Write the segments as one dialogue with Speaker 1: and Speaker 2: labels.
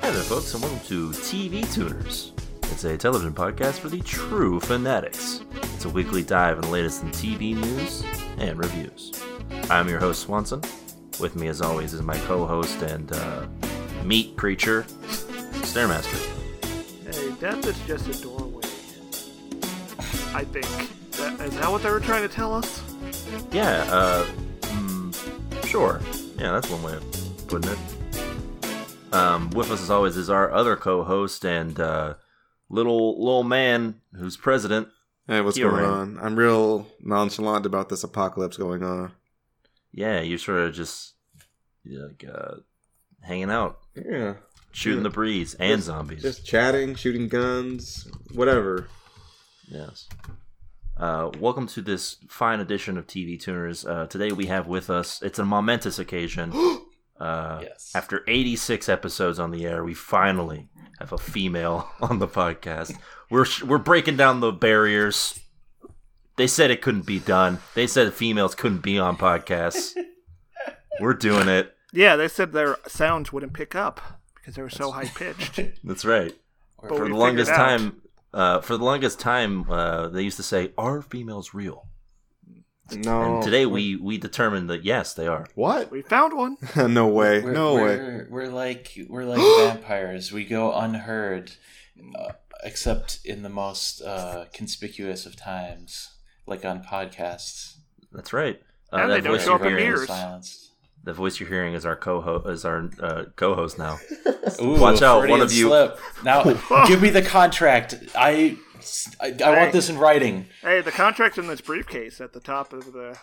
Speaker 1: Hi there, folks, and welcome to TV Tuners. It's a television podcast for the true fanatics. It's a weekly dive on the latest in TV news and reviews. I'm your host, Swanson. With me, as always, is my co host and uh, meat creature, Stairmaster.
Speaker 2: Hey, death is just a doorway. I think. That, is that what they were trying to tell us?
Speaker 1: Yeah, uh, mm, sure. Yeah, that's one way of putting it. Um, with us, as always, is our other co host and uh, little, little man who's president.
Speaker 3: Hey, what's
Speaker 1: You're
Speaker 3: going
Speaker 1: right.
Speaker 3: on? I'm real nonchalant about this apocalypse going on.
Speaker 1: Yeah, you sort of just you know, like uh, hanging out,
Speaker 3: Yeah.
Speaker 1: shooting
Speaker 3: Yeah.
Speaker 1: the breeze, and zombies.
Speaker 3: Just chatting, shooting guns, whatever.
Speaker 1: Yes. Uh, welcome to this fine edition of TV Tuners. Uh, today we have with us, it's a momentous occasion. uh,
Speaker 4: Yes.
Speaker 1: After 86 episodes on the air, we finally have a female on the podcast. We're, sh- we're breaking down the barriers. They said it couldn't be done, they said females couldn't be on podcasts. we're doing it.
Speaker 2: Yeah, they said their sounds wouldn't pick up because they were so high pitched.
Speaker 1: That's right. for
Speaker 2: But we
Speaker 1: the
Speaker 2: figured
Speaker 1: longest
Speaker 2: it out.
Speaker 1: time, uh, for the longest time, uh, they used to say, "Are females real?"
Speaker 3: No.
Speaker 1: And today we we determined that yes, they are.
Speaker 3: What?
Speaker 2: we found one.
Speaker 3: no way.
Speaker 5: We're,
Speaker 3: no way.
Speaker 5: we're, We're like we're like vampires. We go unheard, uh, except in the most uh, conspicuous of times, like on podcasts.
Speaker 1: That's right. Uh,
Speaker 2: And they
Speaker 1: that
Speaker 2: don't
Speaker 1: voice
Speaker 2: show
Speaker 1: you're
Speaker 2: up in
Speaker 1: hearing-
Speaker 2: mirrors.
Speaker 5: Silenced.
Speaker 1: The voice you're hearing is our co is our uh, co-host now.
Speaker 5: Ooh,
Speaker 1: Watch out, one
Speaker 5: Freudian
Speaker 1: of you-
Speaker 5: Slip. Now, give me the contract. I, I, I want this in writing.
Speaker 2: Hey, the contract's in this briefcase at the top of the.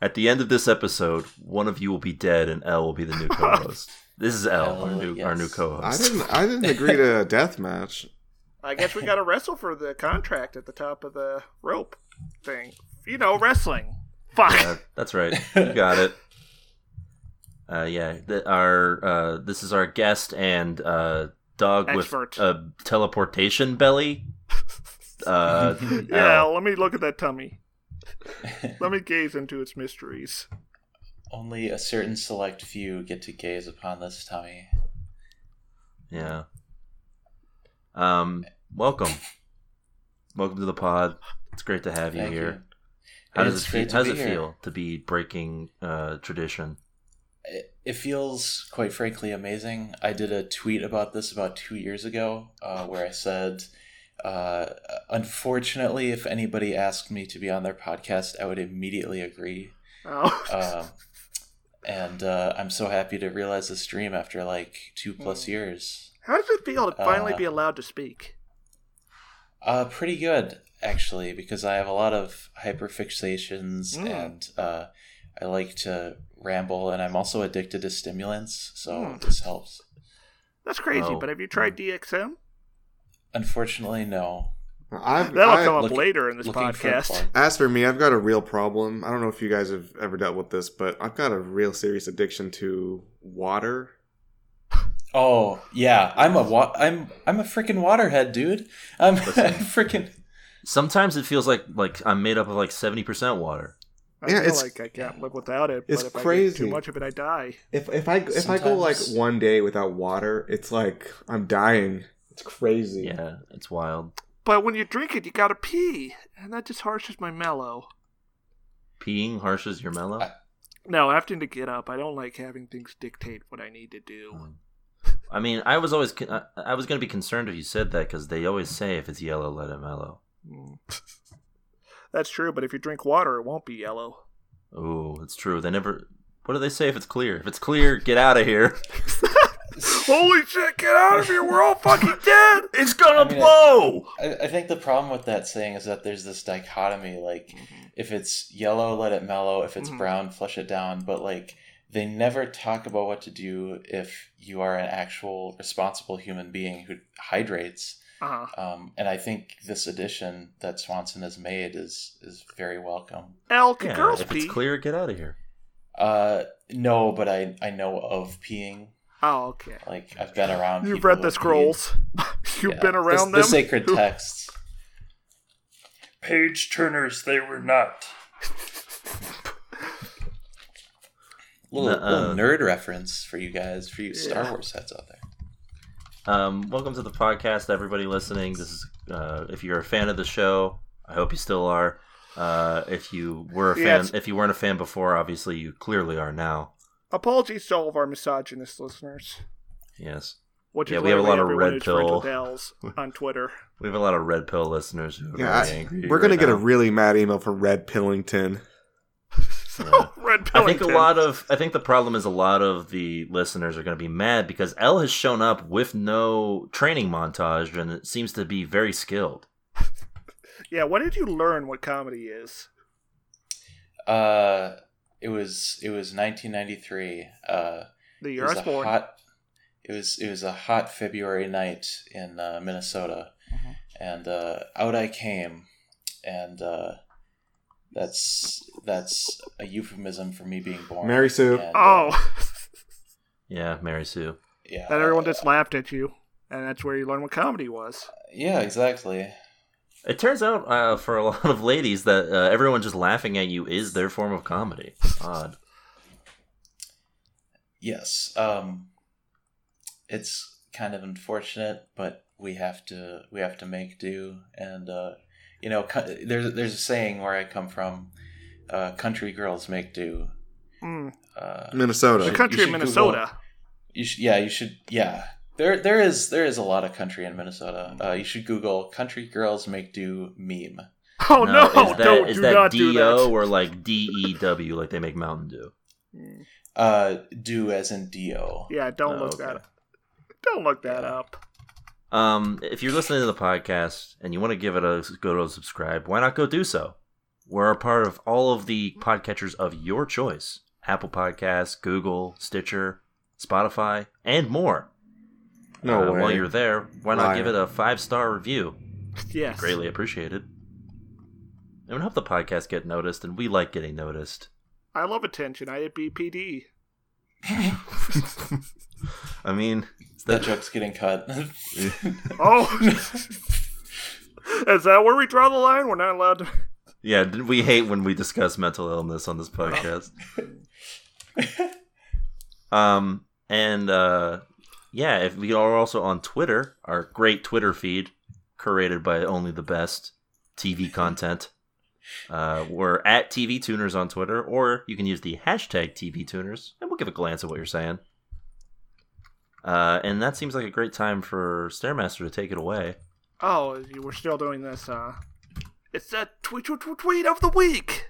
Speaker 1: At the end of this episode, one of you will be dead, and L will be the new co-host. this is L, our
Speaker 5: Elle,
Speaker 1: new our new
Speaker 5: yes.
Speaker 3: I
Speaker 1: co-host.
Speaker 3: didn't I didn't agree to a death match.
Speaker 2: I guess we got to wrestle for the contract at the top of the rope thing. You know, wrestling. Fuck.
Speaker 1: Uh, that's right. You got it. Uh, yeah, th- our uh, this is our guest and uh, dog
Speaker 2: Expert.
Speaker 1: with a teleportation belly. Uh,
Speaker 2: yeah,
Speaker 1: Al.
Speaker 2: let me look at that tummy. let me gaze into its mysteries.
Speaker 5: Only a certain select few get to gaze upon this tummy.
Speaker 1: yeah. Um, welcome, welcome to the pod. It's great to have you
Speaker 5: Thank
Speaker 1: here.
Speaker 5: you.
Speaker 1: How does
Speaker 5: It's
Speaker 1: it feel?
Speaker 5: great to
Speaker 1: How does
Speaker 5: be
Speaker 1: it
Speaker 5: here.
Speaker 1: feel to be breaking uh, tradition?
Speaker 5: it it feels quite frankly amazing. I did a tweet about this about two years ago uh, where I said, uh, unfortunately, if anybody asked me to be on their podcast, I would immediately agree.
Speaker 2: Oh.
Speaker 5: Um, and uh, I'm so happy to realize this dream after like two plus years.
Speaker 2: How does it feel to finally
Speaker 5: uh,
Speaker 2: be allowed to speak?
Speaker 5: Uh, pretty good, actually, because I have a lot of hyperfixations
Speaker 2: Mm.
Speaker 5: and uh, I like to ramble, and I'm also addicted to stimulants, so
Speaker 2: Mm.
Speaker 5: this helps.
Speaker 2: That's crazy,
Speaker 1: Oh.
Speaker 2: but have you tried DXM?
Speaker 5: Unfortunately, no.
Speaker 3: I've
Speaker 2: That'll
Speaker 3: I,
Speaker 2: come up
Speaker 5: Looking-
Speaker 2: later in this
Speaker 5: looking for a
Speaker 2: podcast.
Speaker 5: plug.
Speaker 3: as for me, I've got a real problem. I don't know if you guys have ever dealt with this, but I've got a real serious addiction to water.
Speaker 5: Oh yeah, I'm a wa- I'm I'm a freaking waterhead, dude. I'm, I'm freaking.
Speaker 1: Sometimes it feels like like I'm made up of like seventy percent water.
Speaker 2: I
Speaker 3: Yeah,
Speaker 2: feel
Speaker 3: it's-
Speaker 2: like I can't live without it.
Speaker 3: it's
Speaker 2: but if I
Speaker 3: crazy.
Speaker 2: drink too much of it, I die.
Speaker 3: If if I if I go like
Speaker 5: Sometimes-
Speaker 3: one day without water, it's like I'm dying. It's crazy.
Speaker 1: Yeah, it's wild.
Speaker 2: But when you drink it, you gotta pee, and that just harshes my mellow.
Speaker 1: Peeing harshes your mellow.
Speaker 5: I-
Speaker 2: No, having to get up, I don't like having things dictate what I need to do.
Speaker 1: Mm. I mean, I was always con- I, I was gonna be concerned if you said that because they always say if it's yellow, let it mellow.
Speaker 2: Mm. That's true, but if you drink water, it won't be yellow.
Speaker 1: Ooh, it's true. They never. What do they say if it's clear? If it's clear, get out of here.
Speaker 2: Holy shit, get out of here. We're all fucking dead.
Speaker 1: It's gonna
Speaker 5: I mean, it-
Speaker 1: blow.
Speaker 5: I, I think the problem with that saying is that there's this dichotomy. Like,
Speaker 2: Mm-hmm.
Speaker 5: if it's yellow, let it mellow. If it's
Speaker 2: Mhm.
Speaker 5: brown, flush it down. But like, they never talk about what to do if you are an actual responsible human being who hydrates.
Speaker 2: Uh-huh.
Speaker 5: Um, and I think this addition that Swanson has made is is very welcome.
Speaker 2: Al, can
Speaker 1: Yeah,
Speaker 2: girls
Speaker 1: if it's
Speaker 2: pee?
Speaker 1: clear, get out of here.
Speaker 5: Uh, no, but I I know of peeing.
Speaker 2: Oh, okay.
Speaker 5: Like I've been around.
Speaker 2: You've
Speaker 5: people
Speaker 2: read the
Speaker 5: with
Speaker 2: scrolls. You've
Speaker 5: Yeah,
Speaker 2: been
Speaker 5: the-
Speaker 2: around
Speaker 5: the,
Speaker 2: them.
Speaker 5: sacred texts. Page turners, they were not. little,
Speaker 1: Nuh-uh.
Speaker 5: little nerd reference for you guys, for you Star
Speaker 2: Yeah.
Speaker 5: Wars heads out there.
Speaker 1: Um, welcome to the podcast, everybody listening. This is uh, if you're a fan of the show, I hope you still are. Uh, if you were a fan,
Speaker 2: Yes.
Speaker 1: if you weren't a fan before, obviously you clearly are now.
Speaker 2: Apologies to all of our misogynist listeners.
Speaker 1: Yes,
Speaker 2: Which
Speaker 1: Yeah,
Speaker 2: is
Speaker 1: we have a
Speaker 2: literally
Speaker 1: lot of
Speaker 2: everyone
Speaker 1: red
Speaker 2: who's friends
Speaker 1: pill.
Speaker 2: with Al's on Twitter.
Speaker 1: we have a lot of red pill listeners who are
Speaker 3: Yeah,
Speaker 1: really
Speaker 3: I-
Speaker 1: angry.
Speaker 3: We're gonna
Speaker 1: right
Speaker 3: get a
Speaker 1: now.
Speaker 3: really mad email from Red Pillington.
Speaker 2: so, red pill.
Speaker 1: I think a lot of I think the problem is a lot of the listeners are going to be mad because L has shown up with no training montage and it seems to be very skilled.
Speaker 2: Yeah, when did you learn what comedy is?
Speaker 5: Uh, it was it was 1993. Uh,
Speaker 2: The
Speaker 5: it
Speaker 2: year I
Speaker 5: was
Speaker 2: was
Speaker 5: a
Speaker 2: born.
Speaker 5: hot. It was it was a hot February night in uh, Minnesota,
Speaker 2: Mhm.
Speaker 5: and uh, out I came, and uh, that's that's a euphemism for me being born.
Speaker 3: Mary Sue.
Speaker 5: And, uh,
Speaker 2: Oh,
Speaker 1: Yeah, Mary Sue.
Speaker 5: yeah.
Speaker 2: and everyone just laughed at you, and that's where you learned what comedy was.
Speaker 5: uh, Yeah, exactly.
Speaker 1: It turns out uh, for a lot of ladies that uh, everyone just laughing at you is their form of comedy. Odd.
Speaker 5: Yes. Um it's kind of unfortunate, but we have to we have to make do and uh you know co- there's there's a saying where I come from uh country girls make do.
Speaker 2: Mm.
Speaker 5: Uh
Speaker 2: The
Speaker 5: should-
Speaker 3: Minnesota.
Speaker 2: country of
Speaker 5: should
Speaker 2: Minnesota.
Speaker 5: you should yeah, you should yeah. There there is there is a lot of country in Minnesota. Uh you should google country girls make do meme.
Speaker 2: Oh no!
Speaker 1: is that,
Speaker 2: Don't
Speaker 1: is
Speaker 2: do
Speaker 1: that
Speaker 2: not
Speaker 1: D-O
Speaker 2: do that.
Speaker 1: or like D-E-W, like they make Mountain Dew?
Speaker 2: Mm.
Speaker 5: Uh do as in do.
Speaker 2: Yeah, don't
Speaker 1: Oh,
Speaker 2: look
Speaker 1: okay.
Speaker 2: that. Don't look that up.
Speaker 1: Um, if you're listening to the podcast and you want to give it a go to subscribe, why not go do so? We're a part of all of the podcatchers of your choice Apple Podcasts, Google, Stitcher, Spotify, and more.
Speaker 3: No
Speaker 1: Uh,
Speaker 3: way.
Speaker 1: While you're there, why not
Speaker 3: Liar.
Speaker 1: give it a five star review?
Speaker 2: Yes.
Speaker 1: Greatly appreciated. It would help the podcast get noticed, and we like getting noticed.
Speaker 2: I love attention. I hit BPD.
Speaker 1: I mean, it's
Speaker 5: That
Speaker 1: that
Speaker 5: joke's getting cut.
Speaker 2: Oh, is that where we draw the line? We're not allowed to.
Speaker 1: yeah, d- we hate when we discuss mental illness on this podcast. um, and uh, yeah, if we are also on Twitter, our great Twitter feed, curated by only the best TV content. Uh, we're at TV Tuners on Twitter, or you can use the hashtag TV Tuners, and we'll give a glance at what you're saying. Uh, and that seems like a great time for Stairmaster to take it away.
Speaker 2: Oh, you were still doing this, huh? It's that tweet tweet tweet, tweet of the week.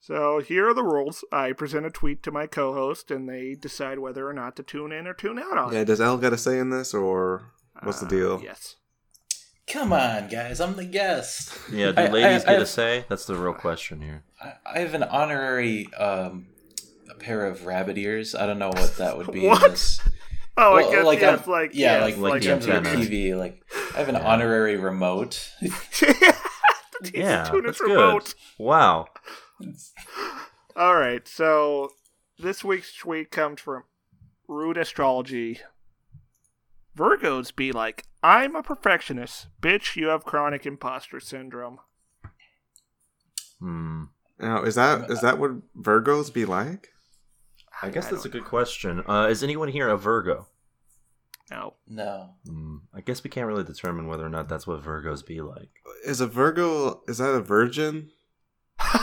Speaker 2: So here are the rules. I present a tweet to my co-host, and they decide whether or not to tune in or tune out on.
Speaker 3: yeah,
Speaker 2: it.
Speaker 3: does L got a say in this, or what's the
Speaker 2: Uh,
Speaker 3: deal?
Speaker 2: Yes.
Speaker 5: Come on, guys, I'm the guest.
Speaker 1: Yeah, do
Speaker 5: I- I-
Speaker 1: ladies
Speaker 5: I-
Speaker 1: get a say? That's the real question here.
Speaker 5: I I have an honorary um, a pair of rabbit ears. I don't know what that would be. in
Speaker 2: What?
Speaker 5: this-
Speaker 2: Oh, I
Speaker 5: Well,
Speaker 2: guess
Speaker 5: like,
Speaker 2: yes,
Speaker 5: I'm-
Speaker 2: like
Speaker 5: yeah,
Speaker 2: yes,
Speaker 5: like
Speaker 1: like
Speaker 5: like
Speaker 1: the
Speaker 5: terms of
Speaker 1: antenna.
Speaker 5: TV. Like I have an honorary remote.
Speaker 2: The teaser
Speaker 1: Yeah,
Speaker 2: tune is
Speaker 1: that's
Speaker 2: remote.
Speaker 1: good. Wow.
Speaker 2: All right, so this week's tweet comes from Rude Astrology. Virgos be like, I'm a perfectionist. Bitch, you have chronic imposter syndrome.
Speaker 1: Hmm.
Speaker 3: Now, is that is that what Virgos be like?
Speaker 1: I guess that's a
Speaker 2: don't
Speaker 1: good question. Uh, is anyone here a Virgo?
Speaker 2: know.
Speaker 5: no,
Speaker 1: Hmm. I guess we can't really determine whether or not that's what Virgos be like.
Speaker 3: Is a Virgo is that a virgin?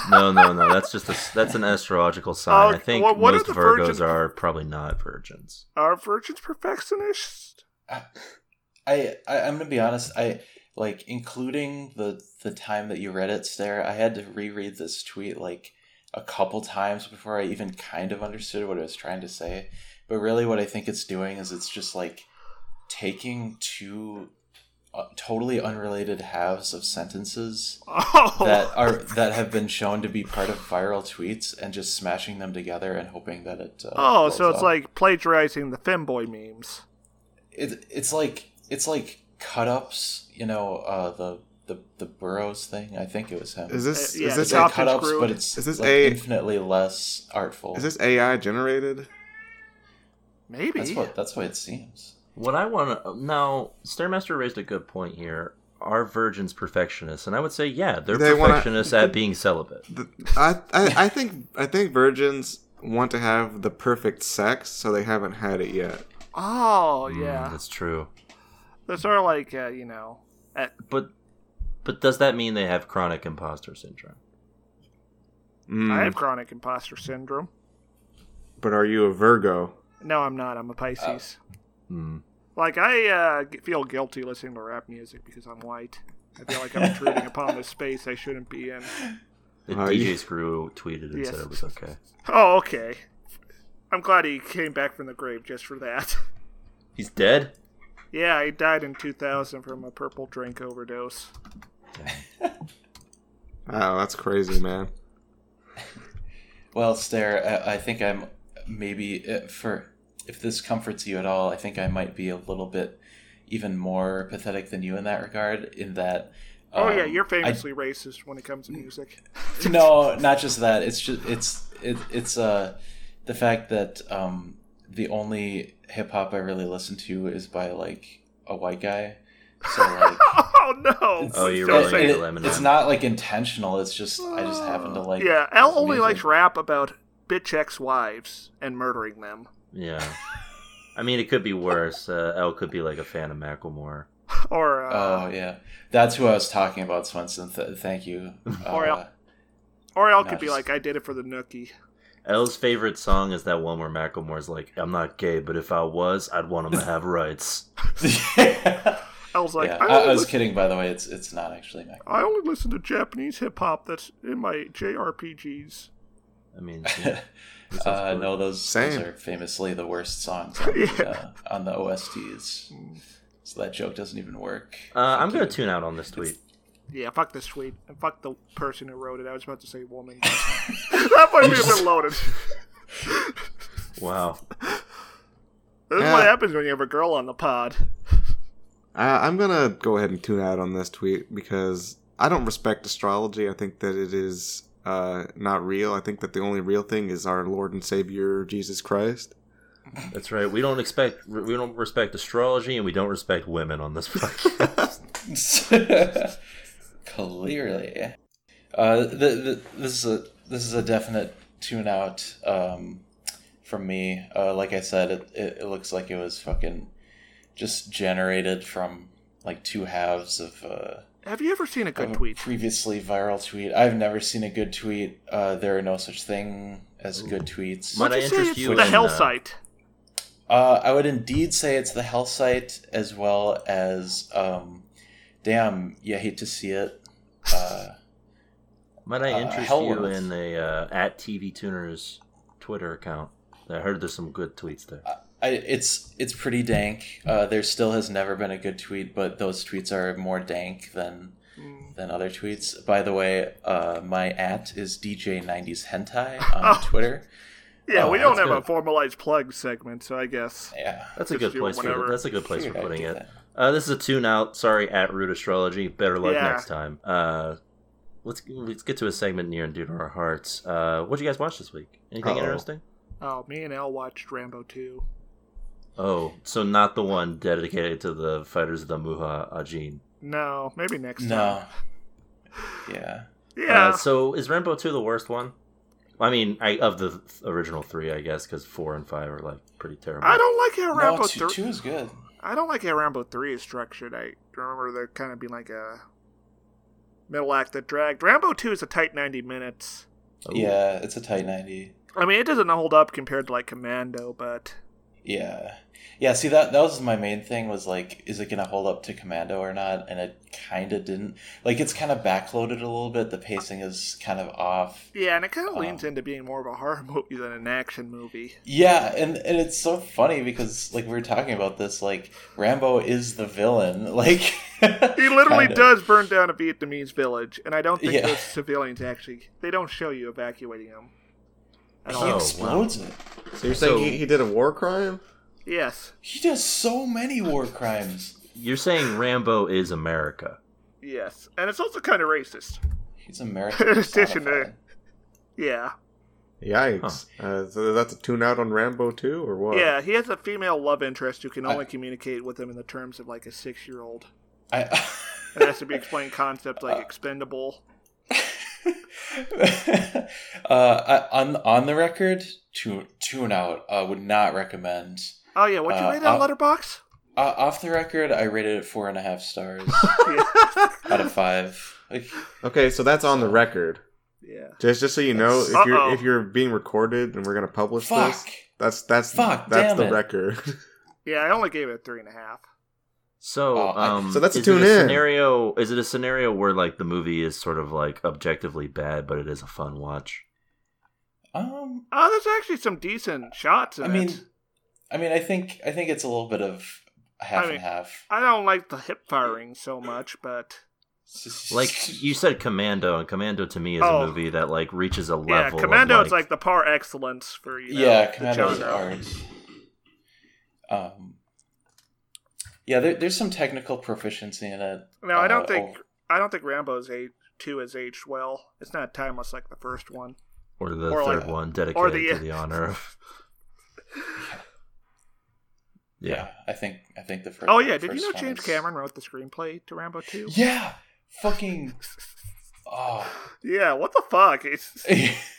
Speaker 1: No, no, no. That's just a, that's an astrological sign.
Speaker 2: Uh,
Speaker 1: I think
Speaker 2: what- what are
Speaker 1: most
Speaker 2: the
Speaker 1: Virgos
Speaker 2: virgin-
Speaker 1: are probably not virgins.
Speaker 2: Are virgins perfectionists?
Speaker 5: I, I, I I'm gonna be honest. I like including the the time that you read it, Stare. I had to reread this tweet like a couple times before I even kind of understood what it was trying to say. But really, what I think it's doing is it's just like taking two uh, totally unrelated halves of sentences
Speaker 2: Oh,
Speaker 5: that are that have been shown to be part of viral tweets and just smashing them together and hoping that it. Uh,
Speaker 2: oh,
Speaker 5: blows
Speaker 2: so it's
Speaker 5: up.
Speaker 2: like plagiarizing the femboy memes.
Speaker 5: it, it's like it's like cut ups. You know uh, the the the Burroughs thing. I think it was him.
Speaker 3: Is this
Speaker 2: Uh, yeah,
Speaker 3: is
Speaker 5: it's
Speaker 3: this
Speaker 5: like
Speaker 2: Chopped
Speaker 5: cut
Speaker 2: and
Speaker 5: ups, but
Speaker 2: screwed.
Speaker 5: it's
Speaker 3: Is this
Speaker 5: like
Speaker 3: a-
Speaker 5: infinitely less artful.
Speaker 3: is this AI generated?
Speaker 2: Maybe.
Speaker 5: that's what that's what it seems.
Speaker 1: What I want to now, Stairmaster raised a good point here. Are virgins perfectionists? And I would say, yeah, they're
Speaker 3: They wanna-
Speaker 1: perfectionists at being celibate.
Speaker 3: The- I, I I think I think virgins want to have the perfect sex, so they haven't had it yet.
Speaker 2: oh,
Speaker 1: Mm,
Speaker 2: yeah.
Speaker 1: that's true.
Speaker 2: They're sort of like, uh, you know, at,
Speaker 1: But but does that mean they have chronic imposter syndrome?
Speaker 3: Mm,
Speaker 2: I have chronic imposter syndrome.
Speaker 3: but are you a Virgo?
Speaker 2: No, I'm not. I'm a Pisces.
Speaker 5: Uh, hmm.
Speaker 1: Mm.
Speaker 2: Like, I uh, g- feel guilty listening to rap music because I'm white. I feel like I'm intruding upon this space I shouldn't be in.
Speaker 1: The
Speaker 3: Uh,
Speaker 1: DJ
Speaker 3: you-
Speaker 1: Screw tweeted and said
Speaker 2: Yes.
Speaker 1: it was okay.
Speaker 2: Oh, okay. I'm glad he came back from the grave just for that.
Speaker 1: He's dead.
Speaker 2: yeah, he died in 2000 from a purple drink overdose.
Speaker 3: Oh, that's crazy, man.
Speaker 5: Well, Stare, I, I think I'm maybe uh, for if this comforts you at all, I think I might be a little bit even more pathetic than you in that regard. In that,
Speaker 2: Oh yeah,
Speaker 5: um,
Speaker 2: you're
Speaker 5: I- Mm.
Speaker 2: famously racist when it comes to music.
Speaker 5: no, not just that. It's just it's it, it's uh the fact that um the only hip hop I really listen to is by like a white guy. So like.
Speaker 2: oh no.
Speaker 5: It's-
Speaker 1: Oh, you're
Speaker 2: Don't
Speaker 1: right.
Speaker 5: it-
Speaker 2: say-
Speaker 5: it-
Speaker 1: to Eminem.
Speaker 5: It's not like intentional. It's just I just happen to like.
Speaker 2: yeah, L
Speaker 5: his
Speaker 2: only
Speaker 5: music.
Speaker 2: likes rap about bitch ex wives and murdering them.
Speaker 1: Yeah. I mean, it could be worse. Uh, L could be like a fan of Macklemore.
Speaker 2: Or uh,
Speaker 5: Oh yeah, that's who I was talking about, Swenson. Th- thank you.
Speaker 2: Or
Speaker 5: Uh,
Speaker 2: or L
Speaker 5: no,
Speaker 2: could be
Speaker 5: just-
Speaker 2: like, I did it for the nookie.
Speaker 1: L's favorite song is that one where Macklemore's like, "I'm not gay, but if I was, I'd want him to have rights."
Speaker 2: L's like,
Speaker 5: yeah,
Speaker 2: I,
Speaker 5: I, I
Speaker 2: only
Speaker 5: was
Speaker 2: listen,
Speaker 5: kidding. By the way, it's it's not actually Mac.
Speaker 2: I only listen to Japanese hip hop that's in my JRPGs.
Speaker 1: I mean, yeah. That sounds
Speaker 5: uh,
Speaker 1: cool.
Speaker 5: no, those, those
Speaker 3: Same.
Speaker 5: are famously the worst songs on, the, uh, on the OSTs. So that joke doesn't even work.
Speaker 1: Uh, I'm gonna tune out on this tweet.
Speaker 2: Yeah, fuck this tweet. And fuck the person who wrote it. I was about to say woman. that might be a bit loaded.
Speaker 1: Wow.
Speaker 2: This is
Speaker 3: Yeah.
Speaker 2: what happens when you have a girl on the pod.
Speaker 3: I, I'm gonna go ahead and tune out on this tweet because I don't respect astrology. I think that it is uh, not real. I think that the only real thing is our Lord and Savior Jesus Christ.
Speaker 1: That's right. We don't expect we don't respect astrology, and we don't respect women on this podcast.
Speaker 5: Clearly, uh, the, the, this is a this is a definite tune out um, from me. Uh, like I said, it, it, it looks like it was fucking just generated from like two halves of. Uh,
Speaker 2: Have you ever seen a
Speaker 5: of
Speaker 2: good
Speaker 5: a
Speaker 2: tweet?
Speaker 5: previously viral tweet. I've never seen a good tweet. Uh, there are no such thing as good tweets.
Speaker 1: Might I
Speaker 2: Just say
Speaker 1: interest
Speaker 2: it's
Speaker 1: you
Speaker 2: the
Speaker 1: in,
Speaker 2: hell
Speaker 1: uh,
Speaker 2: site.
Speaker 5: Uh, I would indeed say it's the hell site as well as, um, damn, you hate to see it. Uh,
Speaker 1: Might I
Speaker 5: Uh,
Speaker 1: interest
Speaker 5: hell
Speaker 1: you
Speaker 5: with-
Speaker 1: in the uh, at TV Tuners Twitter account? I heard there's some good tweets there.
Speaker 5: I, it's it's pretty dank. Uh, there still has never been a good tweet, but those tweets are more dank than than other tweets. By the way, uh, my at is DJ '90s Hentai on Twitter.
Speaker 2: Yeah,
Speaker 5: Oh,
Speaker 2: we don't
Speaker 1: that's
Speaker 2: have a
Speaker 1: good.
Speaker 2: formalized plug segment, so I guess.
Speaker 5: Yeah,
Speaker 1: That's a
Speaker 2: Just
Speaker 1: good
Speaker 2: do
Speaker 1: place. For,
Speaker 2: whatever.
Speaker 1: that's a good place for
Speaker 5: Figured I'd
Speaker 1: putting
Speaker 5: do
Speaker 1: it.
Speaker 5: that.
Speaker 1: Uh, this is a tune out. Sorry, at Root Astrology. Better luck
Speaker 2: Yeah.
Speaker 1: next time. Uh, let's let's get to a segment near and dear to our hearts. Uh, what you guys watch this week? Anything
Speaker 3: Uh-oh.
Speaker 1: interesting?
Speaker 2: Oh, me and Al watched Rambo 2.
Speaker 1: Oh, so not the one dedicated to the fighters of the Muha Ajin. Uh,
Speaker 2: No, maybe next time.
Speaker 5: No. Oh, Yeah.
Speaker 2: Yeah.
Speaker 1: Uh, so is Rambo two the worst one? I mean, I of the th- original three, I guess, because four and five are like pretty terrible.
Speaker 2: I don't like how Rambo
Speaker 5: No, two,
Speaker 2: 3
Speaker 5: two is good.
Speaker 2: I don't like how Rambo 3 is structured. I remember there kind of being like a middle act that dragged. Rambo 2 is a tight 90 minutes.
Speaker 1: Oh.
Speaker 5: Yeah, it's a tight ninety.
Speaker 2: I mean, it doesn't hold up compared to like Commando, but
Speaker 5: Yeah. Yeah, see that that was my main thing was like is it going to hold up to Commando or not? And it kind of didn't. Like it's kind of backloaded a little bit. The pacing is kind of off.
Speaker 2: Yeah, and it kind of
Speaker 5: Um,
Speaker 2: leans into being more of a horror movie than an action movie.
Speaker 5: Yeah, and and it's so funny because like we were talking about this like Rambo is the villain. Like
Speaker 2: He literally
Speaker 5: kinda.
Speaker 2: does burn down a Vietnamese village, and I don't think
Speaker 5: Yeah.
Speaker 2: those civilians actually. They don't show you evacuating them. At
Speaker 5: He
Speaker 2: all.
Speaker 1: Oh,
Speaker 5: explodes it.
Speaker 3: So you're
Speaker 1: So-
Speaker 3: saying he, he did a war crime?
Speaker 2: Yes.
Speaker 5: He does so many war crimes.
Speaker 1: You're saying Rambo is America.
Speaker 2: Yes. And it's also kind of racist.
Speaker 5: He's American.
Speaker 2: In addition to-
Speaker 5: personified.
Speaker 2: Yeah.
Speaker 3: Yikes! Uh, so that's a tune out on Rambo too, or what?
Speaker 2: Yeah, he has a female love interest who can
Speaker 5: I-
Speaker 2: only communicate with him in the terms of like a six year old.
Speaker 5: I,
Speaker 2: It has to be explained concepts like expendable.
Speaker 5: uh, I, on on the record, tune tune out. Uh, would not recommend.
Speaker 2: Oh yeah, what'd you
Speaker 5: Uh,
Speaker 2: rate on
Speaker 5: uh,
Speaker 2: Letterbox?
Speaker 5: Uh, off the record, I rated it four and a half stars out of five. Like,
Speaker 3: Okay, so that's on the record.
Speaker 2: Yeah.
Speaker 3: Just just so you know, if
Speaker 2: Uh-oh.
Speaker 3: you're if you're being recorded and we're gonna publish
Speaker 5: fuck.
Speaker 3: this, that's that's
Speaker 5: Fuck,
Speaker 3: that's
Speaker 5: damn
Speaker 3: the
Speaker 5: it.
Speaker 3: record.
Speaker 2: Yeah, I only gave it a three and a half.
Speaker 1: So,
Speaker 5: Oh, I-
Speaker 1: um,
Speaker 3: So that's a
Speaker 1: is it
Speaker 3: tune in.
Speaker 1: Scenario is it a scenario where like the movie is sort of like objectively bad, but it is a fun watch?
Speaker 5: Um,
Speaker 2: Oh, there's actually some decent shots in
Speaker 5: I mean,
Speaker 2: it.
Speaker 5: I mean, I think I think it's a little bit of half
Speaker 2: I mean-
Speaker 5: and half.
Speaker 2: I don't like the hip firing so much, but
Speaker 1: Like you said, Commando, and Commando to me is
Speaker 2: Oh.
Speaker 1: a movie that like reaches a
Speaker 2: yeah,
Speaker 1: level.
Speaker 2: Commando
Speaker 1: of,
Speaker 2: is like the par excellence for you. Know,
Speaker 5: yeah,
Speaker 2: the
Speaker 5: Commando's
Speaker 2: genre.
Speaker 5: art. Um, yeah, there, there's some technical proficiency in it.
Speaker 2: No, I don't
Speaker 5: Uh,
Speaker 2: think
Speaker 5: oh,
Speaker 2: I don't think Rambo's age two has aged well. It's not timeless like the first one.
Speaker 1: or the
Speaker 2: or, like,
Speaker 1: third one dedicated
Speaker 2: the-
Speaker 1: to the honor of.
Speaker 5: yeah.
Speaker 1: Yeah.
Speaker 5: I think I think the first.
Speaker 2: Oh yeah, did you
Speaker 5: first
Speaker 2: know
Speaker 5: one
Speaker 2: James
Speaker 5: is-
Speaker 2: Cameron wrote the screenplay to Rambo two?
Speaker 5: Yeah, fucking. Oh,
Speaker 2: Yeah, what the fuck? It's,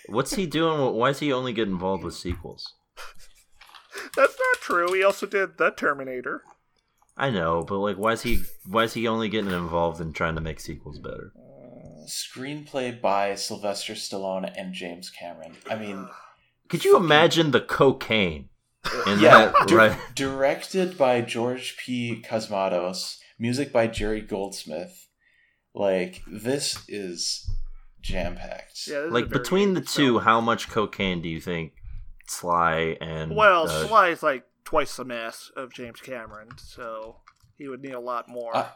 Speaker 1: What's he doing? Why does he only get involved with sequels?
Speaker 2: that's not true. He also did the Terminator.
Speaker 1: I know, but like, why is he? Why is he only getting involved in trying to make sequels better?
Speaker 5: screenplay by Sylvester Stallone and James Cameron. I mean,
Speaker 1: Could you imagine the cocaine in
Speaker 5: yeah,
Speaker 1: that?
Speaker 5: di-
Speaker 1: Right.
Speaker 5: directed by George P. Cosmatos, music by Jerry Goldsmith. Like this is jam packed.
Speaker 2: Yeah, this is a
Speaker 1: like
Speaker 2: very
Speaker 1: between the
Speaker 2: good
Speaker 1: two,
Speaker 2: film.
Speaker 1: how much cocaine do you think Sly and
Speaker 2: Well,
Speaker 1: uh,
Speaker 2: Sly's like twice the mass of James Cameron, so he would need a lot more.
Speaker 5: Uh,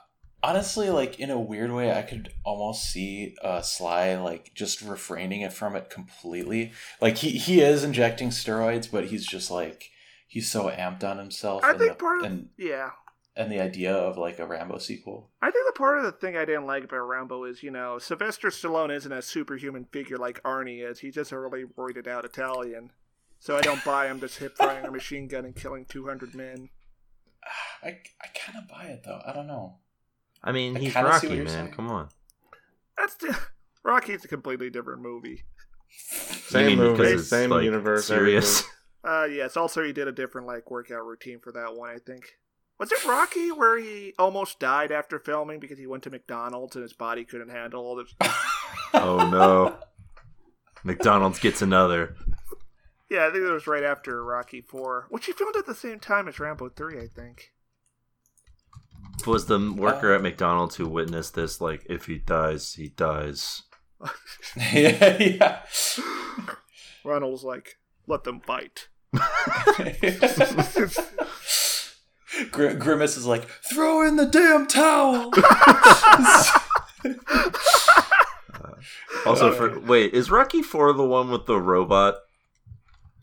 Speaker 5: honestly, like in a weird way, I could almost see uh, Sly like just refraining it from it completely. Like he he is injecting steroids, but he's just like he's so amped on himself.
Speaker 2: I
Speaker 5: and
Speaker 2: think
Speaker 5: the,
Speaker 2: part of-
Speaker 5: and
Speaker 2: yeah.
Speaker 5: and the idea of like a Rambo sequel.
Speaker 2: I think the part of the thing I didn't like about Rambo is, you know, Sylvester Stallone isn't a superhuman figure like Arnie is. He's just a really roided out Italian. So I don't buy him just hip firing a machine gun and killing 200 men.
Speaker 5: Ah, I I kind of buy it though. I don't know.
Speaker 1: I mean,
Speaker 5: I
Speaker 1: he's
Speaker 5: kinda
Speaker 1: Rocky,
Speaker 5: see
Speaker 1: man.
Speaker 5: what you're saying.
Speaker 1: Come on.
Speaker 2: That's the, Rocky's a completely different movie.
Speaker 3: Same
Speaker 1: you mean
Speaker 3: movie,
Speaker 1: because it's,
Speaker 3: same
Speaker 1: like,
Speaker 3: universe,
Speaker 1: Serious.
Speaker 2: Uh, yes. Also, he did a different like workout routine for that one. I think was it Rocky where he almost died after filming because he went to McDonald's and his body couldn't handle all this.
Speaker 1: oh no. McDonald's gets another.
Speaker 2: Yeah, I think it was right after Rocky Four, which he filmed at the same time as Rambo Three. I think.
Speaker 1: Was the worker at McDonald's who witnessed this like, if he dies, he dies.
Speaker 5: yeah, yeah.
Speaker 2: Ronald's like, let them bite.
Speaker 5: Gr- Grimace is like, throw in the damn towel.
Speaker 1: Also,
Speaker 5: Okay.
Speaker 1: for, wait, is Rocky Four the one with the robot?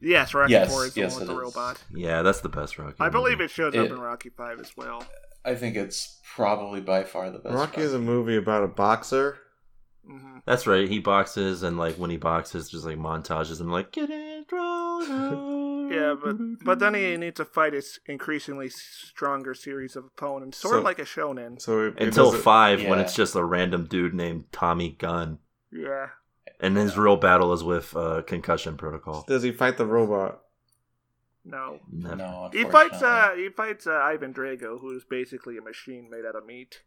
Speaker 2: Yes, Rocky
Speaker 5: Yes,
Speaker 2: Four is the
Speaker 5: yes,
Speaker 2: one with
Speaker 5: it
Speaker 2: the
Speaker 5: is.
Speaker 2: robot.
Speaker 1: Yeah, that's the best Rocky.
Speaker 2: I believe
Speaker 1: movie.
Speaker 2: it shows up
Speaker 5: It-
Speaker 2: in Rocky Five as well.
Speaker 5: I think it's probably by far the best.
Speaker 3: Rocky is a
Speaker 5: Rocky.
Speaker 3: movie about a boxer.
Speaker 2: hmm
Speaker 1: That's right. He boxes, and like when he boxes, there's like montages and like get it wrong.
Speaker 2: Yeah, but but then he needs to fight his increasingly stronger series of opponents, sort of
Speaker 3: So-
Speaker 2: like a shonen.
Speaker 3: So it, it
Speaker 1: until
Speaker 3: doesn't-
Speaker 1: five when
Speaker 5: yeah.
Speaker 1: it's just a random dude named Tommy Gunn,
Speaker 2: Yeah.
Speaker 1: and his real battle is with uh, concussion protocol.
Speaker 3: does he fight the robot?
Speaker 2: No.
Speaker 1: Never.
Speaker 5: No,
Speaker 2: He fights
Speaker 5: unfortunately.
Speaker 2: uh he fights uh, Ivan Drago, who's basically a machine made out of meat.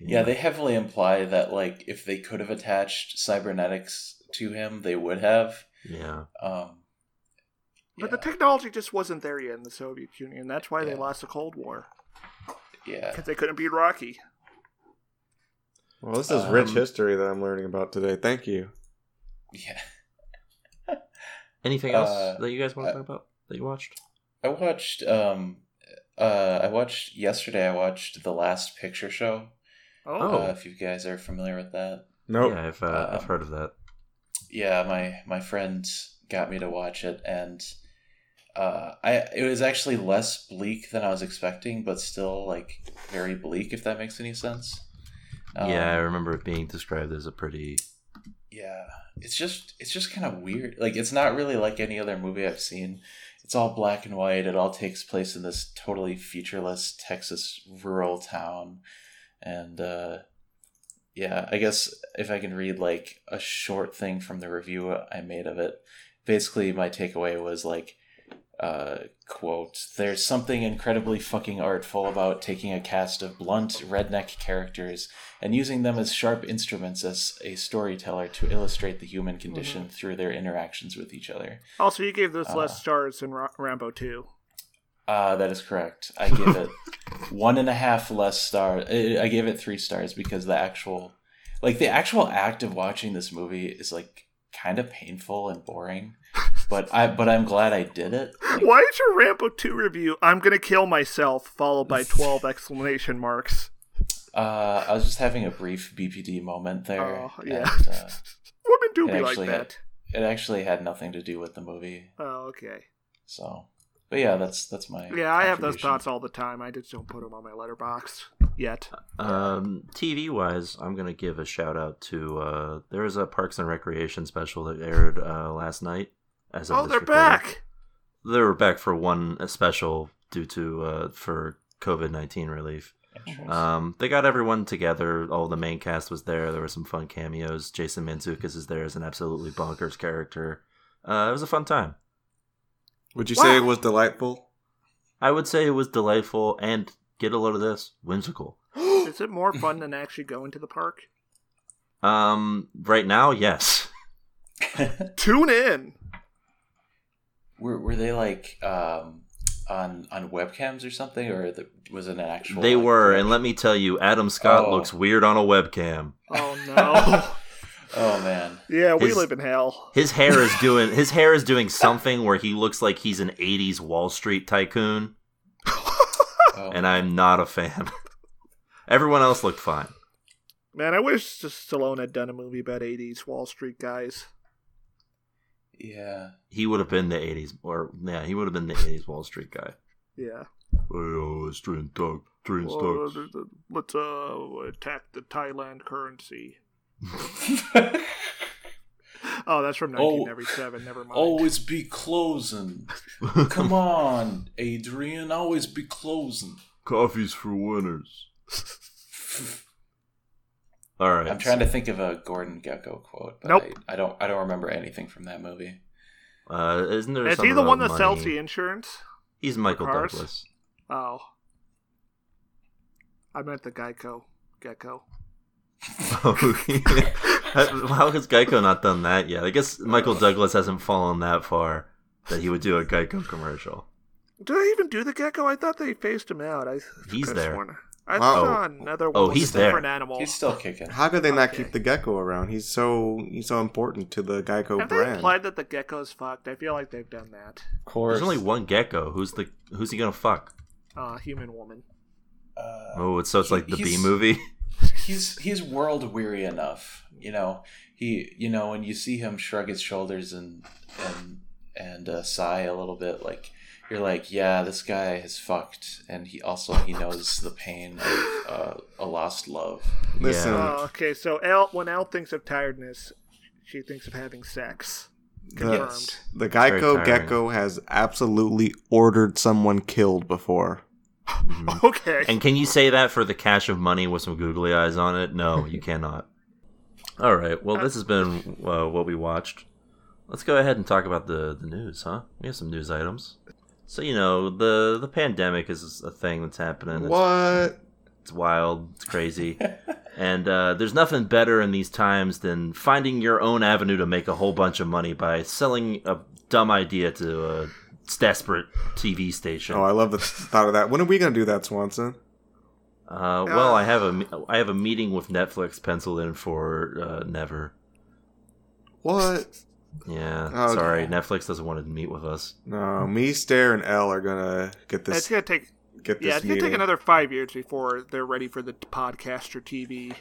Speaker 5: Yeah, they heavily imply that like if they could have attached cybernetics to him, they would have.
Speaker 1: yeah.
Speaker 5: Um,
Speaker 2: But the technology just wasn't there yet in the Soviet Union. That's why they
Speaker 5: Yeah. Uh,
Speaker 2: lost the Cold War
Speaker 5: yeah.
Speaker 2: because they couldn't beat Rocky.
Speaker 3: Well, this is rich
Speaker 5: Um,
Speaker 3: history that I'm learning about today. Thank you.
Speaker 5: Yeah.
Speaker 1: Anything else
Speaker 5: Uh,
Speaker 1: that you guys want to
Speaker 5: I-
Speaker 1: talk about that you watched?
Speaker 5: I watched um uh I watched yesterday I watched The Last Picture Show.
Speaker 1: Oh.
Speaker 5: Uh, if you guys are familiar with that.
Speaker 3: Nope.
Speaker 1: Yeah, I've uh, I've
Speaker 5: Um,
Speaker 1: heard of that.
Speaker 5: Yeah, my my friend got me to watch it and uh I it was actually less bleak than I was expecting, but still like very bleak if that makes any sense. Um,
Speaker 1: yeah, I remember it being described as a pretty.
Speaker 5: yeah it's just it's just kind of weird like it's not really like any other movie i've seen it's all black and white it all takes place in this totally featureless texas rural town and uh yeah i guess if i can read like a short thing from the review i made of it basically my takeaway was like uh, quote there's something incredibly fucking artful about taking a cast of blunt redneck characters and using them as sharp instruments as a storyteller to illustrate the human condition
Speaker 2: Mm-hmm.
Speaker 5: through their interactions with each other.
Speaker 2: Also, you gave this
Speaker 5: Uh.
Speaker 2: less stars than Ra- Rambo Two.
Speaker 5: Uh, that is correct. I give it one and a half less stars. I I gave it three stars because the actual, like the actual act of watching this movie is like kind of painful and boring. But I, but I'm glad I did it. Like,
Speaker 2: Why is your Rambo Two review? I'm gonna kill myself, followed by twelve exclamation marks.
Speaker 5: Uh, I was just having a brief BPD moment there.
Speaker 2: Oh, yeah.
Speaker 5: and, uh,
Speaker 2: Women do
Speaker 5: It
Speaker 2: be like
Speaker 5: actually
Speaker 2: that.
Speaker 5: it actually had nothing to do with the movie.
Speaker 2: Oh, okay.
Speaker 5: So, but yeah, that's that's my
Speaker 2: Yeah, I have those
Speaker 5: contribution.
Speaker 2: thoughts all the time. I just don't put them on my letterbox yet.
Speaker 1: Um, TV wise, I'm gonna give a shout out to uh, there was a Parks and Recreation special that aired uh, last night. As of
Speaker 2: oh,
Speaker 1: this
Speaker 2: they're
Speaker 1: recording.
Speaker 2: back.
Speaker 1: They were back for one special due to uh, for COVID nineteen relief.
Speaker 5: Interesting.
Speaker 1: Um, they got everyone together. All the main cast was there. There were some fun cameos. Jason Mantzoukas is there as an absolutely bonkers character. Uh, it was a fun time.
Speaker 3: Would you
Speaker 2: Wow.
Speaker 3: say it was delightful?
Speaker 1: I would say it was delightful and get a load of this whimsical.
Speaker 2: Is it more fun than actually going to the park?
Speaker 1: Um, right now, yes.
Speaker 2: Tune in.
Speaker 5: were, were they like um, on on webcams or something, or the, was it an actual?
Speaker 1: They
Speaker 5: like,
Speaker 1: were,
Speaker 5: direct-
Speaker 1: and let me tell you, Adam Scott
Speaker 5: Oh.
Speaker 1: looks weird on a webcam.
Speaker 2: Oh no.
Speaker 5: oh man,
Speaker 2: yeah, we
Speaker 1: His-
Speaker 2: live in hell.
Speaker 1: His hair is doing his hair is doing something where he looks like he's an '80s Wall Street tycoon,
Speaker 5: oh,
Speaker 1: and I'm not a fan. Everyone else looked fine.
Speaker 2: Man, I wish just Stallone had done a movie about '80s Wall Street guys.
Speaker 5: yeah.
Speaker 1: He would have been the '80s, or yeah, he would have been the '80s Wall Street guy.
Speaker 2: Yeah.
Speaker 1: Oh, it's train talk, train
Speaker 2: Well,
Speaker 1: talks.
Speaker 2: th- th- let's uh, attack the Thailand currency. Oh, that's from
Speaker 5: Oh.
Speaker 2: 1997. Never mind.
Speaker 5: always be closing. Come on, Adrian. Always be closing.
Speaker 1: Coffees for winners. All right.
Speaker 5: I'm trying to think of a Gordon Gecko quote, but
Speaker 2: Nope.
Speaker 5: I, I don't. I don't remember anything from that movie.
Speaker 1: Uh, isn't there?
Speaker 2: Is
Speaker 1: something
Speaker 2: he the
Speaker 1: about
Speaker 2: one that
Speaker 1: money?
Speaker 2: sells the insurance?
Speaker 1: He's Michael
Speaker 2: cars?
Speaker 1: Douglas.
Speaker 2: Oh. I meant the Geico gecko.
Speaker 1: Oh, yeah. How has Geico not done that yet? I guess Michael Douglas hasn't fallen that far that he would do a Geico commercial.
Speaker 2: Did I even do the gecko? I thought they phased him out. I
Speaker 1: He's
Speaker 2: could've
Speaker 1: there.
Speaker 2: sworn- I
Speaker 3: Wow.
Speaker 2: saw another one.
Speaker 1: Oh,
Speaker 2: with
Speaker 1: he's
Speaker 2: a different
Speaker 1: there.
Speaker 2: animal.
Speaker 5: He's still kicking.
Speaker 3: How could they not
Speaker 2: Okay.
Speaker 3: keep the gecko around? He's so he's so important to the Geico
Speaker 2: Have they
Speaker 3: brand.
Speaker 2: implied that the gecko's fucked? I feel like they've done that.
Speaker 5: Of course.
Speaker 1: There's only one Gecko. Who's the Who's he gonna fuck?
Speaker 2: Uh, human woman.
Speaker 5: Uh,
Speaker 1: Oh, it's so it's
Speaker 5: he-
Speaker 1: like the B
Speaker 5: he's-
Speaker 1: movie.
Speaker 5: he's he's world weary enough you know he you know when you see him shrug his shoulders and and and uh, sigh a little bit like you're like yeah this guy has fucked and he also he knows the pain of uh, a lost love
Speaker 3: Listen,
Speaker 1: Yeah.
Speaker 2: Oh, okay, so Al, when Al thinks of tiredness, she thinks of having sex.
Speaker 3: the,
Speaker 2: Confirmed.
Speaker 3: the
Speaker 1: Very
Speaker 3: Geico
Speaker 1: tiring.
Speaker 3: gecko has absolutely ordered someone killed before.
Speaker 1: Hmm.
Speaker 2: Okay.
Speaker 1: And can you say that for the cash of money with some googly eyes on it? No, you cannot. All right. Well, this has been uh, what we watched. Let's go ahead and talk about the the news, huh? We have some news items. So you know the the pandemic is a thing that's happening. It's
Speaker 3: What?
Speaker 1: It's wild. It's crazy. and uh, there's nothing better in these times than finding your own avenue to make a whole bunch of money by selling a dumb idea to a desperate TV station.
Speaker 3: Oh, I love the thought of that. When are we gonna do that, Swanson?
Speaker 1: Uh, well, I have a me- I have a meeting with Netflix penciled in for uh, never.
Speaker 3: What?
Speaker 1: Yeah,
Speaker 3: Oh,
Speaker 1: sorry,
Speaker 3: God.
Speaker 1: Netflix doesn't want to meet with us.
Speaker 3: No, me, Stare, and L are gonna get
Speaker 2: It's
Speaker 3: this.
Speaker 2: gonna take
Speaker 3: Get this
Speaker 2: yeah, it's gonna
Speaker 3: meeting.
Speaker 2: take another five years before they're ready for the podcast or TV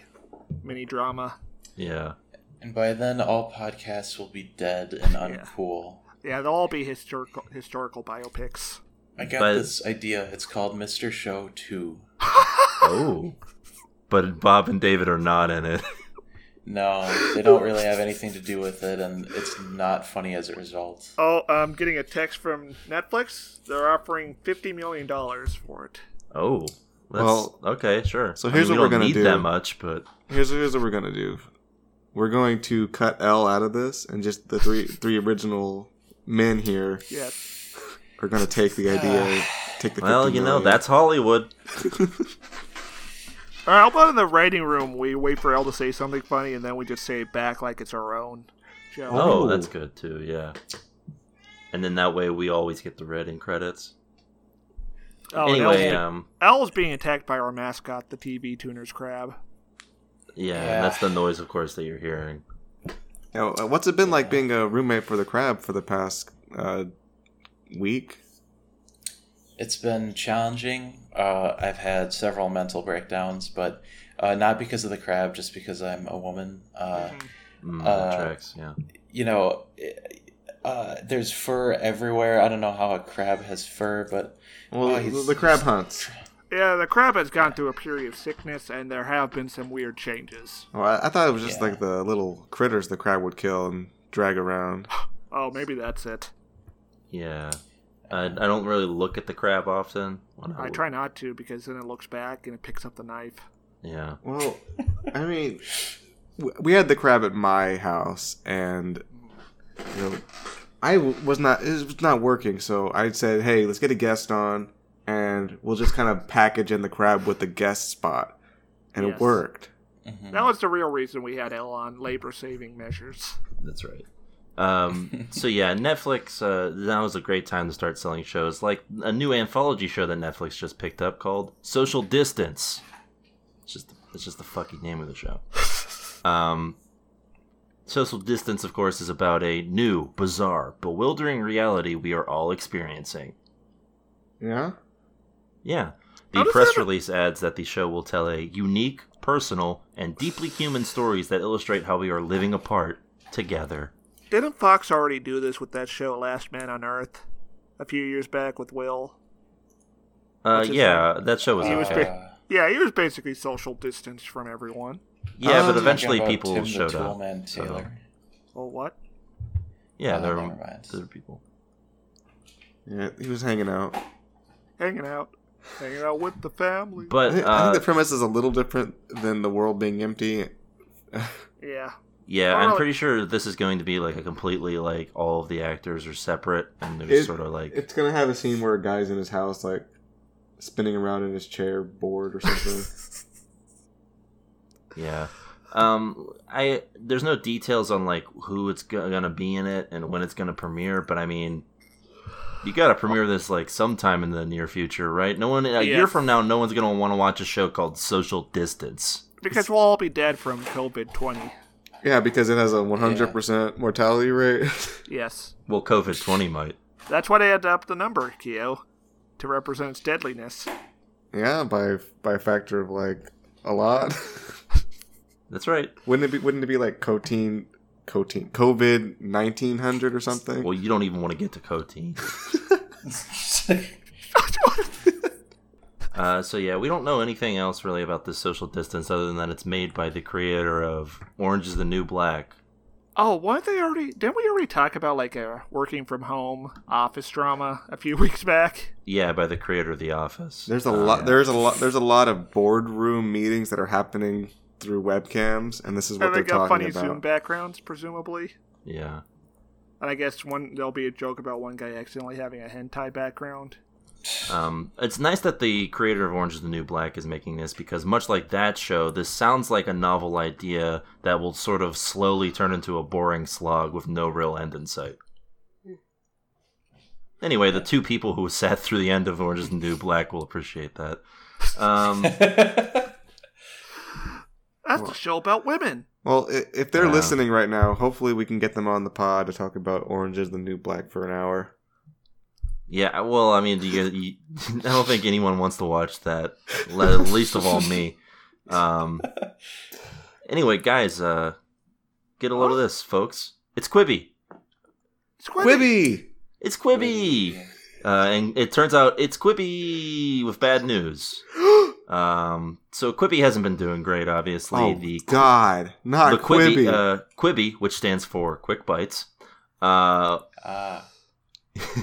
Speaker 2: mini drama.
Speaker 1: Yeah,
Speaker 5: And by then, all podcasts will be dead and uncool.
Speaker 2: Yeah, they'll all be historical historical biopics.
Speaker 5: I got
Speaker 1: But-
Speaker 5: this idea. It's called Mr. Show 2.
Speaker 1: Oh. But Bob and David are not in it.
Speaker 5: No, they don't really have anything to do with it, and it's not funny as a result.
Speaker 2: Oh, I'm getting a text from Netflix. They're offering fifty million dollars for it.
Speaker 1: Oh. That's,
Speaker 3: Well,
Speaker 1: okay, sure.
Speaker 3: so here's
Speaker 1: we
Speaker 3: what we're
Speaker 1: don't
Speaker 3: gonna
Speaker 1: need
Speaker 3: do.
Speaker 1: that much, but
Speaker 3: Here's here's what we're gonna do. We're going to cut L out of this, and just the three three original men here
Speaker 2: Yeah,
Speaker 3: are gonna take the idea, take the.
Speaker 1: well,
Speaker 3: 50
Speaker 1: you know,
Speaker 3: million.
Speaker 1: that's Hollywood.
Speaker 2: All right, how about in the writing room? We wait for Elle to say something funny, and then we just say it back like it's our own. Joe.
Speaker 1: Oh,
Speaker 3: Oh.
Speaker 1: that's good too. Yeah. And then that way we always get the red in credits.
Speaker 2: Oh, and Elle's,
Speaker 1: anyway,
Speaker 2: be-
Speaker 1: um,
Speaker 2: Elle's being attacked by our mascot, the TV tuner's crab.
Speaker 1: yeah,
Speaker 5: Yeah.
Speaker 1: and that's the noise, of course, that you're hearing.
Speaker 3: Now, uh, what's it been like being a roommate for the crab for the past uh, week?
Speaker 5: It's been challenging. Uh, I've had several mental breakdowns, but uh, not because of the crab, just because I'm a woman. Uh,
Speaker 1: Mm,
Speaker 5: Uh,
Speaker 1: that tracks, yeah.
Speaker 5: you know, eh, uh, there's fur everywhere. I don't know how a crab has fur, but
Speaker 3: Well,
Speaker 5: Oh,
Speaker 3: the,
Speaker 5: he's-
Speaker 3: the crab hunts.
Speaker 2: Yeah, the crab has gone through a period of sickness, and there have been some weird changes.
Speaker 3: Oh, I, I thought it was just
Speaker 5: Yeah.
Speaker 3: like the little critters the crab would kill and drag around.
Speaker 2: Oh, maybe that's it.
Speaker 1: Yeah. I, I don't really look at the crab often. When
Speaker 2: I try not to because then it looks back and it picks up the knife.
Speaker 1: Yeah.
Speaker 3: Well, I mean, w- we had the crab at my house, and you know, I w- was not it was not working. So I said, "Hey, let's get a guest on, and we'll just kind of package in the crab with the guest spot," and
Speaker 2: Yes.
Speaker 3: it worked.
Speaker 5: Mhm.
Speaker 2: That was the real reason we had Elle on labor saving measures.
Speaker 1: That's right. Um, so yeah, Netflix. Uh, now is a great time to start selling shows, like a new anthology show that Netflix just picked up called Social Distance. It's just it's just the fucking name of the show. Um, Social Distance, of course, is about a new, bizarre, bewildering reality we are all experiencing.
Speaker 3: Yeah.
Speaker 1: Yeah.
Speaker 2: How
Speaker 1: The
Speaker 2: does
Speaker 1: press
Speaker 2: that-
Speaker 1: release adds that the show will tell a unique, personal, and deeply human stories that illustrate how we are living apart together.
Speaker 2: Didn't Fox already do this with that show Last Man on Earth a few years back with Will?
Speaker 1: Uh,
Speaker 2: Which is
Speaker 1: yeah, that show was.
Speaker 2: He was
Speaker 3: Uh,
Speaker 1: okay.
Speaker 2: pretty- Yeah, he was basically social distance from everyone.
Speaker 1: Yeah,
Speaker 3: Oh,
Speaker 1: but
Speaker 3: you're
Speaker 1: eventually
Speaker 5: talking about
Speaker 1: people
Speaker 5: Tim the
Speaker 1: showed up.
Speaker 5: Toolman
Speaker 1: so-
Speaker 5: Taylor.
Speaker 2: Oh, what?
Speaker 1: Yeah,
Speaker 5: Oh,
Speaker 1: there
Speaker 5: never
Speaker 1: were
Speaker 5: mind.
Speaker 1: there were people.
Speaker 3: Yeah, he was hanging out.
Speaker 2: Hanging out. Hanging out with the family.
Speaker 3: I
Speaker 1: But
Speaker 3: think, I
Speaker 1: uh,
Speaker 3: think the premise is a little different than the world being empty.
Speaker 2: yeah.
Speaker 1: yeah,
Speaker 2: Oh,
Speaker 1: I'm
Speaker 2: no.
Speaker 1: pretty sure this is going to be like a completely like all of the actors are separate and they're
Speaker 3: It-
Speaker 1: sort of like
Speaker 3: It's gonna have a scene where a guy's in his house, like spinning around in his chair, bored or something.
Speaker 1: yeah. Um, I there's no details on like who it's go- gonna be in it and when it's gonna premiere, but I mean, you gotta premiere this like sometime in the near future, right? No one a
Speaker 2: Yeah.
Speaker 1: year from now, no one's gonna want to watch a show called Social Distance.
Speaker 2: Because we'll all be dead from COVID 20.
Speaker 3: yeah, because it has a 100% mortality rate.
Speaker 2: Yes.
Speaker 1: Well, COVID twenty might.
Speaker 2: That's why they had to up the number, Keo, to represent its deadliness.
Speaker 3: yeah, by by a factor of like a lot.
Speaker 1: That's right.
Speaker 3: wouldn't it be? Wouldn't it be like coteen, coteen, COVID 1900 or something?
Speaker 1: Well, you don't even want to get to Coteen. Uh, so yeah, we don't know anything else really about this social distance other than that it's made by the creator of Orange is the New Black.
Speaker 2: Oh, weren't they already? Didn't we already talk about like a working from home office drama a few weeks back?
Speaker 1: Yeah, by the creator of The Office.
Speaker 3: There's a
Speaker 1: Uh,
Speaker 3: lot. There's a lot. There's a lot of boardroom meetings that are happening through webcams, and this is what
Speaker 2: And they
Speaker 3: they're
Speaker 2: got
Speaker 3: talking
Speaker 2: funny
Speaker 3: about.
Speaker 2: Zoom backgrounds, presumably.
Speaker 1: Yeah.
Speaker 2: And I guess one there'll be a joke about one guy accidentally having a hentai background.
Speaker 1: Um, it's nice that the creator of Orange is the New Black is making this because, much like that show, this sounds like a novel idea that will sort of slowly turn into a boring slog with no real end in sight. Anyway, the two people who sat through the end of Orange is the New Black will appreciate that. Um,
Speaker 2: That's
Speaker 3: Well-
Speaker 2: the show about women.
Speaker 3: Well, i- if they're
Speaker 1: Yeah.
Speaker 3: listening right now, hopefully we can get them on the pod to talk about Orange is the New Black for an hour.
Speaker 1: yeah, well, I mean, do you, you, I don't think anyone wants to watch that, le- least of all me. Um, anyway, guys, uh, get a load of this, folks. It's Quibi.
Speaker 2: Squibby.
Speaker 3: Quibby!
Speaker 1: It's Quibi. Uh, and it turns out it's Quibi with bad news. Um, so Quibi hasn't been doing great, obviously.
Speaker 3: Oh,
Speaker 1: the
Speaker 3: God. Not
Speaker 1: the Quibi,
Speaker 3: Quibby.
Speaker 1: Uh, Quibi, which stands for Quick Bites, uh,
Speaker 5: Ah,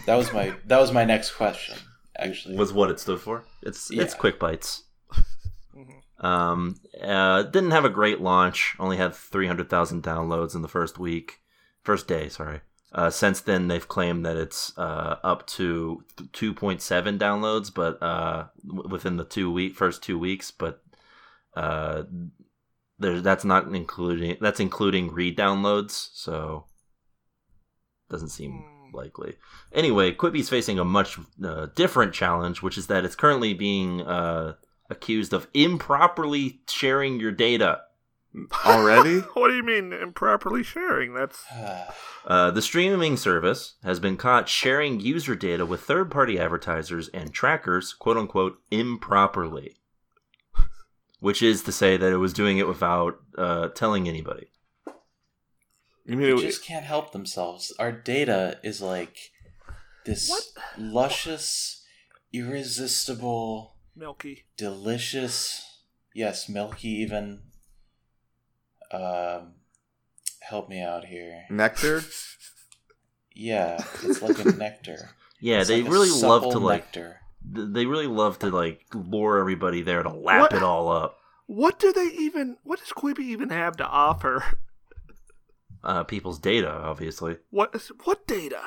Speaker 5: that was my that was my next question. Actually,
Speaker 1: was what it stood for. It's it's
Speaker 5: Yeah.
Speaker 1: Quick Bites.
Speaker 2: Mhm.
Speaker 1: Um, uh, didn't have a great launch. Only had three hundred thousand downloads in the first week, first day. Sorry. Uh, since then, they've claimed that it's uh, up to two point seven downloads, but uh, w- within the two week first two weeks, but uh, there's that's not including that's including re-downloads, so doesn't seem
Speaker 2: Mm.
Speaker 1: likely. Anyway, Quibi's facing a much uh, different challenge, which is that it's currently being uh, accused of improperly sharing your data.
Speaker 3: Already?
Speaker 2: What do you mean improperly sharing? That's
Speaker 5: Ah,
Speaker 1: Uh, the streaming service has been caught sharing user data with third party advertisers and trackers, quote unquote, improperly. Which is to say that it was doing it without uh, telling anybody.
Speaker 3: You
Speaker 5: they
Speaker 3: mean it,
Speaker 5: just can't help themselves. Our data is like this
Speaker 2: What?
Speaker 5: luscious, irresistible,
Speaker 2: milky.
Speaker 5: delicious. Yes, milky even. Um, help me out here.
Speaker 3: nectar?
Speaker 1: Uh,
Speaker 5: Yeah, it's like a nectar.
Speaker 1: Yeah,
Speaker 5: It's
Speaker 1: they
Speaker 5: like a
Speaker 1: really love to
Speaker 5: supple
Speaker 1: like
Speaker 5: nectar.
Speaker 1: th- they really love to like lure everybody there to lap
Speaker 2: What?
Speaker 1: it all up.
Speaker 2: What do they even? What does Quibi even have to offer?
Speaker 1: Uh, people's data, obviously.
Speaker 2: What is what data?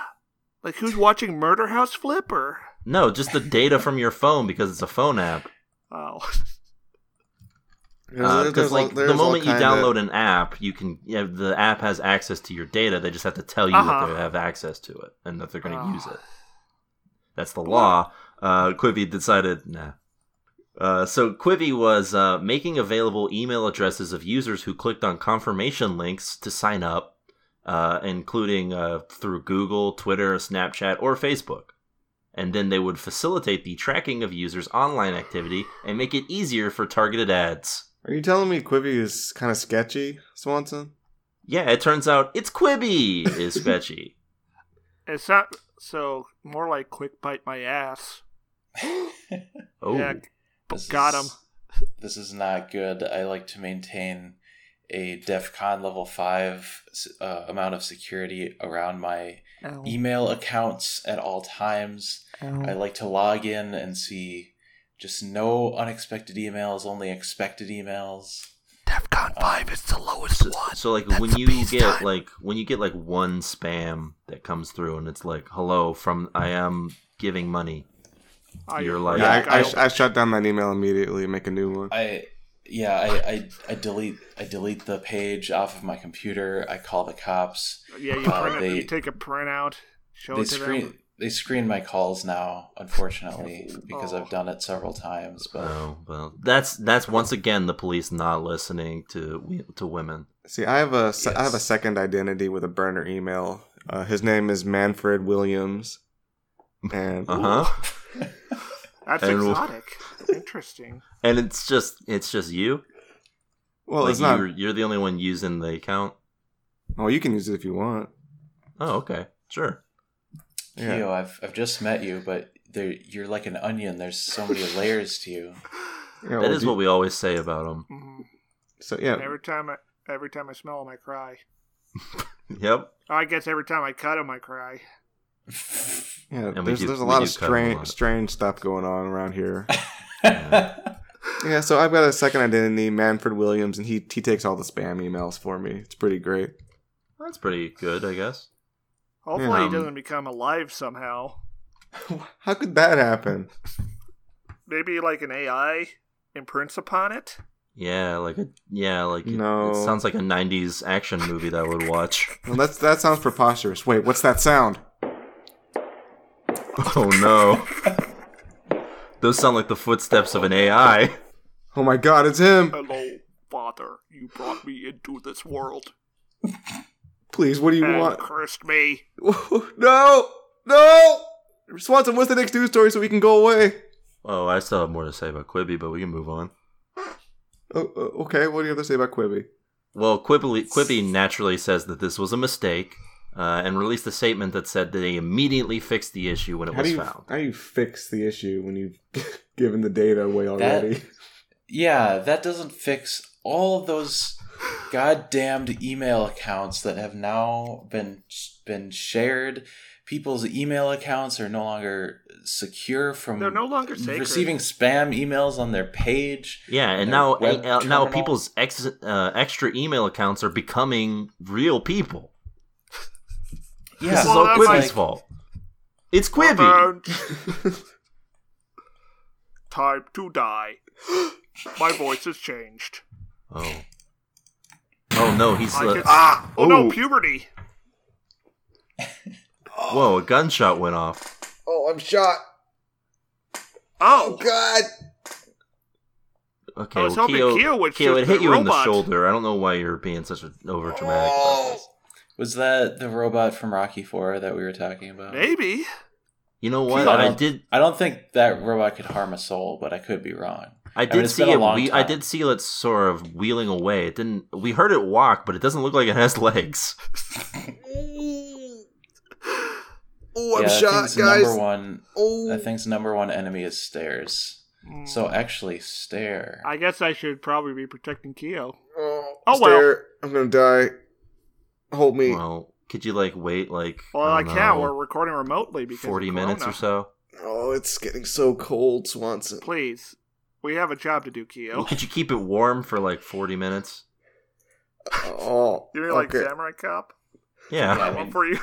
Speaker 2: Like who's watching Murder House Flip or?
Speaker 1: No, just the data from your phone because it's a phone app.
Speaker 2: Oh,
Speaker 3: There's-
Speaker 1: Because
Speaker 3: there's all-
Speaker 1: Uh, like
Speaker 3: there's
Speaker 1: the
Speaker 3: all
Speaker 1: moment you
Speaker 3: kinda-
Speaker 1: download an app, you can yeah, the app has access to your data. They just have to tell you that
Speaker 2: Uh-huh.
Speaker 1: they have access to it and that they're going to
Speaker 2: Oh.
Speaker 1: use it. That's the law. Uh, Quibi decided nah. Uh, so Quibi was uh, making available email addresses of users who clicked on confirmation links to sign up, uh, including uh, through Google, Twitter, Snapchat, or Facebook. And then they would facilitate the tracking of users' online activity and make it easier for targeted ads.
Speaker 3: Are you telling me Quibby is kind of sketchy, Swanson?
Speaker 1: Yeah, it turns out it's Quibi is fetchy.
Speaker 2: it's not. So more like quick bite my ass.
Speaker 1: Oh,
Speaker 2: Yeah, but
Speaker 5: This
Speaker 2: got him.
Speaker 5: is- This is not good. I like to maintain a DEF CON level 5 s- uh, amount of security around my email accounts at all times. I like to log in and see just no unexpected emails, only expected emails.
Speaker 2: DefCon Five is the lowest
Speaker 1: so,
Speaker 2: one.
Speaker 1: so, like
Speaker 2: That's
Speaker 1: when
Speaker 2: the
Speaker 1: you
Speaker 2: beast
Speaker 1: get
Speaker 2: time.
Speaker 1: like when you get like one spam that comes through and it's like, "Hello, from I am giving money."
Speaker 2: I-
Speaker 1: you're like-
Speaker 3: yeah, I, I,
Speaker 2: don't-
Speaker 3: sh- I shut down that email immediately and make a new one.
Speaker 5: I yeah, I, I, I delete I delete the page off of my computer. I call the cops.
Speaker 2: yeah, you
Speaker 5: Uh,
Speaker 2: print it.
Speaker 5: they-
Speaker 2: You take a printout. Show
Speaker 5: they
Speaker 2: it to
Speaker 5: screen
Speaker 2: them.
Speaker 5: they screen my calls now, unfortunately, because
Speaker 2: Oh.
Speaker 5: I've done it several times. But
Speaker 1: Oh well, that's that's once again the police not listening to we- to women.
Speaker 3: See, I have a se- I have a
Speaker 5: Yes.
Speaker 3: second identity with a burner email. Uh, his name is Manfred Williams, and
Speaker 1: Uh huh.
Speaker 2: That's
Speaker 1: I don't-
Speaker 2: exotic. Interesting.
Speaker 1: And it's just it's just you.
Speaker 3: well,
Speaker 1: Like,
Speaker 3: it's not.
Speaker 1: You're, you're the only one using the account.
Speaker 3: Oh, you can use it if you want.
Speaker 1: Oh, okay, sure.
Speaker 3: Yeah.
Speaker 5: Keo, I've I've just met you, but there you're like an onion. There's so many layers to you.
Speaker 3: Yeah,
Speaker 1: That
Speaker 3: well,
Speaker 1: is
Speaker 3: do-
Speaker 1: what we always say about them.
Speaker 2: Mhm.
Speaker 3: So yeah,
Speaker 2: Every time I every time I smell them, I cry.
Speaker 3: Mm.
Speaker 1: Yep.
Speaker 2: Oh, I guess every time I cut them, I cry.
Speaker 3: yeah.
Speaker 1: we
Speaker 3: There's
Speaker 1: do-
Speaker 3: there's a
Speaker 1: we
Speaker 3: lot
Speaker 1: do
Speaker 3: of
Speaker 1: cut 'em a
Speaker 3: strange
Speaker 1: lot.
Speaker 3: strange stuff going on around here. yeah, so I've got a second identity, Manfred Williams, and he he takes all the spam emails for me. It's pretty great.
Speaker 1: That's pretty good, I guess.
Speaker 2: Hopefully,
Speaker 1: Yeah.
Speaker 3: um,
Speaker 2: he doesn't become alive somehow.
Speaker 3: How could that happen?
Speaker 2: Maybe like an AI imprints upon it.
Speaker 1: Yeah, like a yeah, like it-
Speaker 3: No.
Speaker 1: it sounds like a '90s action movie that I would watch.
Speaker 3: Well, that's that sounds preposterous. Wait, what's that sound? Oh no.
Speaker 1: Those sound like the footsteps of an AI.
Speaker 3: Oh my god, it's him.
Speaker 2: Hello, Father. You brought me into this world
Speaker 3: Please, what do you
Speaker 2: and
Speaker 3: want?
Speaker 2: cursed me.
Speaker 3: no! No! Swanson, what's the next news story so we can go away?
Speaker 1: Oh, I still have more to say about Quibi, but we can move on.
Speaker 3: Oh, oh, okay, what do you have to say about Quibi?
Speaker 1: Well, Quibbly, Quibi naturally says that this was a mistake uh, and released a statement that said that they immediately fixed the issue when it
Speaker 3: How do
Speaker 1: was
Speaker 3: you
Speaker 1: found.
Speaker 3: how do you fix the issue when you've given the data away already?
Speaker 5: Yeah, that doesn't fix all of those goddamned email accounts that have now been been shared. People's email accounts are no longer secure from
Speaker 2: They're no longer sacred.
Speaker 5: receiving spam emails on their page.
Speaker 1: Yeah, and
Speaker 5: their
Speaker 1: now
Speaker 5: web
Speaker 1: uh, now
Speaker 5: terminal.
Speaker 1: people's ex, uh, extra email accounts are becoming real people.
Speaker 5: Yeah,
Speaker 1: This is
Speaker 2: Well,
Speaker 1: all
Speaker 2: that's
Speaker 1: Quibi's
Speaker 2: like-
Speaker 1: fault. It's Quibi.
Speaker 2: Burn. Time to die. My voice has changed.
Speaker 1: Oh. Oh no, he's
Speaker 2: I can,
Speaker 1: uh,
Speaker 2: ah! Oh,
Speaker 3: Ooh.
Speaker 2: no, puberty!
Speaker 1: whoa! A gunshot went off.
Speaker 3: Oh, I'm shot.
Speaker 2: Oh!
Speaker 3: God.
Speaker 1: Okay,
Speaker 2: I was
Speaker 1: well,
Speaker 2: hoping
Speaker 1: Keo,
Speaker 2: Keo would
Speaker 1: Keo,
Speaker 2: shoot
Speaker 1: it hit
Speaker 2: the
Speaker 1: you in the
Speaker 2: robot.
Speaker 1: shoulder. I don't know why you're being such an over dramatic about this.
Speaker 5: was that the robot from Rocky Four that we were talking
Speaker 3: Uh,
Speaker 5: about?
Speaker 2: Maybe.
Speaker 1: You know what?
Speaker 5: Keo,
Speaker 1: I
Speaker 5: don't-
Speaker 1: did.
Speaker 5: I don't think that robot could harm a soul, but I could be wrong.
Speaker 1: I
Speaker 5: mean,
Speaker 1: did
Speaker 5: it's
Speaker 1: see
Speaker 5: been a
Speaker 1: it.
Speaker 5: long
Speaker 1: We, I
Speaker 5: time.
Speaker 1: did see it sort of wheeling away. It didn't. We heard it walk, but it doesn't look like it has legs.
Speaker 3: Oh,
Speaker 5: yeah, that thing's Number one, that thing's number one enemy is stairs. So actually, stare.
Speaker 2: Hmm. I guess I should probably be protecting Keo.
Speaker 3: Oh,
Speaker 2: Oh, well.
Speaker 3: I'm gonna die. Hold me.
Speaker 1: Well, could you like wait like?
Speaker 2: Well, I,
Speaker 1: I, don't
Speaker 2: can't.
Speaker 1: know,
Speaker 2: We're recording remotely because of
Speaker 1: forty minutes or
Speaker 2: corona.
Speaker 1: so.
Speaker 3: Oh, it's getting so cold, Swanson.
Speaker 2: Please, we have a job to do, Keo.
Speaker 1: Could you keep it warm for like forty minutes?
Speaker 3: Oh,
Speaker 2: You mean like
Speaker 3: okay.
Speaker 2: Samurai Cop?
Speaker 1: Yeah.
Speaker 5: I
Speaker 2: I want
Speaker 5: mean-
Speaker 2: for you.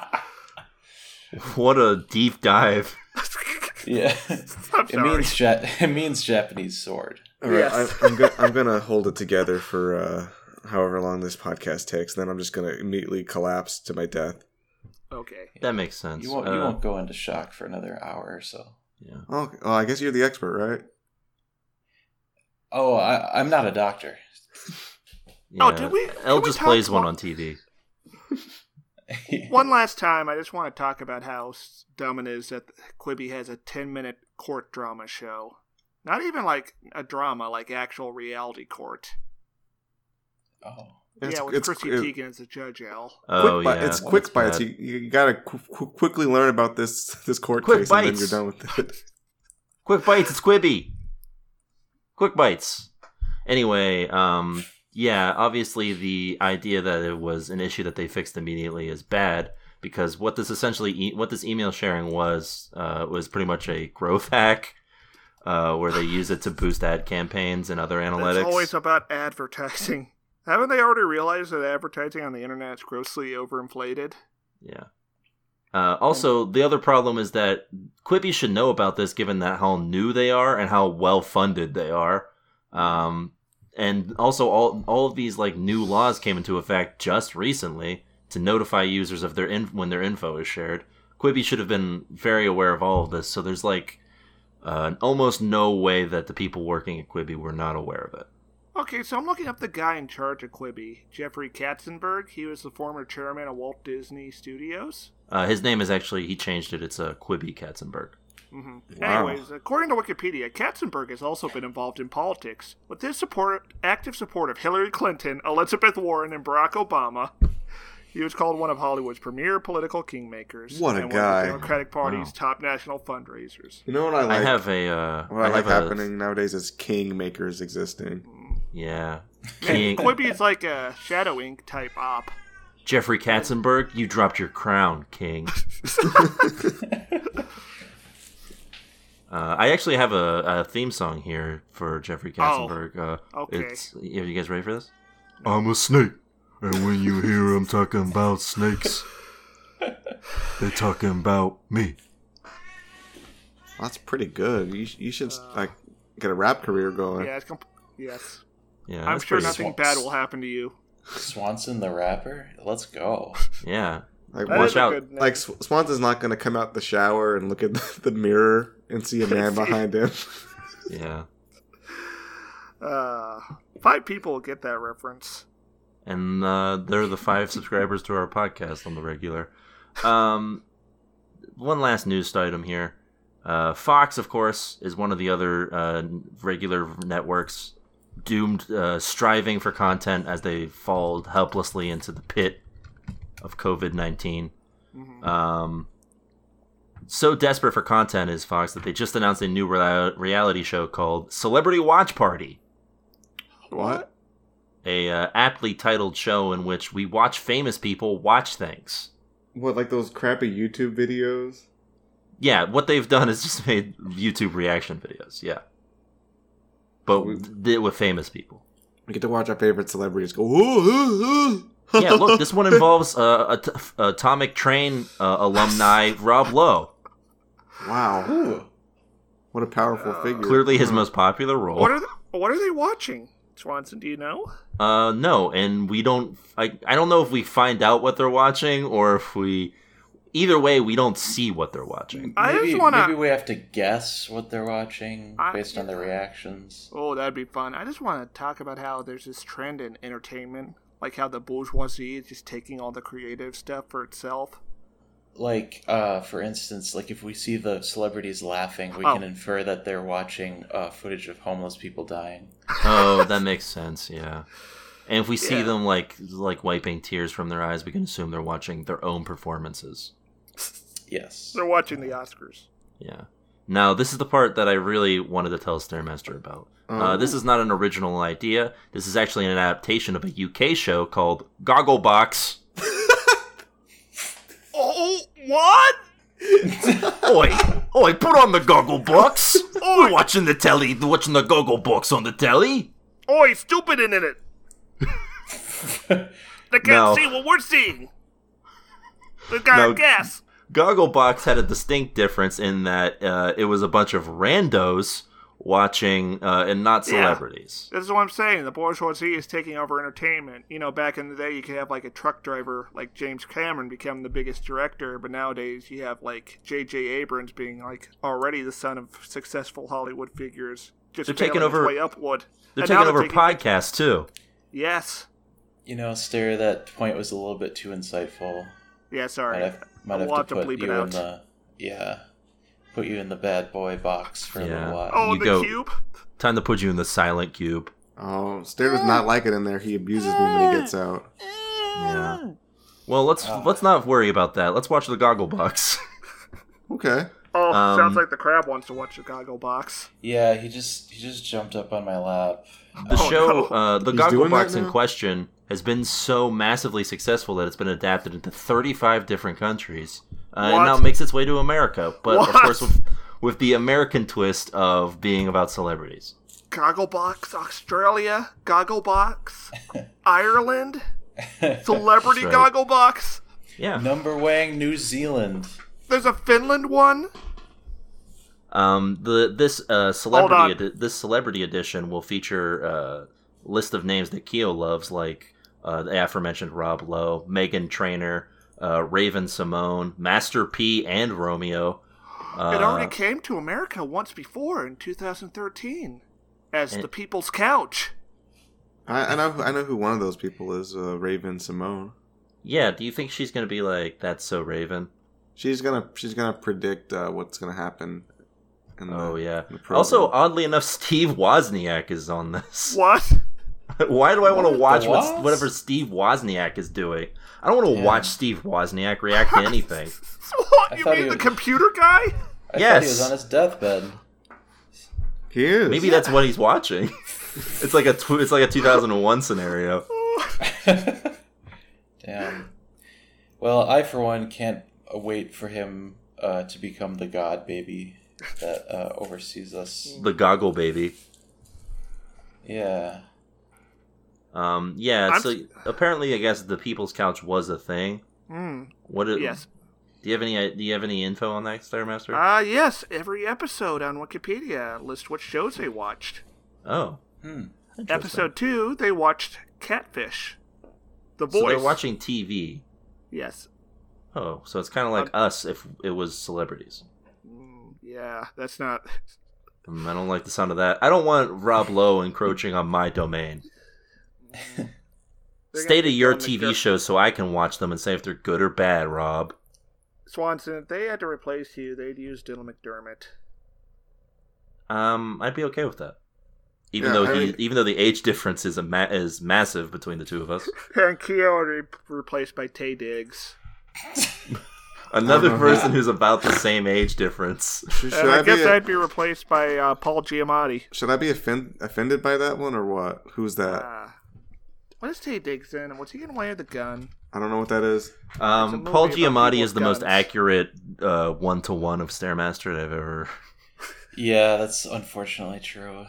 Speaker 1: What a deep dive.
Speaker 5: yeah,
Speaker 2: I'm
Speaker 5: it
Speaker 2: sorry.
Speaker 5: means ja- it means Japanese sword.
Speaker 3: All right,
Speaker 2: Yes.
Speaker 3: I, I'm, go- I'm gonna hold it together for uh, however long this podcast takes. Then I'm just gonna immediately collapse to my death.
Speaker 2: Okay.
Speaker 1: That makes sense.
Speaker 5: You won't you
Speaker 1: Uh,
Speaker 5: won't go into shock for another hour or so.
Speaker 1: yeah.
Speaker 3: Oh, oh I guess you're the expert, right?
Speaker 5: Oh, I, I'm not a doctor.
Speaker 1: yeah.
Speaker 2: Oh, did we-
Speaker 1: Elle
Speaker 2: did we
Speaker 1: just
Speaker 2: talk
Speaker 1: plays one
Speaker 2: about-
Speaker 1: on TV.
Speaker 2: One last time, I just want to talk about how dumb it is that Quibi has a 10 minute court drama show. Not even like a drama, like actual reality court.
Speaker 5: oh,
Speaker 2: yeah, with Chrissy
Speaker 3: it-
Speaker 2: Teigen as the judge, Al.
Speaker 1: Oh
Speaker 3: quick bi-
Speaker 1: yeah.
Speaker 3: it's
Speaker 5: well,
Speaker 3: quick
Speaker 1: that's
Speaker 3: bites.
Speaker 1: bad.
Speaker 3: You, you gotta qu- qu- quickly learn about this this court
Speaker 1: Quick
Speaker 3: case, and then
Speaker 1: bites.
Speaker 3: you're done with it.
Speaker 1: Quick bites. It's Quibby. Quick bites. Anyway, um, yeah. Obviously, the idea that it was an issue that they fixed immediately is bad because what this essentially e- what this email sharing was uh, was pretty much a growth hack. Uh, where they use it to boost ad campaigns and other analytics.
Speaker 2: It's always about advertising. Haven't they already realized that advertising on the internet is grossly overinflated?
Speaker 1: Yeah. Uh, also, the other problem is that Quibi should know about this, given that how new they are and how well funded they are. Um, and also, all all of these like new laws came into effect just recently to notify users of their in- when their info is shared. Quibi should have been very aware of all of this. So there's like uh, almost no way that the people working at Quibi were not aware of it.
Speaker 2: Okay, so I'm looking up the guy in charge of Quibi, Jeffrey Katzenberg. He was the former chairman of Walt Disney Studios.
Speaker 1: Uh, his name is actually he changed it. It's uh, Quibi Katzenberg.
Speaker 2: hmm
Speaker 3: Wow.
Speaker 2: Anyways, according to Wikipedia, Katzenberg has also been involved in politics with his support, active support of Hillary Clinton, Elizabeth Warren, and Barack Obama. He was called one of Hollywood's premier political kingmakers.
Speaker 3: What a
Speaker 2: and
Speaker 3: guy.
Speaker 2: One of the Democratic Party's
Speaker 1: Wow.
Speaker 2: top national fundraisers.
Speaker 3: You know what I like?
Speaker 1: I have a uh,
Speaker 3: what I, like
Speaker 1: have a-
Speaker 3: happening nowadays is kingmakers existing.
Speaker 1: Yeah.
Speaker 2: Man,
Speaker 1: King
Speaker 2: Quibi is like a Shadow Inc. type op.
Speaker 1: Jeffrey Katzenberg, you dropped your crown, King. Uh, I actually have a, a theme song here for Jeffrey Katzenberg. uh,
Speaker 2: Oh, okay.
Speaker 1: It's, are you guys ready for this? I'm a snake, and when you hear I'm talking about snakes, they're talking about me.
Speaker 3: That's pretty good. You sh- you should like get a rap career going.
Speaker 2: Uh, Yeah, it's comp- yes.
Speaker 1: Yeah,
Speaker 2: I'm
Speaker 1: that's
Speaker 2: sure
Speaker 1: pretty-
Speaker 2: nothing
Speaker 5: swamps.
Speaker 2: bad will happen to you.
Speaker 5: Swanson the rapper. Let's go.
Speaker 1: Yeah,
Speaker 3: Like,
Speaker 2: That
Speaker 3: watch
Speaker 2: is a
Speaker 3: out.
Speaker 2: good name.
Speaker 3: Like, Sw- Swanton's not going to come out the shower and look at the, the mirror and see a man behind him.
Speaker 1: Yeah.
Speaker 2: Uh, five people get that reference.
Speaker 1: and uh, they're the five subscribers to our podcast on the regular. Um, one last news item here. Uh, Fox, of course, is one of the other uh, regular networks doomed, uh, striving for content as they fall helplessly into the pit of COVID 19. Um, so desperate for content is Fox that they just announced a new rea- reality show called Celebrity Watch Party
Speaker 3: what?
Speaker 1: a uh, aptly titled show in which we watch famous people watch things.
Speaker 3: What, like those crappy YouTube videos?
Speaker 1: Yeah, what they've done is just made YouTube reaction videos. Yeah, but th- with famous people.
Speaker 3: We get to watch our favorite celebrities go, ooh, ooh, ooh.
Speaker 1: Yeah, look, this one involves uh, a t- Atomic Train uh, alumni Rob Lowe,
Speaker 3: Wow.
Speaker 5: Ooh.
Speaker 3: What a powerful figure.
Speaker 1: clearly his
Speaker 3: Hmm.
Speaker 1: most popular role.
Speaker 2: What are they, what are they watching, Swanson? Do you know?
Speaker 1: Uh, no, and we don't. I I don't know if we find out what they're watching or if we. Either way, we don't see what they're watching.
Speaker 2: I
Speaker 5: maybe,
Speaker 2: just wanna-
Speaker 5: maybe we have to guess what they're watching
Speaker 2: I-
Speaker 5: based on their reactions.
Speaker 2: Oh, that'd be fun. I just want to talk about how there's this trend in entertainment, like how the bourgeoisie is just taking all the creative stuff for itself.
Speaker 5: Like, uh, for instance, like if we see the celebrities laughing, we
Speaker 2: Oh.
Speaker 5: can infer that they're watching uh, footage of homeless people dying.
Speaker 1: Oh, that makes sense. Yeah. And if we see
Speaker 2: Yeah.
Speaker 1: them like like wiping tears from their eyes, we can assume they're watching their own performances.
Speaker 5: Yes.
Speaker 2: They're watching the Oscars.
Speaker 1: Yeah. Now, this is the part that I really wanted to tell Stairmaster about. Uh, this is not an original idea. This is actually an adaptation of a UK show called Gogglebox.
Speaker 2: Oh, what?
Speaker 1: Oi, oi, put on the Gogglebox. We're watching the telly, watching the Gogglebox on the telly.
Speaker 2: Oi, Oh, stupid in it. they can't
Speaker 1: No.
Speaker 2: see what we're seeing. They got
Speaker 1: No.
Speaker 2: a guess.
Speaker 1: Gogglebox had a distinct difference in that uh, it was a bunch of randos watching uh, and not
Speaker 2: Yeah.
Speaker 1: celebrities.
Speaker 2: This is what I'm saying. The bourgeoisie is taking over entertainment. You know, back in the day, you could have like a truck driver like James Cameron become the biggest director, but nowadays you have like J.J. Abrams being like already the son of successful Hollywood figures. Just
Speaker 1: They're taking
Speaker 2: failing its
Speaker 1: over-
Speaker 2: Way upward.
Speaker 1: They're
Speaker 2: And now
Speaker 1: taking over podcasts too.
Speaker 2: Yes.
Speaker 5: You know, Stare, that point was a little bit too insightful.
Speaker 2: Yeah.
Speaker 5: Might
Speaker 2: Sorry.
Speaker 5: have, might have
Speaker 2: We'll
Speaker 5: to
Speaker 2: have to
Speaker 5: put
Speaker 2: bleep it
Speaker 5: you in
Speaker 2: out.
Speaker 5: the yeah, put you in the bad boy box for a
Speaker 1: Yeah.
Speaker 5: little while.
Speaker 2: oh,
Speaker 1: you
Speaker 2: the
Speaker 1: go-
Speaker 2: cube.
Speaker 1: Time to put you in the silent cube.
Speaker 3: Oh, Stair does not like it in there. He abuses me when he gets out.
Speaker 1: Yeah. Well, let's
Speaker 3: Uh.
Speaker 1: let's not worry about that. Let's watch the Gogglebox.
Speaker 3: Okay.
Speaker 2: Oh,
Speaker 1: Um,
Speaker 2: sounds like the crab wants to watch the goggle box.
Speaker 5: Yeah, he just he just jumped up on my lap.
Speaker 1: The
Speaker 2: Oh,
Speaker 1: show,
Speaker 2: no.
Speaker 1: uh, the
Speaker 3: He's doing
Speaker 1: Gogglebox
Speaker 3: that
Speaker 1: in
Speaker 3: now?
Speaker 1: question, has been so massively successful that it's been adapted into 35 different countries, uh, and
Speaker 2: What?
Speaker 1: now makes its way to America. But of
Speaker 2: What?
Speaker 1: course, with, with the American twist of being about celebrities.
Speaker 2: Gogglebox Australia, Gogglebox Ireland, Celebrity
Speaker 1: That's right.
Speaker 2: Gogglebox.
Speaker 1: Yeah.
Speaker 5: Number Wang, New Zealand.
Speaker 2: There's a Finland one.
Speaker 1: Um, the this uh, celebrity
Speaker 2: on.
Speaker 1: edi- this celebrity edition will feature uh, list of names that Keo loves, like uh, the aforementioned Rob Lowe, Megan Trainer, uh, Raven Simone, Master P, and Romeo. Uh,
Speaker 2: it already came to America once before in 2013 as
Speaker 1: And-
Speaker 2: the People's Couch.
Speaker 3: I, I know. who- I know who one of those people is. Uh, Raven Simone.
Speaker 1: yeah, do you think she's gonna be like that's so Raven?
Speaker 3: She's gonna. She's gonna predict uh, what's gonna happen. In the,
Speaker 1: Oh yeah.
Speaker 3: in the program.
Speaker 1: Also, oddly enough, Steve Wozniak is on this.
Speaker 2: What?
Speaker 1: Why do I want to
Speaker 5: What?
Speaker 1: watch
Speaker 5: The
Speaker 1: what,
Speaker 5: Woz?
Speaker 1: whatever Steve Wozniak is doing? I don't want to
Speaker 5: Yeah.
Speaker 1: watch Steve Wozniak react to anything.
Speaker 2: what?
Speaker 5: I
Speaker 2: You
Speaker 5: thought
Speaker 2: mean
Speaker 5: he
Speaker 2: the
Speaker 5: was-
Speaker 2: computer guy?
Speaker 5: I thought
Speaker 1: Yes.
Speaker 5: he was on his deathbed.
Speaker 3: he is.
Speaker 1: Maybe that's what he's watching. it's like a tw- it's like a 2001 scenario.
Speaker 5: Damn. Well, I for one can't uh, wait for him uh, to become the god baby that uh, oversees us.
Speaker 1: The Goggle Baby.
Speaker 5: Yeah.
Speaker 1: Um, yeah.
Speaker 2: I'm-
Speaker 1: So apparently, I guess the People's Couch was a thing.
Speaker 2: Hmm.
Speaker 1: What? It,
Speaker 2: Yes.
Speaker 1: Do you have any? uh, Do you have any info on that, Stairmaster?
Speaker 2: Ah, yes. Every episode on Wikipedia lists what shows they watched.
Speaker 1: oh,
Speaker 5: Hmm.
Speaker 1: interesting.
Speaker 2: Episode two, they watched Catfish. The
Speaker 1: So
Speaker 2: Voice.
Speaker 1: they're watching TV.
Speaker 2: Yes.
Speaker 1: Oh, so it's kind of like
Speaker 2: Uh,
Speaker 1: us if it was celebrities.
Speaker 2: Mm, yeah, that's not.
Speaker 1: Mm, I don't like the sound of that. I don't want Rob Lowe encroaching on my domain.
Speaker 2: Mm. They're
Speaker 1: Stay
Speaker 2: gonna
Speaker 1: to
Speaker 2: be
Speaker 1: your
Speaker 2: filming
Speaker 1: TV
Speaker 2: their-
Speaker 1: shows so I can watch them and say if they're good or bad, Rob.
Speaker 2: Swanson, if they had to replace you, they'd use Dylan McDermott.
Speaker 1: Um, I'd be okay with that. Even
Speaker 3: Yeah,
Speaker 1: though
Speaker 3: I
Speaker 1: he,
Speaker 3: mean-
Speaker 1: even though the age difference is a ma- is massive between the two of us.
Speaker 2: And Keo would be replaced by Tay Diggs.
Speaker 1: Another
Speaker 3: Uh-huh.
Speaker 1: person who's about the same age difference.
Speaker 3: Should, should
Speaker 2: And
Speaker 3: I,
Speaker 2: Uh, I, guess
Speaker 3: be
Speaker 2: I'd be replaced by uh, Paul Giamatti.
Speaker 3: should I be offend, offended by that one or what? Who's that?
Speaker 2: Uh, what is Tay Diggs in? What's he gonna wear? The gun.
Speaker 3: I don't know what that is.
Speaker 2: It's a
Speaker 1: Um,
Speaker 2: movie
Speaker 1: Paul
Speaker 2: about
Speaker 1: Giamatti
Speaker 2: people
Speaker 1: is the
Speaker 2: with
Speaker 1: most
Speaker 2: guns.
Speaker 1: accurate one to one of Stairmaster that I've ever.
Speaker 5: Yeah, that's unfortunately true.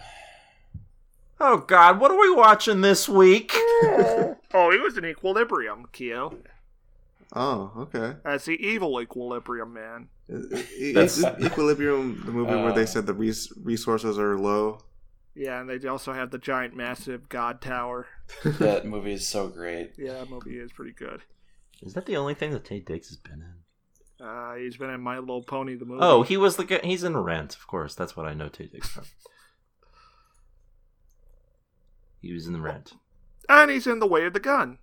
Speaker 1: Oh God, what are we watching this week?
Speaker 2: Oh, he was in Equilibrium, Keo.
Speaker 3: Oh, okay.
Speaker 2: As the evil Equilibrium man.
Speaker 3: Is it e-, Equilibrium the movie where
Speaker 5: Uh.
Speaker 3: they said the res- resources are low?
Speaker 2: Yeah, and they also have the giant, massive God Tower.
Speaker 5: that movie is so great.
Speaker 2: Yeah, that movie is pretty good.
Speaker 1: Is that the only thing that Tate Diggs has been in?
Speaker 2: Uh, he's been in My Little Pony, the movie.
Speaker 1: Oh, he was the guy. He's in Rent, of course. That's what I know Tate Diggs from. He was in Rent.
Speaker 2: and he's in The Way of the Gun.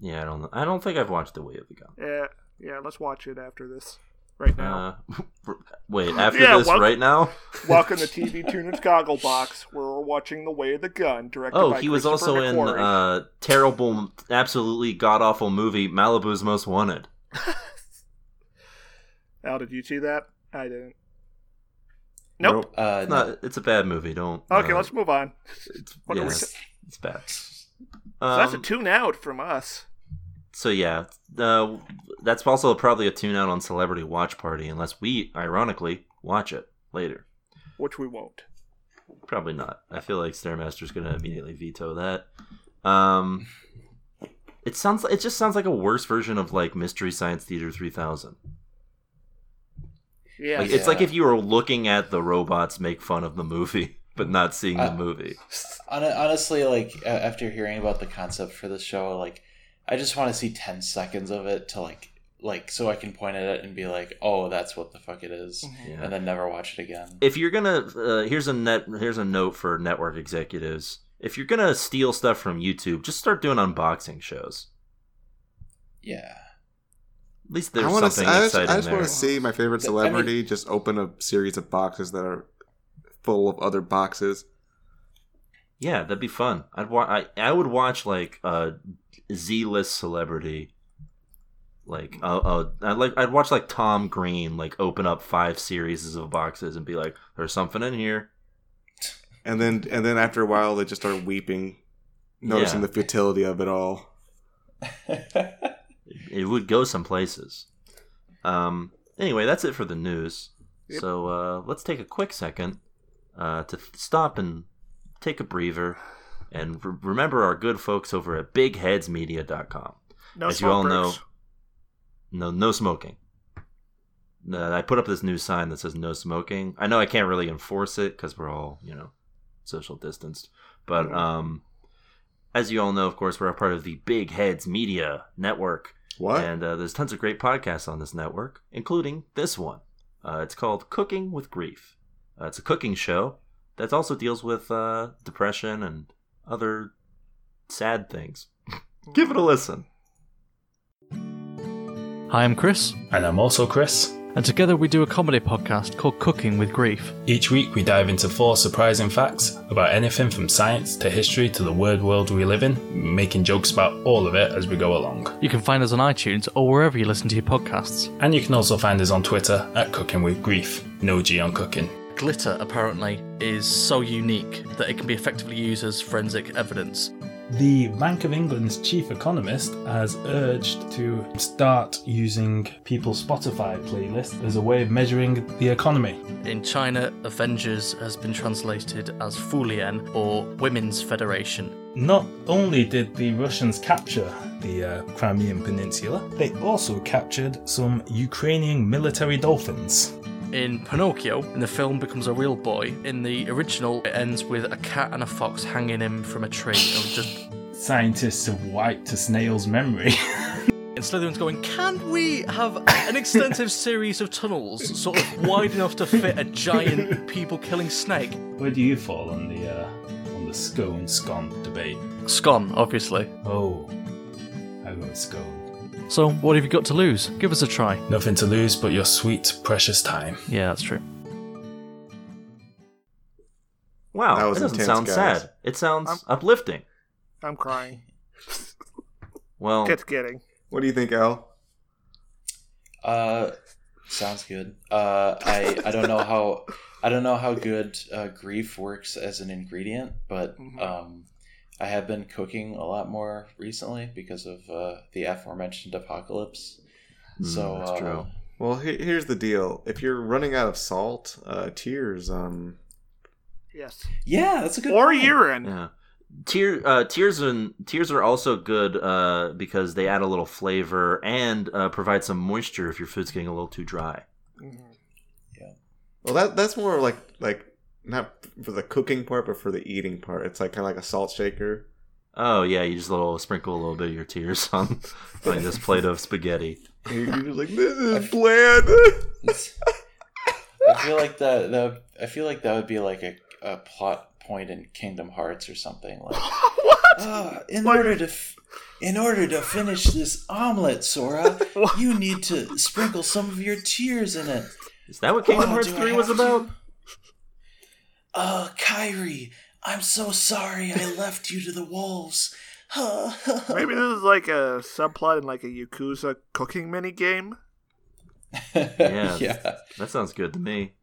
Speaker 1: Yeah, I don't. I don't think I've watched The Way of the Gun.
Speaker 2: Yeah, yeah. Let's watch it after this, right now.
Speaker 1: Uh, wait, after
Speaker 2: Yeah,
Speaker 1: this,
Speaker 2: well-
Speaker 1: right now?
Speaker 2: Welcome to TV Tuner's Goggle Box, where we're watching The Way of the Gun, directed
Speaker 1: Oh,
Speaker 2: by
Speaker 1: he was also
Speaker 2: Christopher
Speaker 1: in
Speaker 2: McQuarrie.
Speaker 1: uh terrible, absolutely god awful movie Malibu's Most Wanted. uh,
Speaker 2: Al, did you see that? I didn't. Nope.
Speaker 3: Nope.
Speaker 5: Uh,
Speaker 1: It's not. It's a bad movie. Don't.
Speaker 2: Okay,
Speaker 1: uh,
Speaker 2: let's move on.
Speaker 1: It's,
Speaker 2: What are
Speaker 1: yeah,
Speaker 2: we
Speaker 1: it's, it's bad.
Speaker 2: so that's a
Speaker 1: Um,
Speaker 2: tune out from us.
Speaker 1: So yeah, uh, that's also probably a tune out on Celebrity Watch Party, unless we, ironically, watch it later.
Speaker 2: Which we won't.
Speaker 1: Probably not. I feel like Stairmaster's gonna immediately veto that. Um, it sounds. It just sounds like a worse version of like Mystery Science Theater three thousand.
Speaker 2: Yeah.
Speaker 1: Like,
Speaker 5: Yes.
Speaker 1: It's like if you were looking at the robots make fun of the movie, but not seeing the
Speaker 5: Uh,
Speaker 1: movie.
Speaker 5: Hon- Honestly, like a- after hearing about the concept for the show, like I just want to see ten seconds of it to like like so I can point at it and be like, oh, that's what the fuck it is,
Speaker 1: Yeah.
Speaker 5: and then never watch it again.
Speaker 1: if you're gonna uh, here's a net here's a note for network executives if you're gonna steal stuff from youtube just start doing unboxing shows
Speaker 5: yeah,
Speaker 1: at least
Speaker 3: I
Speaker 1: there's
Speaker 3: wanna
Speaker 1: something
Speaker 3: see- I just,
Speaker 1: exciting
Speaker 3: I just
Speaker 1: there
Speaker 3: want to see my favorite
Speaker 5: Th- I mean-
Speaker 3: celebrity just open a series of boxes that are full of other boxes.
Speaker 1: yeah that'd be fun i'd wa- I, I would watch like a z-list celebrity like uh, uh, I'd like I'd watch like Tom Green like open up five series of boxes and be like, "There's something in here."
Speaker 3: And then and then after a while they just start weeping, noticing
Speaker 1: Yeah.
Speaker 3: the futility of it all.
Speaker 1: It would go some places. Um. Anyway, that's it for the news.
Speaker 2: Yep.
Speaker 1: So uh, let's take a quick second uh, to th- stop and take a breather, and re- remember our good folks over at BigHeadsMedia.com.
Speaker 2: no
Speaker 1: As you
Speaker 2: smoke
Speaker 1: all know,
Speaker 2: breaks.
Speaker 1: No, no smoking. No, I put up this new sign that says "No smoking." I know I can't really enforce it because we're all, you know, social distanced. But um, as you all know, of course, we're a part of the Big Heads Media Network.
Speaker 3: What?
Speaker 1: And uh, there's tons of great podcasts on this network, including this one. Uh, it's called Cooking with Grief. Uh, it's a cooking show that also deals with uh, depression and other sad things. Give it a listen.
Speaker 6: Hi, I'm Chris,
Speaker 7: And I'm also Chris.
Speaker 6: and together we do a comedy podcast called Cooking with Grief.
Speaker 7: Each week, we dive into four surprising facts about anything from science to history to the weird world we live in, making jokes about all of it as we go along.
Speaker 6: You can find us on iTunes or wherever you listen to your podcasts.
Speaker 7: And you can also find us on Twitter at Cooking with Grief. No G on cooking.
Speaker 6: Glitter, apparently, is so unique that it can be effectively used as forensic evidence.
Speaker 7: The Bank of England's chief economist has urged to start using people's Spotify playlists as a way of measuring the economy.
Speaker 6: In China, Avengers has been translated as Fulian or Women's Federation.
Speaker 7: Not only did the Russians capture the uh, Crimean Peninsula, they also captured some Ukrainian military dolphins.
Speaker 6: In Pinocchio, in the film becomes a real boy. In the original, it ends with a cat and a fox hanging him from a tree. It was just
Speaker 7: Scientists have wiped a snail's memory.
Speaker 6: And Slytherin's going, can we have an extensive series of tunnels, sort of wide enough to fit a giant people killing snake?
Speaker 7: Where do you fall on the uh, on the scone scone debate?
Speaker 6: Scone, obviously.
Speaker 7: Oh, I wrote scone.
Speaker 6: So, what have you got to lose? Give us a try.
Speaker 7: Nothing to lose but your sweet, precious time.
Speaker 6: Yeah, that's true.
Speaker 1: Wow,
Speaker 3: That was
Speaker 1: it doesn't
Speaker 3: intense,
Speaker 1: sound
Speaker 3: guys.
Speaker 1: sad. It sounds
Speaker 5: Um,
Speaker 2: I'm-
Speaker 1: uplifting.
Speaker 2: I'm crying.
Speaker 1: Well,
Speaker 2: It's getting.
Speaker 3: What do you think, Al?
Speaker 5: Uh, sounds good. Uh, I I don't know how I don't know how good uh, grief works as an ingredient, but
Speaker 2: Mhm.
Speaker 5: um, I have been cooking a lot more recently because of uh, the aforementioned apocalypse.
Speaker 1: mm,
Speaker 5: so
Speaker 1: that's
Speaker 5: uh,
Speaker 1: true.
Speaker 3: Well, he- here's the deal. If you're running out of salt, uh, tears, um,
Speaker 2: Yes.
Speaker 5: Yeah, that's a good.
Speaker 2: Or
Speaker 5: point.
Speaker 2: urine.
Speaker 1: Yeah. Tear, uh, tears and tears are also good uh, because they add a little flavor and uh, provide some moisture if your food's getting a little too dry.
Speaker 2: Mhm.
Speaker 3: well, that that's more like like not for the cooking part, but for the eating part. It's like kind of like a salt shaker.
Speaker 1: Oh yeah, you just little sprinkle a little bit of your tears on on this plate of spaghetti.
Speaker 3: You're you're just like this is bland.
Speaker 5: It's- I feel like that. That I feel like that would be like a, a plot point in Kingdom Hearts or something like.
Speaker 2: what?
Speaker 5: Ah, in
Speaker 2: Like-
Speaker 5: order to f- in order to finish this omelet, Sora,
Speaker 2: What?
Speaker 5: you need to sprinkle some of your tears in it.
Speaker 1: Is that what Kingdom
Speaker 5: Oh,
Speaker 1: Hearts
Speaker 5: do I
Speaker 1: Three was
Speaker 5: have to?
Speaker 1: about?
Speaker 5: Uh, Kyrie, I'm so sorry I left you to the wolves. Huh.
Speaker 2: Maybe this is like a subplot in like a Yakuza cooking mini game.
Speaker 1: Yeah.
Speaker 5: yeah.
Speaker 1: That sounds good to me.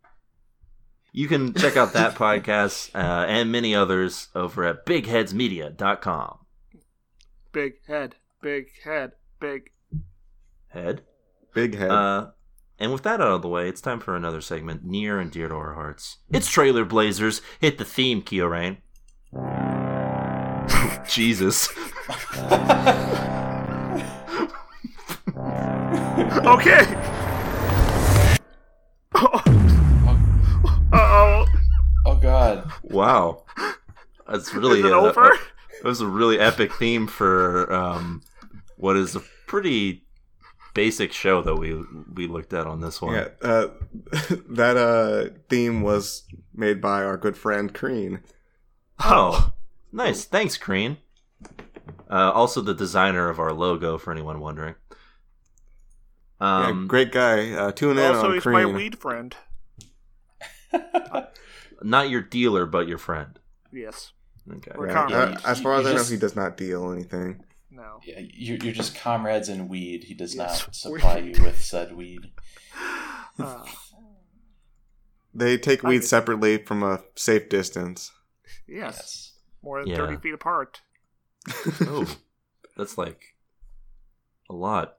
Speaker 1: You can check out that podcast uh, and many others over at bigheadsmedia.com.
Speaker 2: Big head, big head, big.
Speaker 1: Head.
Speaker 3: Big head.
Speaker 1: Uh, and with that out of the way, it's time for another segment near and dear to our hearts. It's Trailer Blazers. Hit the theme, Kiorain. Jesus.
Speaker 2: Okay. uh oh.
Speaker 5: Oh God.
Speaker 1: Wow. That's really
Speaker 2: Is it
Speaker 1: uh,
Speaker 2: over?
Speaker 1: uh, That was a really epic theme for um, what is a pretty basic show that we we looked at on this one.
Speaker 3: yeah, uh, that uh, theme was made by our good friend Crean.
Speaker 1: Oh, nice. Thanks, Crean. Uh, also, the designer of our logo, for anyone wondering. Um,
Speaker 3: yeah, great guy. Uh, tune in
Speaker 2: also,
Speaker 3: on
Speaker 2: he's my
Speaker 3: Crean.
Speaker 2: weed friend.
Speaker 1: Not your dealer, but your friend.
Speaker 2: Yes.
Speaker 1: Okay.
Speaker 2: We're
Speaker 3: Yeah,
Speaker 2: comrades.
Speaker 3: uh, as far as
Speaker 5: You
Speaker 3: I know,
Speaker 5: just-
Speaker 3: he does not deal anything.
Speaker 2: No.
Speaker 5: Yeah, you- you're just comrades in weed. He does
Speaker 2: Yes,
Speaker 5: not supply
Speaker 2: weed.
Speaker 5: you with said weed.
Speaker 2: Uh,
Speaker 3: They take
Speaker 2: I
Speaker 3: weed
Speaker 2: get-
Speaker 3: separately from a safe distance.
Speaker 2: yes.
Speaker 5: Yes.
Speaker 2: More than
Speaker 1: Yeah.
Speaker 2: 30 feet apart.
Speaker 1: Oh, that's like a lot.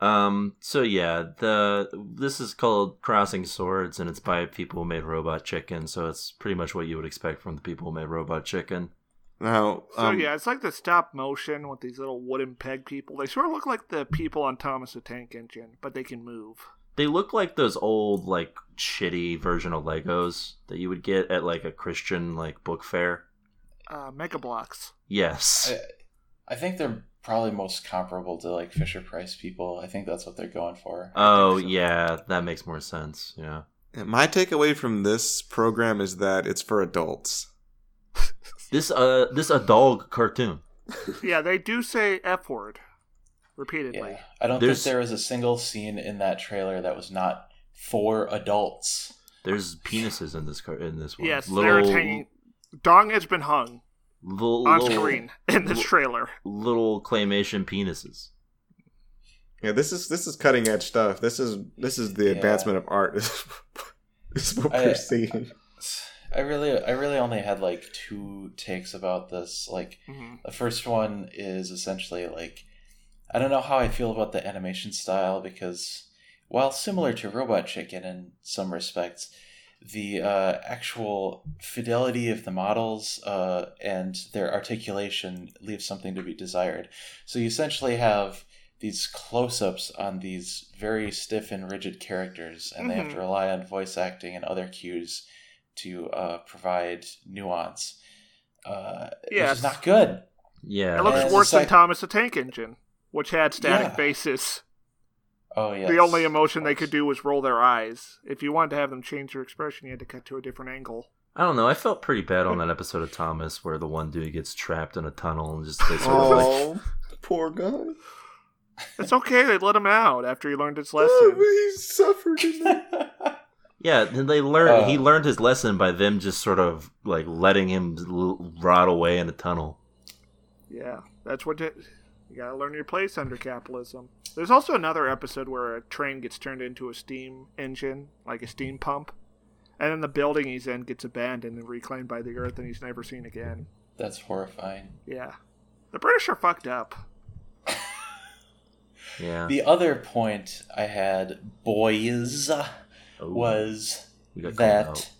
Speaker 1: Um. So yeah, the this is called Crossing Swords, and it's by people who made Robot Chicken. So it's pretty much what you would expect from the people who made Robot Chicken.
Speaker 3: Now,
Speaker 2: So,
Speaker 3: um,
Speaker 2: yeah, it's like the stop motion with these little wooden peg people. They sort of look like the people on Thomas the Tank Engine, but they can move.
Speaker 1: They look like those old, like shitty version of Legos that you would get at like a Christian like book fair.
Speaker 2: Uh, Mega Blocks.
Speaker 1: Yes.
Speaker 5: I, I think they're probably most comparable to like Fisher Price people. I think that's what they're going for.
Speaker 1: Oh yeah, that makes more sense. Yeah.
Speaker 3: my takeaway from this program is that it's for adults.
Speaker 1: This uh this a dog cartoon.
Speaker 2: yeah, they do say F word repeatedly.
Speaker 5: Yeah. I don't
Speaker 1: There's-
Speaker 5: think there was a single scene in that trailer that was not for adults.
Speaker 1: There's penises in this car in this one.
Speaker 2: Yes, they're hanging. Dong has been hung
Speaker 1: little,
Speaker 2: on
Speaker 1: little-
Speaker 2: screen in this
Speaker 1: little-
Speaker 2: trailer.
Speaker 1: Little claymation penises.
Speaker 3: Yeah, this is this is cutting edge stuff. This is this is the
Speaker 5: Yeah.
Speaker 3: advancement of art. This is what
Speaker 5: I-
Speaker 3: we're seeing.
Speaker 5: I really I really only had like two takes about this. Like
Speaker 2: Mhm.
Speaker 5: the first one is essentially like I don't know how I feel about the animation style because while similar to Robot Chicken in some respects, the uh, actual fidelity of the models uh, and their articulation leaves something to be desired. So you essentially have these close-ups on these very stiff and rigid characters, and they have
Speaker 2: Mhm.
Speaker 5: to rely on voice acting and other cues to uh, provide nuance. Uh, Which
Speaker 2: Yes.
Speaker 5: is not good.
Speaker 1: Yeah.
Speaker 2: It looks
Speaker 5: it's
Speaker 2: worse than
Speaker 5: like-
Speaker 2: Thomas the Tank Engine. which had static
Speaker 5: Yeah.
Speaker 2: faces.
Speaker 5: Oh yeah.
Speaker 2: the only emotion they could do was roll their eyes. If you wanted to have them change their expression, you had to cut to a different angle.
Speaker 1: I don't know. I felt pretty bad on that episode of Thomas where the one dude gets trapped in a tunnel and just they sort
Speaker 5: uh,
Speaker 1: of like
Speaker 3: Oh, poor guy.
Speaker 2: It's okay, they let him out after he learned his
Speaker 3: Oh,
Speaker 2: lesson.
Speaker 3: he suffered in that.
Speaker 1: Yeah, then they learn.
Speaker 5: Uh,
Speaker 1: he learned his lesson by them just sort of like letting him l- rot away in a tunnel.
Speaker 2: Yeah, that's what it, you gotta learn your place under capitalism. There's also another episode where a train gets turned into a steam engine, like a steam pump, and then the building he's in gets abandoned and reclaimed by the earth, and he's never seen again.
Speaker 5: That's horrifying.
Speaker 2: Yeah, the British are fucked up.
Speaker 1: Yeah.
Speaker 5: The other point I had, boys,
Speaker 1: Oh,
Speaker 5: was
Speaker 1: we got called
Speaker 5: that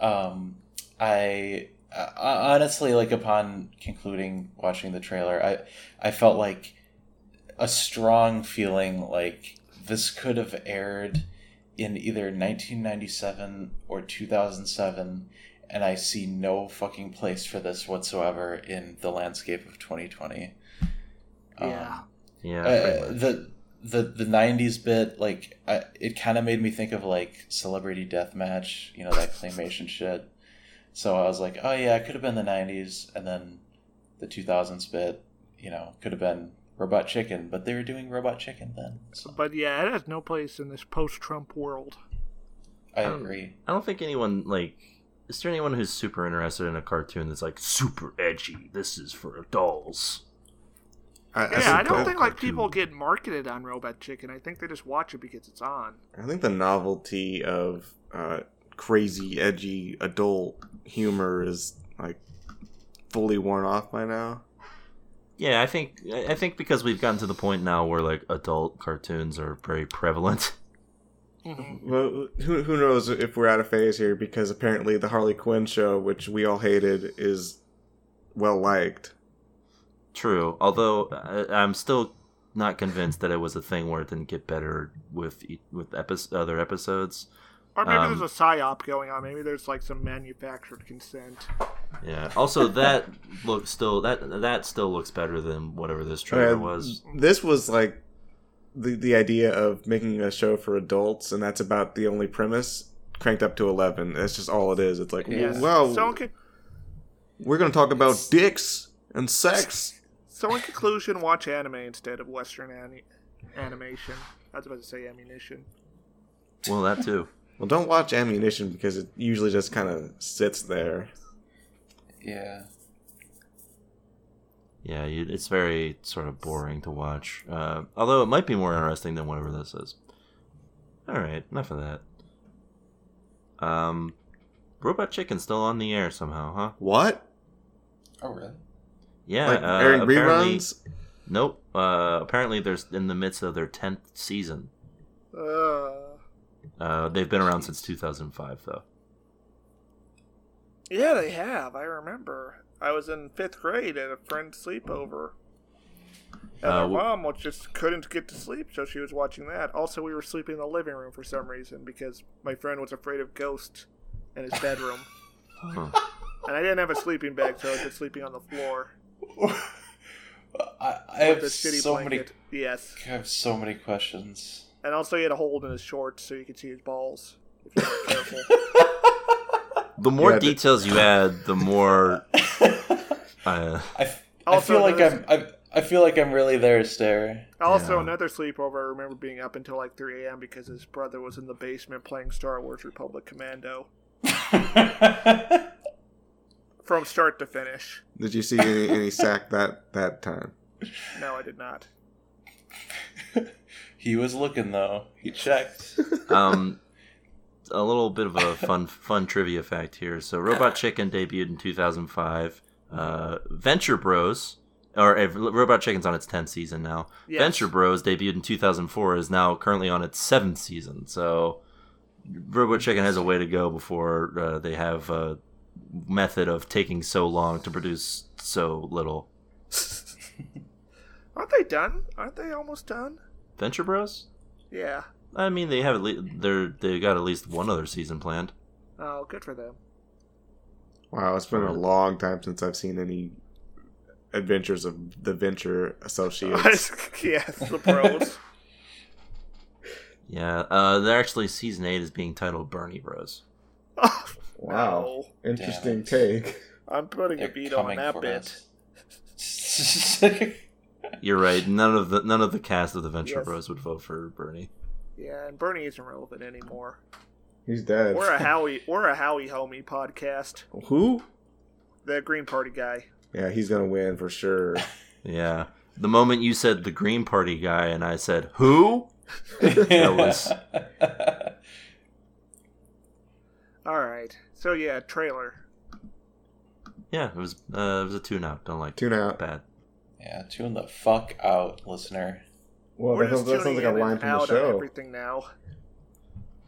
Speaker 1: out.
Speaker 5: um, I uh, honestly, like upon concluding watching the trailer, I I felt like a strong feeling like this could have aired in either 1997 or 2007 and i see no fucking place for this whatsoever in the landscape of 2020 Um,
Speaker 2: Yeah.
Speaker 1: yeah,
Speaker 5: uh,
Speaker 1: pretty much.
Speaker 5: the the the '90s bit, like I, it kind of made me think of like Celebrity Deathmatch, you know that claymation shit. So I was like, oh yeah, it could have been the '90s, and then the 2000s bit, you know, could have been Robot Chicken, but they were doing Robot Chicken then. So
Speaker 2: But yeah, it has no place in this post-Trump world.
Speaker 5: I
Speaker 1: Um,
Speaker 5: agree.
Speaker 1: I don't think anyone like. Is there anyone who's super interested in a cartoon that's like super edgy? This is for adults.
Speaker 3: I, I
Speaker 2: yeah, I don't
Speaker 3: that-
Speaker 2: think like people
Speaker 1: cartoon.
Speaker 2: get marketed on Robot Chicken. I think they just watch it because it's on.
Speaker 3: I think the novelty of uh, crazy, edgy adult humor is like fully worn off by now.
Speaker 1: Yeah, I think I I think because we've gotten to the point now where like adult cartoons are very prevalent.
Speaker 3: Well, who, who knows if we're out of phase here because apparently the Harley Quinn show, which we all hated, is well liked.
Speaker 1: True, although I, I'm still not convinced that it was a thing where it didn't get better with e- with epi- other episodes.
Speaker 2: Or maybe
Speaker 1: Um,
Speaker 2: there's a psyop going on. Maybe there's like some manufactured consent.
Speaker 1: Yeah. Also, that looks still that that still looks better than whatever this trailer was.
Speaker 3: This was like the the idea of making a show for adults, and that's about the only premise cranked up to eleven. That's just all it is. It's like,
Speaker 5: Yeah.
Speaker 3: well,
Speaker 2: So in, con-
Speaker 3: we're gonna talk about dicks and sex.
Speaker 2: so in conclusion, watch anime instead of Western ani- animation. I was about to say ammunition.
Speaker 1: Well, that too.
Speaker 3: Well, don't watch Ammunition because it usually just kind of sits there.
Speaker 5: Yeah,
Speaker 1: Yeah, you, it's very sort of boring to watch. Uh, although it might be more interesting than whatever this is. All right, enough of that. Um, Robot Chicken's still on the air somehow, huh?
Speaker 3: What?
Speaker 5: oh really?
Speaker 1: Yeah,
Speaker 3: like
Speaker 1: uh,
Speaker 3: airing
Speaker 1: apparently-
Speaker 3: reruns?
Speaker 1: Nope. Uh, apparently, there's in the midst of their tenth season.
Speaker 2: Uh,
Speaker 1: Uh, they've been around since 2005, though.
Speaker 2: yeah, they have. I remember. I was in fifth grade at a friend's sleepover. And
Speaker 1: Uh,
Speaker 2: my
Speaker 1: w-
Speaker 2: mom was just couldn't get to sleep, so she was watching that. Also, we were sleeping in the living room for some reason because my friend was afraid of ghosts in his bedroom.
Speaker 1: Huh.
Speaker 2: And I didn't have a sleeping bag, so I was just sleeping on the floor
Speaker 5: I, I have
Speaker 2: with a shitty
Speaker 5: so many.
Speaker 2: blanket. Yes.
Speaker 5: I have so many questions.
Speaker 2: And also, he had a hold in his shorts so you could see his balls. If you were careful.
Speaker 1: The more
Speaker 3: Yeah, the-
Speaker 1: details you add, the more. uh,
Speaker 5: I, f- I
Speaker 2: Also
Speaker 5: feel like
Speaker 2: another-
Speaker 5: I'm. I, I feel like I'm really there, Stare.
Speaker 2: also,
Speaker 1: Yeah.
Speaker 2: another sleepover, I remember being up until like 3 a.m. because his brother was in the basement playing Star Wars Republic Commando from start to finish.
Speaker 3: Did you see any, any sack that that time?
Speaker 2: No, I did not.
Speaker 5: he was looking though. He checked.
Speaker 1: um, a little bit of a fun fun trivia fact here. So, Robot Chicken debuted in 2005. Uh, Venture Bros, or uh, Robot Chicken's on its 10th season now.
Speaker 2: Yes.
Speaker 1: Venture Bros debuted in 2004 is now currently on its seventh season. So, Robot Chicken has a way to go before uh, they have a method of taking so long to produce so little.
Speaker 2: Aren't they done? Aren't they almost done?
Speaker 1: Venture Bros.
Speaker 2: Yeah.
Speaker 1: I mean, they have at least they're they got at least one other season planned.
Speaker 2: Oh, good for them.
Speaker 3: Wow, it's been a long time since I've seen any Adventures of the Venture Associates.
Speaker 2: yes, the pros.
Speaker 1: Yeah, uh, they're actually season eight is being titled Bernie Bros.
Speaker 3: wow, interesting take.
Speaker 2: I'm putting
Speaker 5: They're
Speaker 2: a beat on
Speaker 5: coming
Speaker 2: that
Speaker 5: for
Speaker 2: bit.
Speaker 5: us.
Speaker 1: You're right. None of the none of the cast of the Venture
Speaker 2: Yes.
Speaker 1: Bros would vote for Bernie.
Speaker 2: Yeah, and Bernie isn't relevant anymore.
Speaker 3: He's dead.
Speaker 2: We're a Howie, we're a Howie homie podcast.
Speaker 3: Who?
Speaker 2: The Green Party guy.
Speaker 3: Yeah, he's gonna win for sure.
Speaker 1: Yeah. The moment you said the Green Party guy and I said who, that was
Speaker 2: All right. So yeah, trailer.
Speaker 1: yeah. It was uh, it was a tune out. Don't like
Speaker 3: Tune out.
Speaker 1: bad.
Speaker 5: yeah, tune the fuck out, listener.
Speaker 3: Well,
Speaker 2: we're
Speaker 3: that, sounds-
Speaker 2: just
Speaker 3: that sounds
Speaker 2: tuning
Speaker 3: like a
Speaker 2: in
Speaker 3: line
Speaker 2: and
Speaker 3: from the
Speaker 2: out on
Speaker 3: show.
Speaker 2: everything now.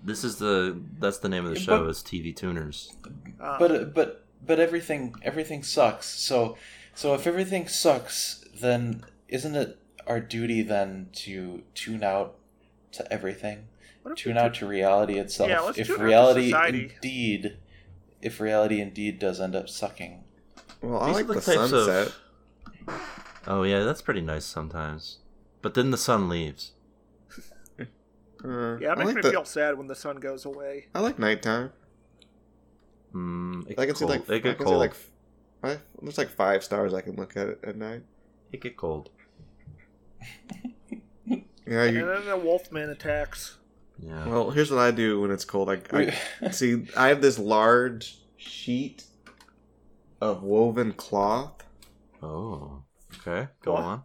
Speaker 1: This is the that's the name of the
Speaker 5: Yeah,
Speaker 1: show
Speaker 5: but-
Speaker 1: is TV Tuners.
Speaker 2: Uh,
Speaker 5: But but but everything everything sucks. So so if everything sucks, then isn't it our duty then to tune out to everything?
Speaker 2: What if we
Speaker 5: Tune out to reality itself.
Speaker 2: Yeah, let's
Speaker 5: if
Speaker 2: tune out to
Speaker 5: reality
Speaker 2: society.
Speaker 5: indeed, if reality indeed does end up sucking,
Speaker 3: Well, I
Speaker 1: These
Speaker 3: like
Speaker 1: are
Speaker 3: the
Speaker 1: types of-
Speaker 3: sunset.
Speaker 1: Oh yeah, that's pretty nice sometimes. But then the sun leaves.
Speaker 3: Uh,
Speaker 2: yeah, it
Speaker 3: I
Speaker 2: makes
Speaker 3: like
Speaker 2: me
Speaker 3: the-
Speaker 2: feel sad when the sun goes away.
Speaker 3: I like nighttime.
Speaker 1: Mm, it get
Speaker 3: I can see
Speaker 1: cold.
Speaker 3: like
Speaker 1: it
Speaker 3: I
Speaker 1: get
Speaker 3: can see
Speaker 1: cold.
Speaker 3: like f- I- there's like five stars I can look at it at night.
Speaker 1: It get cold.
Speaker 3: Yeah,
Speaker 2: And
Speaker 3: you,
Speaker 2: then the Wolfman attacks.
Speaker 1: Yeah.
Speaker 3: Well, here's what I do when it's cold. I, I see. I have this large sheet of woven cloth,
Speaker 1: oh. Okay. Go
Speaker 2: What?
Speaker 1: on.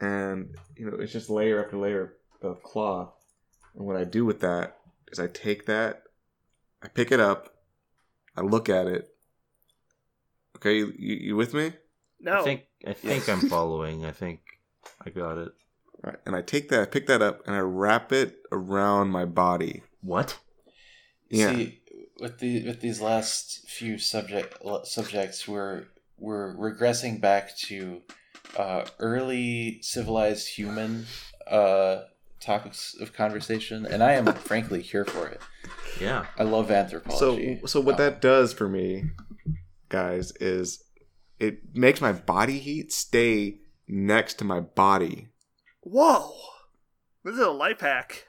Speaker 3: and you know it's just layer after layer of cloth. And what I do with that is I take that, I pick it up, I look at it. Okay, you, you, you with me?
Speaker 2: No,
Speaker 1: I think I think I'm following. I think I got it.
Speaker 3: All right, and I take that, I pick that up, and I wrap it around my body.
Speaker 1: What?
Speaker 3: Yeah.
Speaker 5: See, with the with these last few subject subjects, we're we're regressing back to uh, early civilized human uh, topics of conversation, and I am frankly here for it.
Speaker 1: Yeah.
Speaker 5: I love anthropology.
Speaker 3: So, so what
Speaker 5: Uh,
Speaker 3: that does for me, guys, is it makes my body heat stay next to my body.
Speaker 2: Whoa! This is a life hack.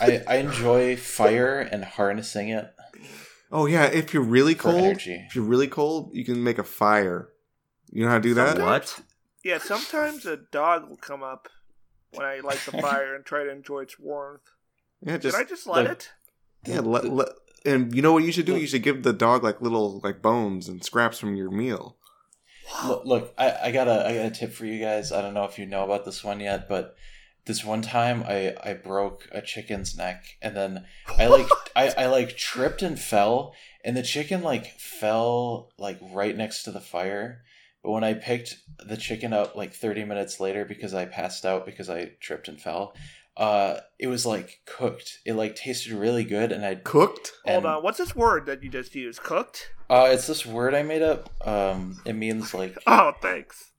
Speaker 5: I, I enjoy fire and harnessing it.
Speaker 3: Oh yeah, if you're really
Speaker 5: For
Speaker 3: cold,
Speaker 5: energy.
Speaker 3: if you're really cold, you can make a fire. You know how to do that?
Speaker 1: What?
Speaker 2: Yeah, sometimes a dog will come up when I light the fire and try to enjoy its warmth.
Speaker 3: Yeah,
Speaker 2: Did
Speaker 3: just
Speaker 2: I just let
Speaker 5: the-
Speaker 2: it?
Speaker 3: yeah. Let, let, and you know what you should do? You should give the dog like little like bones and scraps from your meal.
Speaker 5: Look, look I, I got a I got a tip for you guys. I don't know if you know about this one yet, but this one time I I broke a chicken's neck, and then I like I, I like tripped and fell, and the chicken like fell like right next to the fire. But when I picked the chicken up like 30 minutes later because I passed out because I tripped and fell, uh, it was like cooked. It like tasted really good, and I
Speaker 3: Cooked?
Speaker 2: Hold
Speaker 5: and-
Speaker 2: on. What's this word that you just used? Cooked?
Speaker 5: Uh, it's this word I made up. Um, it means like
Speaker 2: Oh, thanks.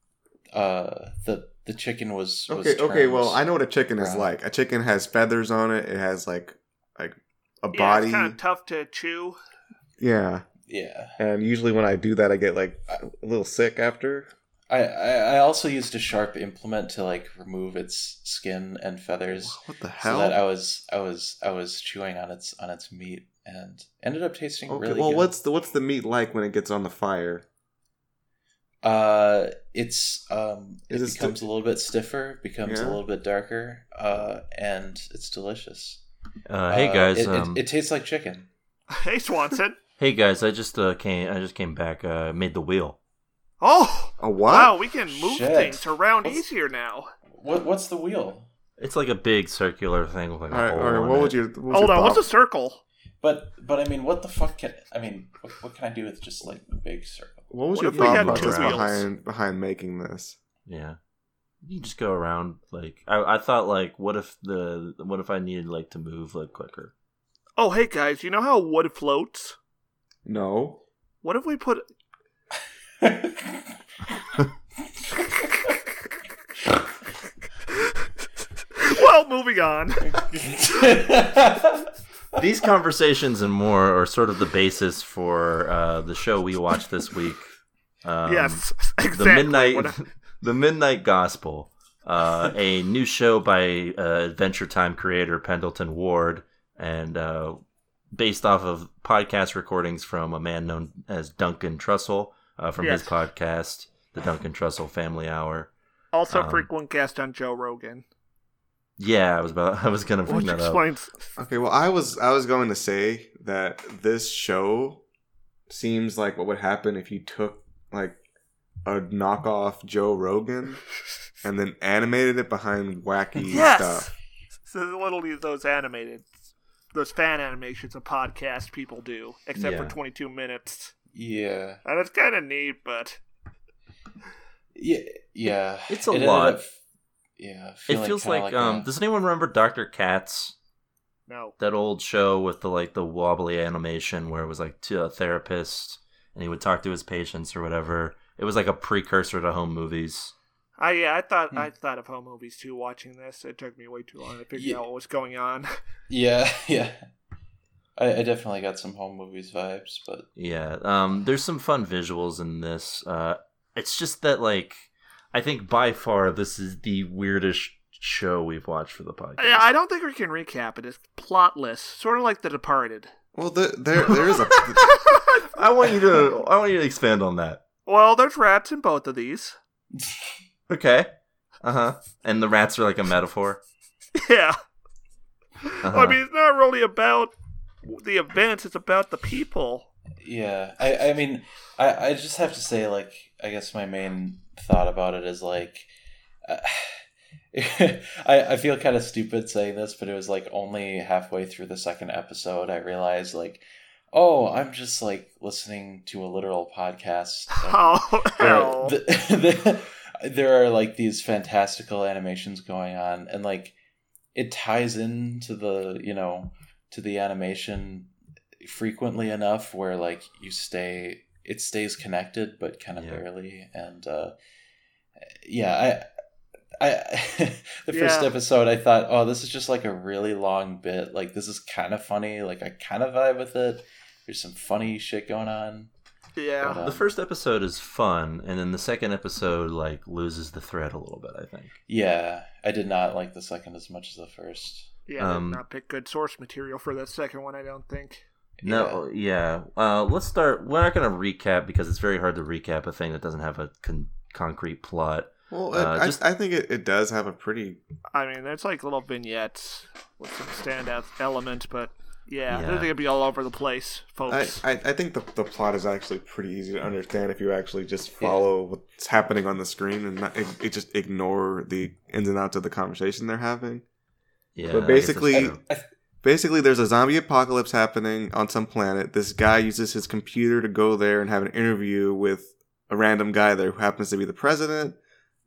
Speaker 5: uh the the chicken was, was
Speaker 3: Okay, okay.
Speaker 5: turned.
Speaker 3: Well, I know what a chicken is
Speaker 5: Brown.
Speaker 3: like. A chicken has feathers on it. It has like like a
Speaker 2: Yeah,
Speaker 3: body.
Speaker 2: it's kind of tough to chew.
Speaker 3: yeah.
Speaker 5: yeah
Speaker 3: And Um, usually when I do that, I get like a little sick after.
Speaker 5: I, I I also used a sharp implement to like remove its skin and feathers
Speaker 3: What the
Speaker 5: so
Speaker 3: hell?
Speaker 5: that I was I was I was chewing on its on its meat and ended up tasting
Speaker 3: okay,
Speaker 5: really
Speaker 3: well,
Speaker 5: good.
Speaker 3: what's the what's the meat like when it gets on the fire?
Speaker 5: uh it's um it,
Speaker 3: Is it sti-
Speaker 5: becomes a little bit stiffer becomes
Speaker 3: Yeah.
Speaker 5: a little bit darker uh and it's delicious
Speaker 1: Uh, hey
Speaker 5: Uh,
Speaker 1: guys.
Speaker 5: it, it-
Speaker 1: um,
Speaker 5: it, tastes like chicken
Speaker 2: Hey, Swanson.
Speaker 1: hey guys. I just uh, came. I just came back. Uh, made the wheel.
Speaker 2: Oh,
Speaker 3: A what?
Speaker 2: wow. We can move
Speaker 5: Shit.
Speaker 2: things around
Speaker 5: What's-
Speaker 2: easier now.
Speaker 5: what what's the wheel
Speaker 1: It's like a big circular thing with like a
Speaker 3: All right,
Speaker 1: hole
Speaker 3: all right.
Speaker 1: in
Speaker 3: What
Speaker 1: it.
Speaker 3: would you? What was
Speaker 2: Hold
Speaker 3: your
Speaker 2: on. What's a
Speaker 3: thought?
Speaker 2: circle?
Speaker 5: But but I mean, what the fuck can I mean? What, what can I do with just like a big circle?
Speaker 3: What was
Speaker 2: what
Speaker 3: your
Speaker 2: if we
Speaker 3: thought
Speaker 2: had
Speaker 3: process
Speaker 2: two wheels?
Speaker 3: behind behind making this?
Speaker 1: Yeah. You just go around like I, I thought like what if the what if I needed like to move like quicker?
Speaker 2: Oh, hey, guys. You know how wood floats?
Speaker 3: No.
Speaker 2: What if we put. well, moving on.
Speaker 1: These conversations and more are sort of the basis for uh, the show we watched this week, Um,
Speaker 2: yes,
Speaker 1: the
Speaker 2: exactly.
Speaker 1: midnight,
Speaker 2: What-
Speaker 1: the midnight gospel, uh, a new show by uh, Adventure Time creator Pendleton Ward, and uh, based off of podcast recordings from a man known as Duncan Trussell uh, from
Speaker 2: Yes.
Speaker 1: his podcast, the Duncan Trussell Family Hour.
Speaker 2: also,
Speaker 1: um,
Speaker 2: frequent guest on Joe Rogan,
Speaker 1: Yeah, I was about, I was gonna bring
Speaker 2: which
Speaker 1: that up.
Speaker 2: explains.
Speaker 3: Okay, well, I was I was going to say that this show seems like what would happen if you took like a knockoff Joe Rogan and then animated it behind wacky
Speaker 2: Yes.
Speaker 3: stuff.
Speaker 2: So literally those animated, those fan animations of podcasts people do, except for
Speaker 1: Yeah.
Speaker 2: 22 minutes,
Speaker 5: Yeah.
Speaker 2: and it's kind of neat, but
Speaker 5: Yeah. Yeah.
Speaker 1: It's a
Speaker 5: ended
Speaker 1: lot.
Speaker 5: up- yeah.
Speaker 1: It
Speaker 5: feeling
Speaker 1: feels
Speaker 5: kinda
Speaker 1: like, um,
Speaker 5: a-
Speaker 1: does anyone remember Doctor Katz?
Speaker 2: no.
Speaker 1: that old show with the like the wobbly animation where it was like to a therapist and he would talk to his patients or whatever. It was like a precursor to home movies.
Speaker 2: I yeah, I thought
Speaker 5: Hmm.
Speaker 2: I thought of home movies too. Watching this, it took me way too long to figure
Speaker 5: Yeah.
Speaker 2: out what was going on.
Speaker 5: Yeah. Yeah. I, I definitely got some home movies vibes, but
Speaker 1: Yeah, um, there's some fun visuals in this. Uh, it's just that like I think by far this is the weirdest show we've watched for the podcast.
Speaker 2: Yeah, I don't think we can recap it. It's plotless, sort of like The Departed.
Speaker 3: Well, there there, there is a
Speaker 1: I want you to I want you to expand on that.
Speaker 2: well, there's rats in both of these.
Speaker 1: Okay. Uh huh. And the rats are like a metaphor.
Speaker 2: Yeah,
Speaker 1: Uh-huh.
Speaker 2: I mean, it's not really about the events; it's about the people.
Speaker 5: Yeah, I, I mean, I, I just have to say, like, I guess my main thought about it is like, uh, I, I feel kind of stupid saying this, but it was like only halfway through the second episode I realized like, oh, I'm just like listening to a literal podcast. and
Speaker 2: Oh, hell.
Speaker 5: there, Uh-huh. the, there are like these fantastical animations going on and like it ties into the you know to the animation frequently enough where like you stay it stays connected but kind of
Speaker 1: Yeah.
Speaker 5: barely and uh yeah i i the first
Speaker 2: Yeah.
Speaker 5: episode i thought oh this is just like a really long bit like this is kind of funny like i kind of vibe with it there's some funny shit going on
Speaker 2: yeah.
Speaker 5: but, um,
Speaker 1: the first episode is fun and then the second episode like loses the thread a little bit i think
Speaker 5: Yeah, I did not like the second as much as the first.
Speaker 2: Yeah,
Speaker 1: Um,
Speaker 2: did not pick good source material for that second one. I don't think.
Speaker 1: no yeah, Uh, let's start we're not going to recap because it's very hard to recap a thing that doesn't have a con- concrete plot
Speaker 3: well,
Speaker 1: Uh,
Speaker 3: it,
Speaker 1: just-
Speaker 3: I, I think it, it does have a pretty
Speaker 2: I mean, there's like little vignettes with some standout elements, but yeah,
Speaker 1: Yeah.
Speaker 2: they're gonna be all over the place,
Speaker 3: I,
Speaker 2: folks.
Speaker 3: I, I think the, the plot is actually pretty easy to understand if you actually just follow what's happening on the screen and not, it, it just ignore the ins and outs of the conversation they're having.
Speaker 1: yeah I
Speaker 3: So
Speaker 1: guess that's
Speaker 3: basically-
Speaker 1: true.
Speaker 5: I, th-
Speaker 3: Basically, there's a zombie apocalypse happening on some planet. This guy uses his computer to go there and have an interview with a random guy there who happens to be the president.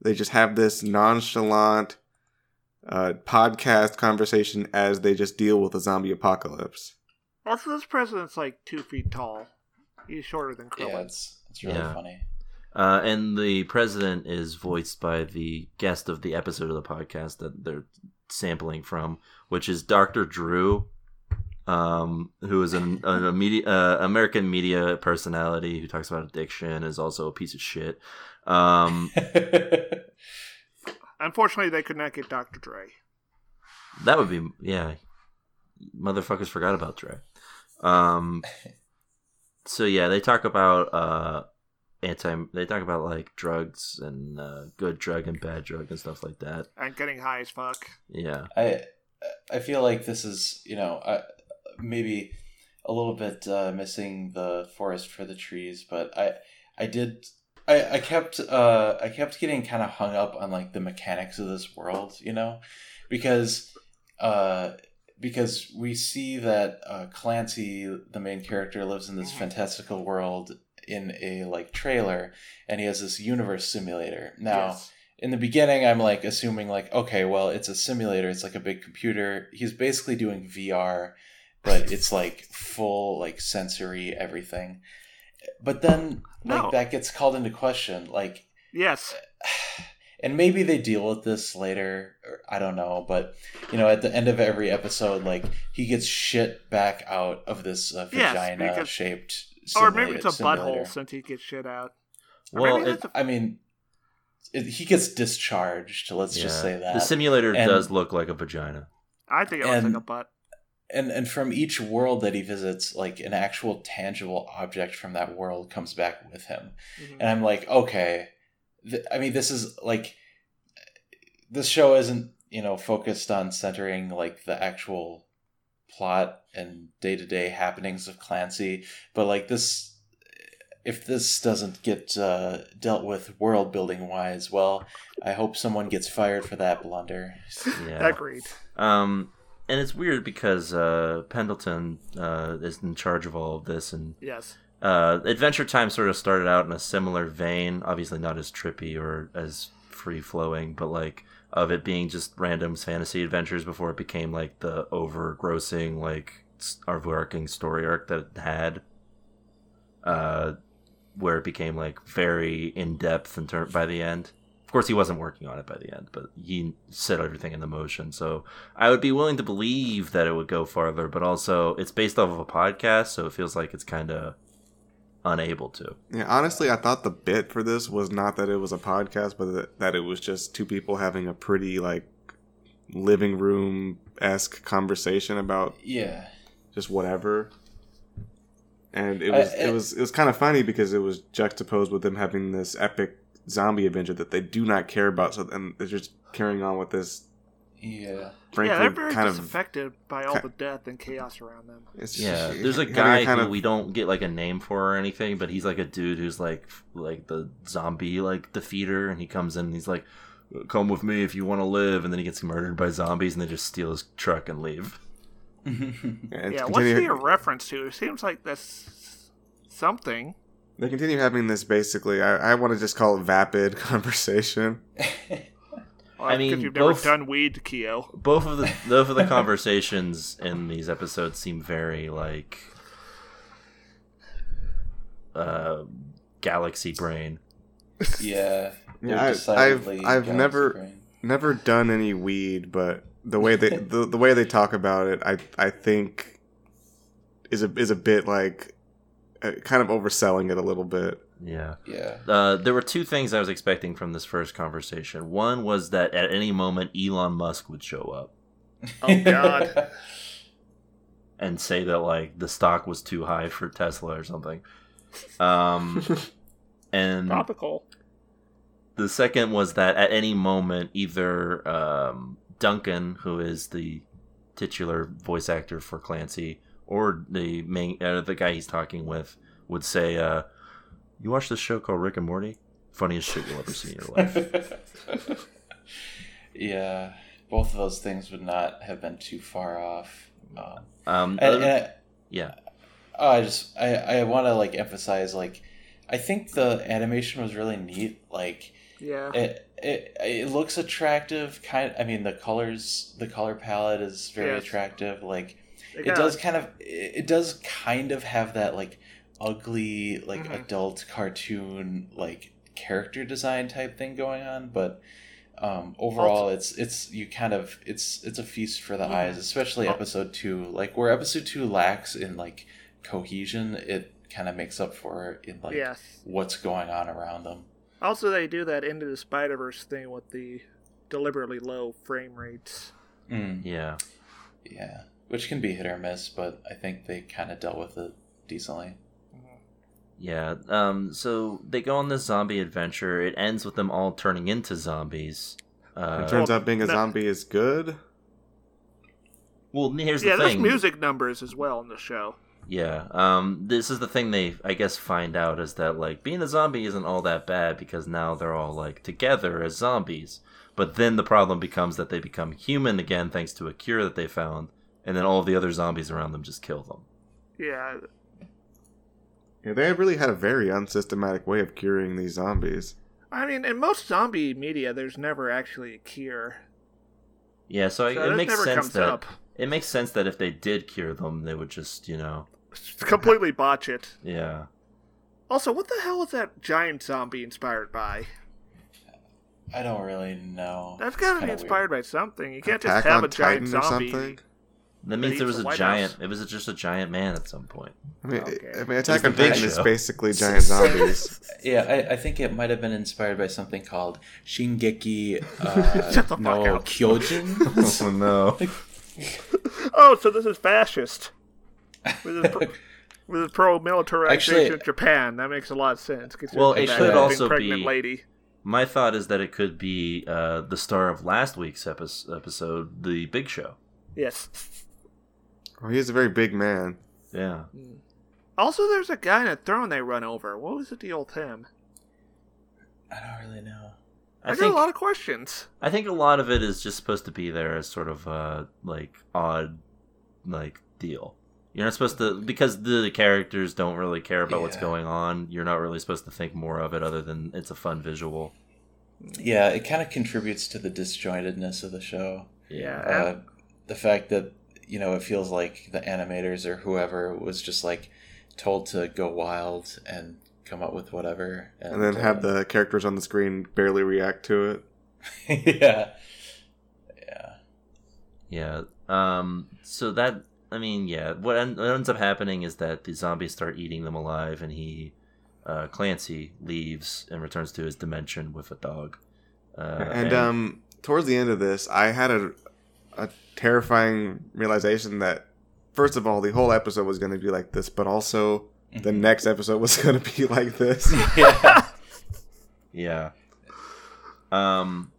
Speaker 3: They just have this nonchalant uh, podcast conversation as they just deal with a zombie apocalypse.
Speaker 2: also, this president's like two feet tall. He's shorter than Krillin.
Speaker 5: yeah, it's it's really
Speaker 1: Yeah.
Speaker 5: funny.
Speaker 1: uh, and the president is voiced by the guest of the episode of the podcast that they're sampling from which is dr drew um, who is an, an a media, uh, American media personality who talks about addiction, is also a piece of shit. Um,
Speaker 2: Unfortunately, they could not get Dr. Dre.
Speaker 1: That would be yeah. Motherfuckers forgot about Dre. Um so yeah, they talk about uh anti they talk about like drugs and uh, good drug and bad drug and stuff like that.
Speaker 2: And getting high as fuck.
Speaker 1: Yeah.
Speaker 5: I I feel like this is you know I, maybe a little bit uh, missing the forest for the trees, but I I did I, I kept uh, I kept getting kind of hung up on like the mechanics of this world, you know, because uh, because we see that uh, Clancy, the main character, lives in this fantastical world in a like trailer, and he has this universe simulator now
Speaker 2: Yes.
Speaker 5: in the beginning i'm like assuming like okay well it's a simulator it's like a big computer he's basically doing vr but it's like full like sensory everything but then like
Speaker 2: No.
Speaker 5: that gets called into question like
Speaker 2: Yes.
Speaker 5: and maybe they deal with this later or i don't know but you know at the end of every episode like he gets shit back out of this uh,
Speaker 2: Yes,
Speaker 5: vagina
Speaker 2: because-
Speaker 5: shaped
Speaker 2: Or maybe it's a
Speaker 5: simulator-
Speaker 2: butthole since he gets shit out.
Speaker 1: Well,
Speaker 2: Maybe
Speaker 1: it,
Speaker 2: that's
Speaker 5: I mean, it, he gets discharged. Let's just
Speaker 1: yeah.
Speaker 5: say that.
Speaker 1: the simulator
Speaker 5: And-
Speaker 1: does look like a vagina.
Speaker 2: I think it looks
Speaker 5: And-
Speaker 2: like a butt.
Speaker 5: and and from each world that he visits, like an actual tangible object from that world comes back with him.
Speaker 2: Mhm.
Speaker 5: and I'm like, okay. Th- I mean, this is like, this show isn't you know focused on centering like the actual plot and day to day happenings of Clancy, but like this, if this doesn't get uh, dealt with world building wise, well, I hope someone gets fired for that blunder.
Speaker 1: Yeah.
Speaker 2: Agreed.
Speaker 1: Um, and it's weird because uh, Pendleton uh, is in charge of all of this, and
Speaker 2: Yes.
Speaker 1: uh, Adventure Time sort of started out in a similar vein. Obviously, not as trippy or as free flowing, but like of it being just random fantasy adventures before it became like the overgrossing, like s- overarching story arc that it had. Uh, where it became like very in depth in term by the end. Of course, he wasn't working on it by the end, but he set everything into motion. So I would be willing to believe that it would go farther, but also it's based off of a podcast, so it feels like it's kind of unable to.
Speaker 3: Yeah, honestly, I thought the bit for this was not that it was a podcast, but that, that it was just two people having a pretty like living room esque conversation about
Speaker 5: Yeah,
Speaker 3: just whatever. And it
Speaker 5: I-
Speaker 3: was
Speaker 5: I-
Speaker 3: it was it was kind of funny because it was juxtaposed with them having this epic zombie adventure that they do not care about, so and they're just carrying on with this
Speaker 5: yeah.
Speaker 3: frankly
Speaker 2: yeah, they're very
Speaker 3: kind of
Speaker 2: disaffected by all
Speaker 3: ki-
Speaker 2: the death and chaos around them.
Speaker 3: it's
Speaker 1: Yeah,
Speaker 3: just-
Speaker 1: there's a
Speaker 3: having
Speaker 1: guy
Speaker 3: kind
Speaker 1: who
Speaker 3: of-
Speaker 1: we don't get like a name for or anything, but he's like a dude who's like f- like the zombie like defeater, and he comes in and he's like, "Come with me if you want to live," and then he gets murdered by zombies, and they just steal his truck and leave.
Speaker 3: yeah, it's
Speaker 2: yeah, what's
Speaker 3: continue-
Speaker 2: he a reference to? It seems like that's something.
Speaker 3: They continue having this basically. I, I want to just call it vapid conversation.
Speaker 2: Well,
Speaker 1: I
Speaker 2: that's because
Speaker 1: mean,
Speaker 2: you've never
Speaker 1: both-
Speaker 2: done weed, Keo.
Speaker 1: both of the both of the conversations in these episodes seem very like uh galaxy brain
Speaker 5: yeah. They're
Speaker 3: Yeah, I- I've-
Speaker 5: decidedly
Speaker 3: I've
Speaker 5: galaxy
Speaker 3: never-
Speaker 5: brain.
Speaker 3: Never done any weed, but the way they the, the way they talk about it, I I think is a is a bit like uh, kind of overselling it a little bit.
Speaker 1: yeah
Speaker 5: Yeah.
Speaker 1: uh, there were two things I was expecting from this first conversation. One was that at any moment Elon Musk would show up
Speaker 2: Oh, God.
Speaker 1: and say that like the stock was too high for Tesla or something. Um, and
Speaker 2: Topical.
Speaker 1: The second was that at any moment, either um, Duncan, who is the titular voice actor for Clancy, or the main uh, the guy he's talking with, would say, uh, "You watch this show called Rick and Morty? Funniest shit you'll ever see in your life."
Speaker 5: yeah, both of those things would not have been too far off. Um,
Speaker 1: Um,
Speaker 5: and,
Speaker 1: other-
Speaker 5: and I,
Speaker 1: yeah,
Speaker 5: oh, I just I, I want to like emphasize like I think the animation was really neat. Like
Speaker 2: Yeah.
Speaker 5: it it, it looks attractive. Kind I mean the colors the color palette is very
Speaker 2: Yes.
Speaker 5: attractive. Like
Speaker 2: They
Speaker 5: it
Speaker 2: got-
Speaker 5: does kind of it it does kind of have that like ugly like
Speaker 2: Mhm.
Speaker 5: adult cartoon like character design type thing going on but um overall it's it's you kind of it's it's a feast for the
Speaker 2: Mhm.
Speaker 5: eyes especially
Speaker 2: Oh.
Speaker 5: episode 2 like where episode 2 lacks in like cohesion it kind of makes up for it in like
Speaker 2: Yes.
Speaker 5: what's going on around them
Speaker 2: Also, they do that Into the Spider Verse thing with the deliberately low frame rates.
Speaker 5: mm.
Speaker 1: yeah.
Speaker 5: yeah which can be hit or miss but i think they kind of dealt with it decently
Speaker 1: Yeah. Um, so they go on this zombie adventure. It ends with them all turning into zombies.
Speaker 3: It
Speaker 1: Uh,
Speaker 3: turns out being a
Speaker 2: no.
Speaker 3: zombie is good.
Speaker 1: well, here's
Speaker 2: yeah,
Speaker 1: the
Speaker 2: there's
Speaker 1: thing.
Speaker 2: music numbers as well in the show.
Speaker 1: Yeah. Um this is the thing they I guess find out is that like being a zombie isn't all that bad because now they're all like together as zombies. But then the problem becomes that they become human again thanks to a cure that they found and then all of the other zombies around them just kill them.
Speaker 2: Yeah,
Speaker 3: Yeah, they really had a very unsystematic way of curing these zombies.
Speaker 2: I mean, in most zombie media, there's never actually a cure.
Speaker 1: Yeah, so, I,
Speaker 2: So
Speaker 1: it
Speaker 2: this
Speaker 1: makes
Speaker 2: never
Speaker 1: sense
Speaker 2: comes
Speaker 1: that
Speaker 2: up.
Speaker 1: it makes sense that if they did cure them they would just, you know,
Speaker 2: Completely botch it.
Speaker 1: yeah.
Speaker 2: Also, what the hell is that giant zombie inspired by?
Speaker 5: i don't really know
Speaker 2: That's
Speaker 5: Oh,
Speaker 2: gotta
Speaker 5: It's
Speaker 2: be
Speaker 5: kinda weird.
Speaker 2: inspired by something. You can't just
Speaker 3: Attack
Speaker 2: have
Speaker 3: on
Speaker 2: a giant
Speaker 3: Titan or
Speaker 2: zombie.
Speaker 3: something?
Speaker 1: That
Speaker 2: They
Speaker 1: means there
Speaker 2: eat
Speaker 1: was
Speaker 2: the
Speaker 1: a
Speaker 2: White
Speaker 1: giant
Speaker 2: House.
Speaker 1: it was just a giant man at some point.
Speaker 3: I mean,
Speaker 2: Okay.
Speaker 3: I mean, Attack
Speaker 1: the
Speaker 3: on Titan
Speaker 1: big
Speaker 3: is
Speaker 1: show.
Speaker 3: basically giant zombies.
Speaker 5: yeah, I, I think it might have been inspired by something called Shingeki uh, no
Speaker 2: fuck up.
Speaker 3: Oh
Speaker 5: Kyojin.
Speaker 3: no.
Speaker 2: Oh, so this is fascist. With his, pro- with his pro-militarization
Speaker 5: Actually-
Speaker 2: of Japan, that makes a lot of sense. considering
Speaker 1: Well,
Speaker 2: the
Speaker 1: it
Speaker 2: fact
Speaker 1: could
Speaker 2: that a big
Speaker 1: also
Speaker 2: pregnant
Speaker 1: be-
Speaker 2: lady.
Speaker 1: My thought is that it could be uh, the star of last week's epi- episode, The Big Show.
Speaker 2: Yes.
Speaker 3: Oh, he's a very big man.
Speaker 1: Yeah.
Speaker 2: Also, there's a guy in a throne they run over. What was the deal with him?
Speaker 5: I don't really know.
Speaker 2: I,
Speaker 1: I,
Speaker 2: got
Speaker 1: think
Speaker 2: a lot of questions.
Speaker 1: I think a lot of it is just supposed to be there as sort of uh like odd like deal. You're not supposed to because the characters don't really care about what's
Speaker 5: Yeah.
Speaker 1: going on. You're not really supposed to think more of it other than it's a fun visual.
Speaker 5: Yeah, it kind of contributes to the disjointedness of the show.
Speaker 2: Yeah.
Speaker 3: Uh-huh.
Speaker 5: Uh, the fact that you know it feels like the animators or whoever was just like told to go wild and come up with whatever, uh,
Speaker 3: And then have the characters on the screen barely react to it.
Speaker 5: yeah, yeah.
Speaker 1: Yeah. Um. So that I mean, yeah. What, en- what ends up happening is that the zombies start eating them alive, and he, uh, Clancy, leaves and returns to his dimension with a dog. Uh,
Speaker 3: and um, towards the end of this, I had a, a terrifying realization that, first of all, the whole episode was going to be like this, but also the
Speaker 5: Mm-hmm.
Speaker 3: next episode was going to be like this. Uh,
Speaker 5: yeah.
Speaker 1: Yeah. Um,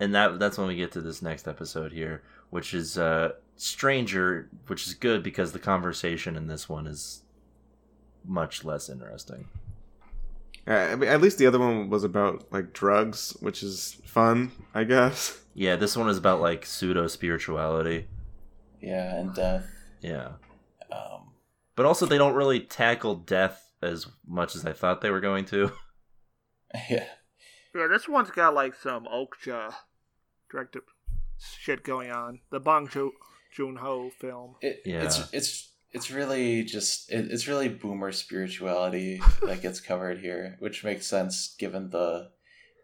Speaker 1: and that that's when we get to this next episode here, which is uh stranger, which is good because the conversation in this one is much less interesting.
Speaker 3: Uh, I mean, at least the other one was about like drugs, which is fun, I guess.
Speaker 1: Yeah, this one is about like pseudo spirituality.
Speaker 5: Yeah, and death.
Speaker 1: Yeah.
Speaker 5: Um,
Speaker 1: But also they don't really tackle death as much as I thought they were going to.
Speaker 5: yeah.
Speaker 2: Yeah, this one's got like some Okja directed shit going on. The Bong Joon Ho film.
Speaker 5: It,
Speaker 1: Yeah.
Speaker 5: It's it's it's really just it, it's really boomer spirituality that gets covered here, which makes sense given the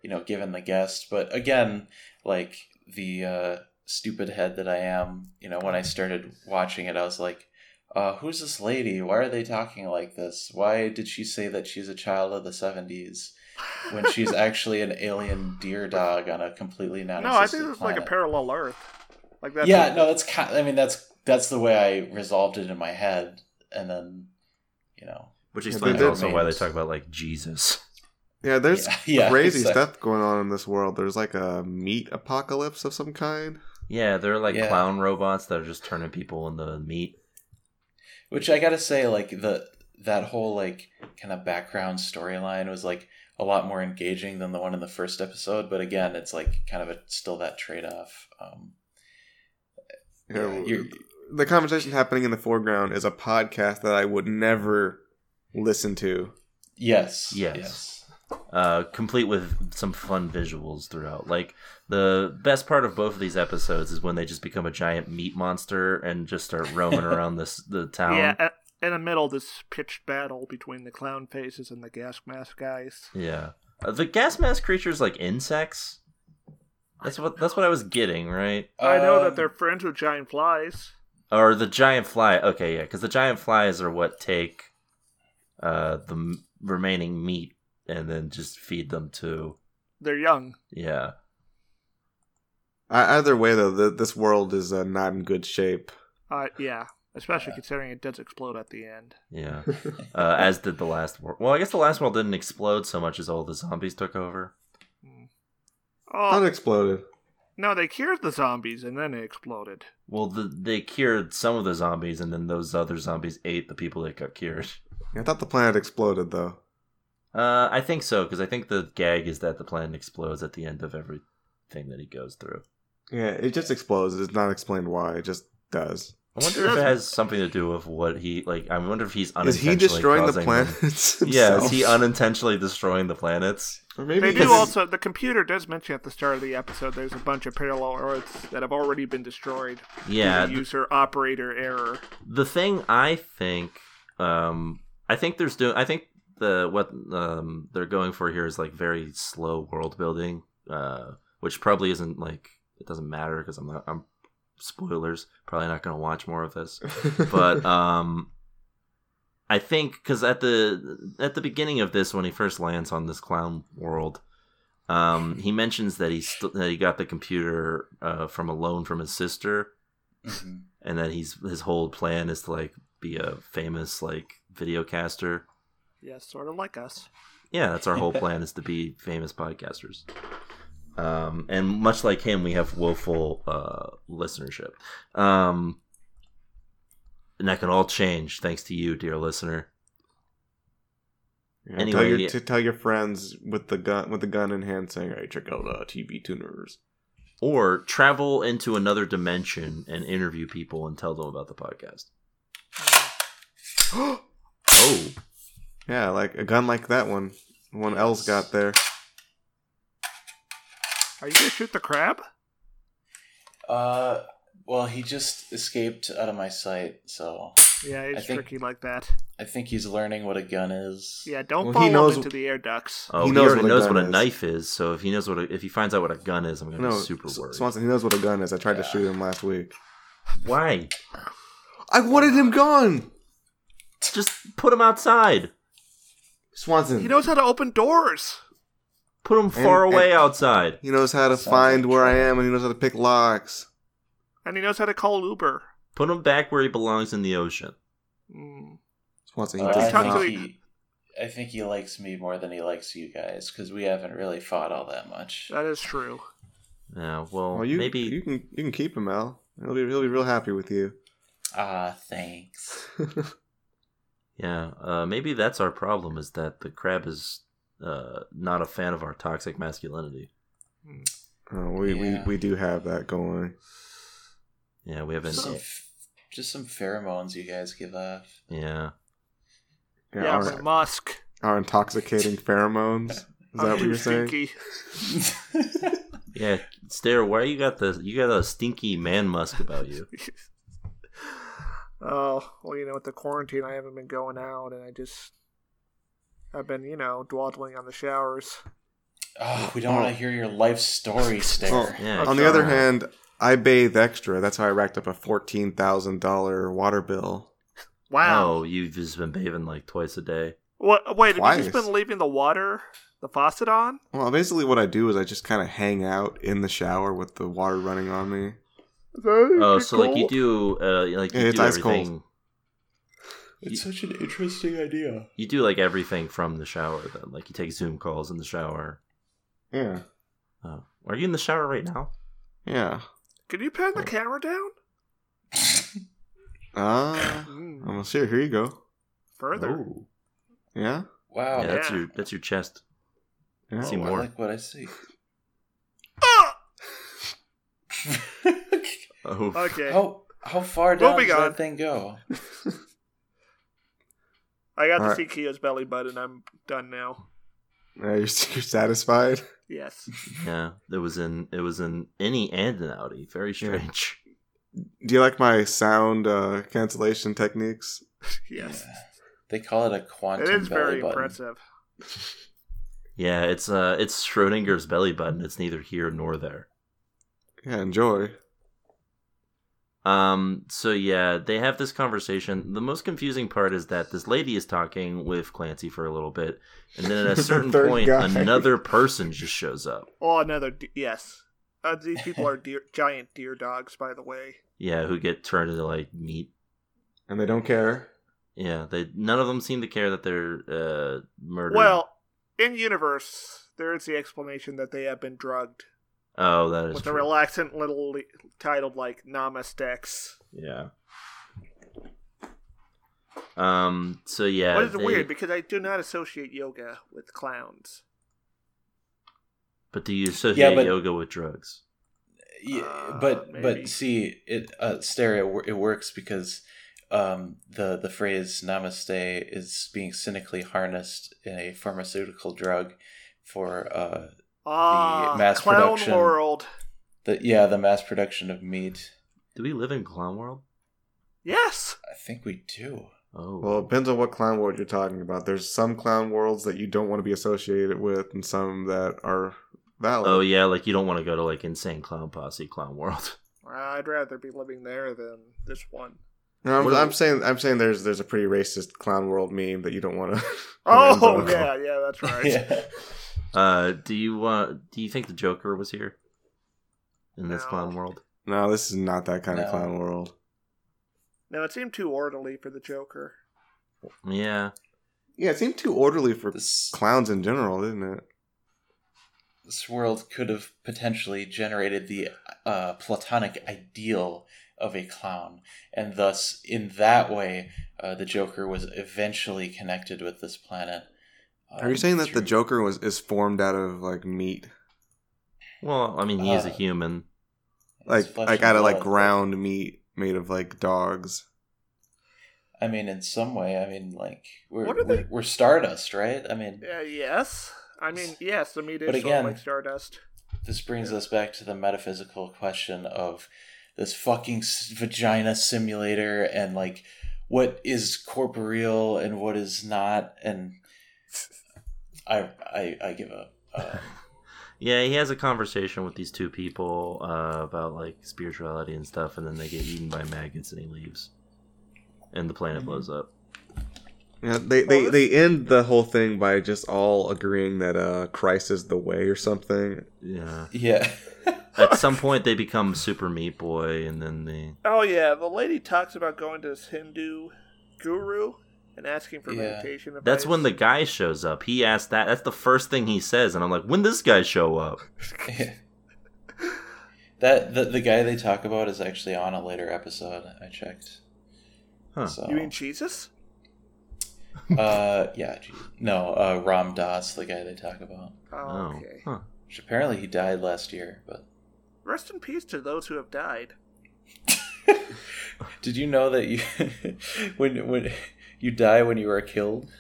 Speaker 5: you know given the guest. But again, like the uh, stupid head that I am, you know, when I started watching it, I was like. Uh, who's this lady? Why are they talking like this? Why did she say that she's a child of the 70s when she's actually an alien deer dog on a completely non
Speaker 2: No, I think it's like a
Speaker 5: planet?
Speaker 2: parallel Earth. Like that's
Speaker 5: yeah, no, that's kind. I mean, that's that's the way I resolved it in my head, and then you know,
Speaker 1: Which
Speaker 3: Yeah,
Speaker 1: explains
Speaker 3: they- they-
Speaker 1: also why they talk about like Jesus.
Speaker 3: Yeah, there's
Speaker 5: Yeah, yeah,
Speaker 3: crazy
Speaker 5: exactly.
Speaker 3: stuff going on in this world. There's like a meat apocalypse of some kind.
Speaker 1: Yeah, they're like
Speaker 5: Yeah.
Speaker 1: clown robots that are just turning people into meat.
Speaker 5: which I gotta say, like the that whole like kind of background storyline was like a lot more engaging than the one in the first episode. But again, it's like kind of a still that trade off. Um,
Speaker 3: Yeah,
Speaker 5: yeah, you're-
Speaker 3: the conversation happening in the foreground is a podcast that I would never listen to.
Speaker 5: yes,
Speaker 1: Yes.
Speaker 5: yes,
Speaker 1: uh, complete with some fun visuals throughout. Like the best part of both of these episodes is when they just become a giant meat monster and just start roaming around this the town.
Speaker 2: yeah. a- In the middle, of this pitched battle between the clown faces and the gas mask guys.
Speaker 1: Yeah. Are the gas mask creatures like insects. That's what that's what I was getting right.
Speaker 2: I know
Speaker 5: Um,
Speaker 2: that they're friends with giant flies.
Speaker 1: Or the giant fly. Okay, yeah, because the giant flies are what take uh, the m- remaining meat and then just feed them to
Speaker 2: They're young.
Speaker 1: yeah.
Speaker 3: I, either way, though, th this world is uh, not in good shape.
Speaker 2: Uh, yeah, especially considering it does explode at the end.
Speaker 1: Yeah. Uh, as did the last world. Well, I guess the last world didn't explode so much as all the zombies took over.
Speaker 3: Not
Speaker 2: Oh
Speaker 3: exploded.
Speaker 2: no, they cured the zombies and then it exploded.
Speaker 1: Well, the, they cured some of the zombies, and then those other zombies ate the people that got cured.
Speaker 3: I thought the planet exploded, though.
Speaker 1: Uh, I think so, because I think the gag is that the planet explodes at the end of everything that he goes through.
Speaker 3: Yeah, it just explodes. It's not explained why. It just does.
Speaker 1: I wonder if it has something to do with what he like. I wonder if he's
Speaker 3: Is
Speaker 1: unintentionally
Speaker 3: he destroying the
Speaker 1: causing them-
Speaker 3: planets?
Speaker 1: Yeah, is
Speaker 3: himself?
Speaker 1: he unintentionally destroying the planets?
Speaker 3: Or maybe
Speaker 2: They
Speaker 3: because
Speaker 2: do
Speaker 3: it's-
Speaker 2: also. The computer does mention at the start of the episode there's a bunch of parallel Earths that have already been destroyed. due to
Speaker 1: Yeah, th-
Speaker 2: user operator error.
Speaker 1: the thing I think, um, I think there's doing. I think the what um, they're going for here is like very slow world building, uh, which probably isn't like it doesn't matter because I'm not. I'm spoilers. Probably not going to watch more of this, but um, I think because at the at the beginning of this, when he first lands on this clown world, um, he mentions that he st- that he got the computer uh, from a loan from his sister,
Speaker 5: Mhm.
Speaker 1: and that he's his whole plan is to like be a famous like video caster.
Speaker 2: Yeah, sort of like us.
Speaker 1: Yeah, that's our whole plan is to be famous podcasters. Um, and much like him, we have woeful uh, listenership. Um, and that can all change thanks to you, dear listener.
Speaker 3: Yeah, tell
Speaker 1: Anyway,
Speaker 3: your
Speaker 1: yeah.
Speaker 3: to tell your friends with the gun with the gun in hand, saying, "Hey, check out uh, TV tuners."
Speaker 1: Or travel into another dimension and interview people and tell them about the podcast. oh,
Speaker 3: Yeah, like a gun like that one, one L's got there.
Speaker 2: Are you gonna shoot the crab?
Speaker 5: Uh, well, he just escaped out of my sight, so
Speaker 2: Yeah,
Speaker 5: I
Speaker 2: it's
Speaker 5: think-
Speaker 2: tricky like that.
Speaker 5: I think he's learning what a gun is.
Speaker 2: Yeah, don't
Speaker 3: Well, he
Speaker 2: fall up
Speaker 3: knows-
Speaker 2: into the air ducts.
Speaker 1: oh! He,
Speaker 3: He knows
Speaker 1: already
Speaker 3: what a
Speaker 1: knows
Speaker 3: gun
Speaker 1: what a
Speaker 3: is.
Speaker 1: knife is. So if he knows what a, if he finds out what a gun is, I'm gonna
Speaker 3: No,
Speaker 1: be super
Speaker 3: S-
Speaker 1: worried.
Speaker 3: Swanson, he knows what a gun is. I tried to shoot him last week.
Speaker 1: Why?
Speaker 3: I wanted him gone,
Speaker 1: Just put him outside.
Speaker 3: Swanson.
Speaker 2: He knows how to open doors.
Speaker 1: Put him far
Speaker 3: and-
Speaker 1: away outside.
Speaker 3: he knows how to
Speaker 5: Sounds
Speaker 3: find
Speaker 5: like
Speaker 3: where I
Speaker 5: trouble.
Speaker 3: am, and he knows how to pick locks.
Speaker 2: And he knows how to call Uber.
Speaker 1: Put him back where he belongs in the ocean.
Speaker 2: Mm.
Speaker 3: Swanson, he
Speaker 5: Uh,
Speaker 3: does
Speaker 2: talk to
Speaker 5: I,
Speaker 3: not.
Speaker 5: think
Speaker 2: me?
Speaker 5: he, I think he likes me more than he likes you guys because we haven't really fought all that much.
Speaker 2: That is true.
Speaker 1: Yeah, well,
Speaker 3: Well, you
Speaker 1: maybe
Speaker 3: you can you can keep him, Al. He'll be he'll be real happy with you.
Speaker 5: Ah, thanks.
Speaker 1: yeah, uh, maybe that's our problem is that the crab is uh, not a fan of our toxic masculinity.
Speaker 3: Oh, we,
Speaker 5: Yeah.
Speaker 3: we we do have that going.
Speaker 1: Yeah, we haven't.
Speaker 5: Just some, f- just some pheromones you guys give off.
Speaker 1: Yeah,
Speaker 3: Yeah,
Speaker 2: yeah,
Speaker 3: our,
Speaker 2: but Musk.
Speaker 3: our intoxicating pheromones. Is that what you're saying?
Speaker 2: stinky.
Speaker 1: yeah. Stare, why you got the you got a stinky man musk about you?
Speaker 2: Oh, well, you know, with the quarantine, I haven't been going out, and I just. I've been, you know, dawdling on the showers.
Speaker 5: oh, we don't want to hear your life story, Stare.
Speaker 1: Oh. Yeah.
Speaker 3: On the other
Speaker 1: sure.
Speaker 3: hand, I bathe extra. That's how I racked up a fourteen thousand dollar water bill.
Speaker 2: Wow.
Speaker 1: Oh, you've just been bathing like twice a day.
Speaker 2: What? Wait, have you just
Speaker 3: Twice.
Speaker 2: been leaving the water, the faucet on?
Speaker 3: Well, basically, what I do is I just kind of hang out in the shower with the water running on me.
Speaker 1: Oh, so like you do, uh, like you
Speaker 3: Yeah, it's
Speaker 1: do
Speaker 3: ice cold.
Speaker 1: everything.
Speaker 5: It's such an interesting idea.
Speaker 1: You do like everything from the shower. Then, like you take Zoom calls in the shower.
Speaker 3: Yeah,
Speaker 1: Oh. Are you in the shower right now?
Speaker 3: yeah.
Speaker 2: Can you
Speaker 1: Oh.
Speaker 2: pan the camera down?
Speaker 3: Ah,
Speaker 2: Mm,
Speaker 3: I'm sure. Here you go.
Speaker 2: further.
Speaker 1: Ooh.
Speaker 3: Yeah,
Speaker 5: Wow,
Speaker 1: Yeah, that's
Speaker 2: yeah.
Speaker 1: your that's your chest.
Speaker 3: yeah.
Speaker 1: See
Speaker 5: Oh, I
Speaker 1: more.
Speaker 5: like what I see.
Speaker 2: Ah!
Speaker 1: Oh,
Speaker 5: Uh,
Speaker 2: Okay.
Speaker 5: how how far down
Speaker 2: Moving
Speaker 5: does
Speaker 2: on.
Speaker 5: that thing go?
Speaker 2: I got to
Speaker 3: Alright.
Speaker 2: see Keo's belly button. I'm done now.
Speaker 3: Yeah, you're, you're satisfied.
Speaker 2: Yes.
Speaker 1: yeah. It was in it was in any and an outie. Very strange.
Speaker 3: Do you like my sound uh, cancellation techniques?
Speaker 2: Yes.
Speaker 5: Yeah. They call it a quantum.
Speaker 2: It is
Speaker 5: belly
Speaker 2: very
Speaker 5: button.
Speaker 2: impressive.
Speaker 1: Yeah, it's uh, it's Schrodinger's belly button. It's neither here nor there.
Speaker 3: Yeah, enjoy.
Speaker 1: Um. So yeah, they have this conversation. The most confusing part is that this lady is talking with Clancy for a little bit, and then at a certain
Speaker 3: Third
Speaker 1: point,
Speaker 3: guy.
Speaker 1: another person just shows up.
Speaker 2: Oh, another. De- yes. Uh, these people are deer, giant deer dogs, by the way.
Speaker 1: Yeah, who get turned into like meat.
Speaker 3: And they don't care.
Speaker 1: Yeah, they none of them seem to care that they're uh murdered.
Speaker 2: Well, in universe, there is the explanation that they have been drugged
Speaker 1: oh, that is
Speaker 2: with a
Speaker 1: true.
Speaker 2: relaxant little li- titled like Namastex.
Speaker 1: Yeah. Um. So yeah.
Speaker 2: what is
Speaker 1: they-
Speaker 2: weird because I do not associate yoga with clowns.
Speaker 1: But do you associate
Speaker 5: but-
Speaker 1: yoga with drugs?
Speaker 5: Yeah,
Speaker 2: Uh,
Speaker 5: but
Speaker 2: maybe.
Speaker 5: but see it uh, stereo it, wor- it works because um, the the phrase namaste is being cynically harnessed in a pharmaceutical drug for uh,
Speaker 2: Ah,
Speaker 5: mass
Speaker 2: clown
Speaker 5: production.
Speaker 2: world.
Speaker 5: the yeah the mass production of meat.
Speaker 1: Do we live in clown world?
Speaker 2: Yes.
Speaker 5: I think we do.
Speaker 1: Oh.
Speaker 3: Well, it depends on what clown world you're talking about. There's some clown worlds that you don't want to be associated with, and some that are valid.
Speaker 1: oh yeah, like you don't want to go to like insane clown posse clown world.
Speaker 2: I'd rather be living there than this one.
Speaker 3: No, I'm,
Speaker 1: What-
Speaker 3: I'm saying I'm saying there's there's a pretty racist clown world meme that you don't want to.
Speaker 2: Oh yeah, yeah, that's right.
Speaker 5: yeah.
Speaker 1: Uh, do you want? Do you think the Joker was here in this
Speaker 2: No.
Speaker 1: clown world?
Speaker 3: No, this is not that kind of
Speaker 5: No.
Speaker 3: clown world.
Speaker 2: No, it seemed too orderly for the Joker.
Speaker 1: Yeah,
Speaker 3: Yeah, it seemed too orderly for
Speaker 5: This,
Speaker 3: clowns in general, didn't it?
Speaker 5: this world could have potentially generated the uh, platonic ideal of a clown, and thus, in that way, uh, the Joker was eventually connected with this planet.
Speaker 3: Are
Speaker 5: um,
Speaker 3: you saying that the
Speaker 5: through-
Speaker 3: Joker was is formed out of like meat,
Speaker 1: Well, I mean, he is a
Speaker 5: Uh,
Speaker 1: human.
Speaker 5: his
Speaker 3: like
Speaker 5: flesh
Speaker 3: like
Speaker 5: and
Speaker 3: out of like
Speaker 5: blood?
Speaker 3: ground meat made of like dogs?
Speaker 5: I mean, in some way, I mean, like we're
Speaker 2: What are
Speaker 5: we're,
Speaker 2: they-
Speaker 5: we're stardust, right? I mean,
Speaker 2: Uh, yes, I mean yes, the meat is
Speaker 5: But
Speaker 2: sort of
Speaker 5: again-
Speaker 2: like Stardust.
Speaker 5: this brings us back to the metaphysical question of this fucking s- vagina simulator and like what is corporeal and what is not, and I I, I give up. Uh,
Speaker 1: Yeah, he has a conversation with these two people uh, about like spirituality and stuff, and then they get eaten by maggots, and he leaves, and the planet
Speaker 2: Mm-hmm.
Speaker 1: blows up.
Speaker 3: Yeah, they they, they end the whole thing by just all agreeing that uh Christ is the way or something.
Speaker 1: Yeah.
Speaker 5: yeah.
Speaker 1: At some point, they become Super Meat Boy, and then they.
Speaker 2: Oh yeah, the lady talks about going to this Hindu guru and asking for
Speaker 5: Yeah.
Speaker 2: meditation advice.
Speaker 1: That's when the guy shows up. He asked that. That's the first thing he says, and I'm like, when this guy show up?
Speaker 5: that the, the guy they talk about is actually on a later episode. I checked.
Speaker 1: Huh.
Speaker 5: So,
Speaker 2: you mean Jesus?
Speaker 5: uh, yeah, geez. no, uh, Ram Das, the guy they talk about.
Speaker 2: Oh,
Speaker 1: Oh,
Speaker 2: okay.
Speaker 1: huh.
Speaker 5: Which apparently he died last year, but
Speaker 2: Rest in peace to those who have died.
Speaker 5: Did you know that you when when you die when you are killed?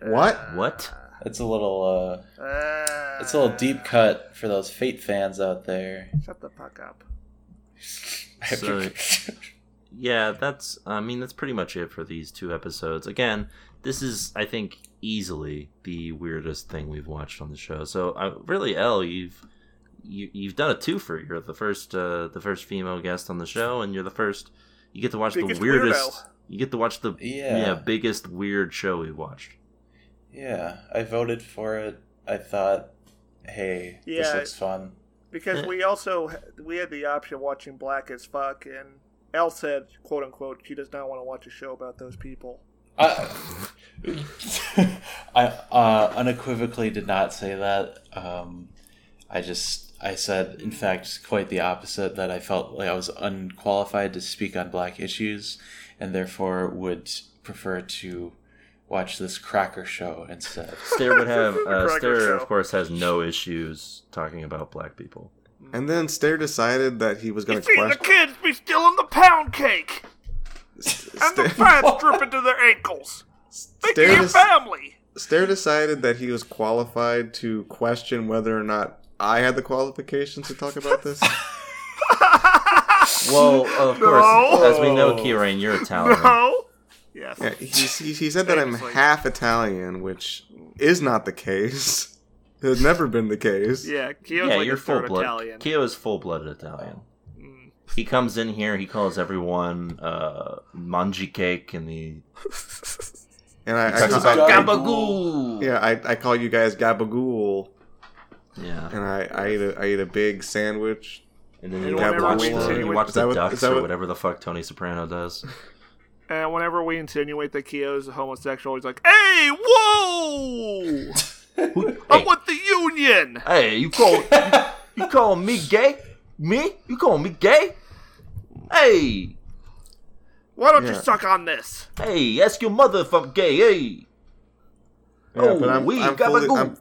Speaker 3: What?
Speaker 1: What?
Speaker 5: That's a little uh
Speaker 2: Uh,
Speaker 5: that's a little deep cut for those Fate fans out there.
Speaker 2: Shut the fuck up.
Speaker 1: So- Yeah, that's. I mean, that's pretty much it for these two episodes. Again, this is, I think, easily the weirdest thing we've watched on the show. So, uh, really, Elle, you've you, you've done a twofer. You're the first uh, the first female guest on the show, and you're the first. You get to watch
Speaker 2: Biggest
Speaker 1: the weirdest.
Speaker 2: weirdo.
Speaker 1: You get to watch the
Speaker 5: Yeah.
Speaker 1: yeah biggest weird show we've watched.
Speaker 5: yeah, I voted for it. I thought, hey, this
Speaker 2: Yeah.
Speaker 5: looks fun.
Speaker 1: Eh.
Speaker 2: Because we also we had the option of watching Black as Fuck, and Elle said, "quote unquote," she does not want to watch a show about those people.
Speaker 5: I, I uh, unequivocally did not say that. Um, I just I said, in fact, quite the opposite. That I felt like I was unqualified to speak on black issues, and therefore would prefer to watch this cracker show instead.
Speaker 1: Stair would have uh,
Speaker 2: Cracker
Speaker 1: Stair,
Speaker 2: show.
Speaker 1: of course, has no issues talking about black people.
Speaker 3: And then Stair decided that he was going
Speaker 2: It's
Speaker 3: to
Speaker 2: either the
Speaker 3: question.
Speaker 2: kids be stealing the pound cake and the
Speaker 3: Stair,
Speaker 2: fats dripping to their ankles. Think
Speaker 3: Stair
Speaker 2: of your
Speaker 3: dec-
Speaker 2: family.
Speaker 3: Stair decided that he was qualified to question whether or not I had the qualifications to talk about this.
Speaker 1: Well, of course, as we know, Kieran, you're Italian.
Speaker 2: No. Yes.
Speaker 3: Yeah, he, he, he said that I'm
Speaker 2: Famously.
Speaker 3: half Italian, which is not the case. It has never been the case.
Speaker 2: Yeah. Keo's
Speaker 1: yeah,
Speaker 2: like
Speaker 1: you're
Speaker 2: a third
Speaker 1: full blood.
Speaker 2: Italian.
Speaker 1: Keo is full blooded Italian. He comes in here, he calls everyone uh, mangi cake, and he
Speaker 3: And I, I,
Speaker 1: talks
Speaker 3: ca- I-
Speaker 1: about
Speaker 5: gabagool.
Speaker 3: yeah, I, I call you guys gabagool,
Speaker 1: yeah.
Speaker 3: and I, I eat a I eat a big sandwich.
Speaker 1: And then
Speaker 2: And
Speaker 1: you
Speaker 2: whenever
Speaker 1: watch,
Speaker 2: we
Speaker 1: the, you
Speaker 2: insinuate-
Speaker 1: watch
Speaker 3: Is that
Speaker 1: the
Speaker 3: what- is
Speaker 1: ducks
Speaker 3: that
Speaker 1: or
Speaker 3: what-
Speaker 1: whatever the fuck Tony Soprano does.
Speaker 2: And whenever we insinuate that Keo's a homosexual, he's like, "Hey, whoa! I'm
Speaker 1: hey,
Speaker 2: with the union."
Speaker 1: hey, you call you call me gay? Me? You call me gay? Hey,
Speaker 2: Why don't you
Speaker 3: Yeah.
Speaker 2: suck on this?
Speaker 1: hey, ask your mother if I'm gay. Hey, Oh, we
Speaker 3: fully,
Speaker 1: gabagool.
Speaker 3: I'm,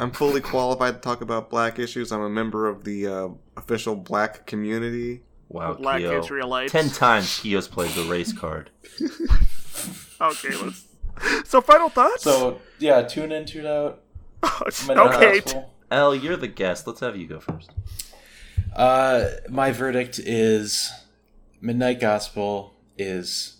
Speaker 3: I'm fully qualified to talk about black issues. I'm a member of the uh, official black community.
Speaker 1: wow,
Speaker 2: Black
Speaker 1: Keo.
Speaker 2: Israelites.
Speaker 1: Ten times Keo's played the race card.
Speaker 2: Okay, let's. So, final thoughts.
Speaker 5: So yeah, tune in, tune out.
Speaker 1: uh,
Speaker 5: Mental
Speaker 2: okay.
Speaker 5: Hospital.
Speaker 1: Al, you're the guest. Let's have you go first.
Speaker 5: Uh, my verdict is Midnight Gospel is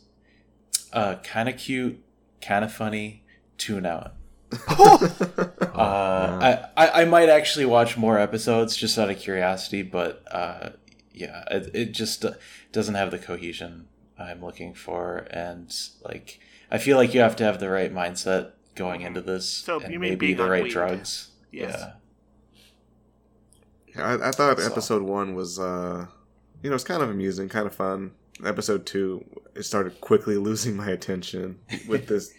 Speaker 5: uh, kind of cute, kind of funny. Tune out. uh, I, I I might actually watch more episodes just out of curiosity, but uh, yeah, it, it just uh, doesn't have the cohesion I'm looking for, and like I feel like you have to have the right mindset going into this,
Speaker 2: So
Speaker 5: and
Speaker 2: you mean
Speaker 5: maybe
Speaker 2: being
Speaker 5: the right
Speaker 2: unweed.
Speaker 5: drugs.
Speaker 2: Yes.
Speaker 5: Yeah,
Speaker 3: Yeah, I, I thought
Speaker 5: So-
Speaker 3: episode one was, uh, you know, it's kind of amusing, kind of fun. Episode two, it started quickly losing my attention with this,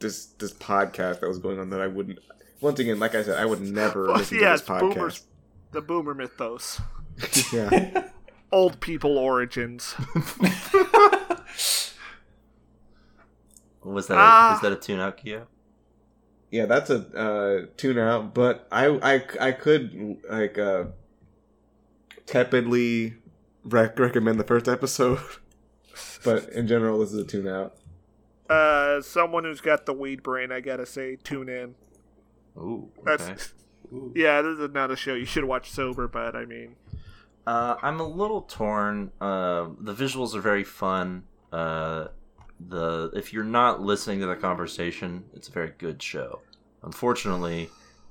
Speaker 3: this, this podcast that was going on that I wouldn't. Once again, like I said, I would never
Speaker 2: Well,
Speaker 3: listen
Speaker 2: yes,
Speaker 3: to this podcast.
Speaker 2: boomers. The boomer mythos.
Speaker 3: Yeah,
Speaker 2: Old people origins.
Speaker 1: Was that?
Speaker 2: Ah.
Speaker 1: is that a tune-out, Kyo?
Speaker 3: yeah, that's a uh, tune out. But I, I, I could like uh, tepidly rec- recommend the first episode, but in general, this is a tune out.
Speaker 2: Uh, someone who's got the weed brain, I gotta say, tune in.
Speaker 1: Ooh,
Speaker 2: That's
Speaker 1: okay.
Speaker 2: yeah. This is not a show you should watch sober, but I mean,
Speaker 1: Uh, I'm a little torn. Uh, the visuals are very fun. Uh, the if you're not listening to the conversation, it's a very good show. Unfortunately,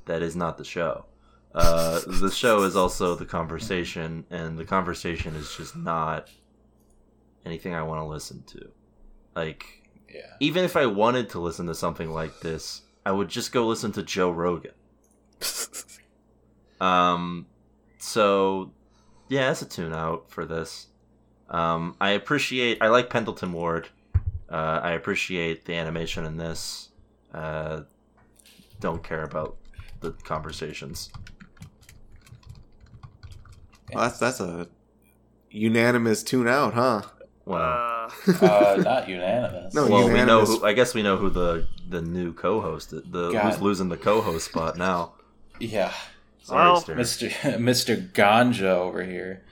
Speaker 1: that is not the show. Uh, the show is also the conversation, and the conversation is just not anything I want to listen to. Like,
Speaker 5: yeah.
Speaker 1: even if I wanted to listen to something like this, I would just go listen to Joe Rogan. um, so yeah, that's a tune out for this. Um, I appreciate. I like Pendleton Ward. Uh, I appreciate the animation in this. Uh, don't care about the conversations.
Speaker 3: Well, that's that's a unanimous tune out, huh?
Speaker 1: Well,
Speaker 2: uh,
Speaker 5: Uh, not unanimous.
Speaker 3: No,
Speaker 1: well, we know.
Speaker 3: unanimous-
Speaker 1: Who, I guess we know who the the new co-host. The
Speaker 5: God.
Speaker 1: who's losing the co-host spot now.
Speaker 5: Yeah,
Speaker 1: Sorry,
Speaker 2: Well,
Speaker 1: Ster.
Speaker 5: Mister Mister Ganja over here,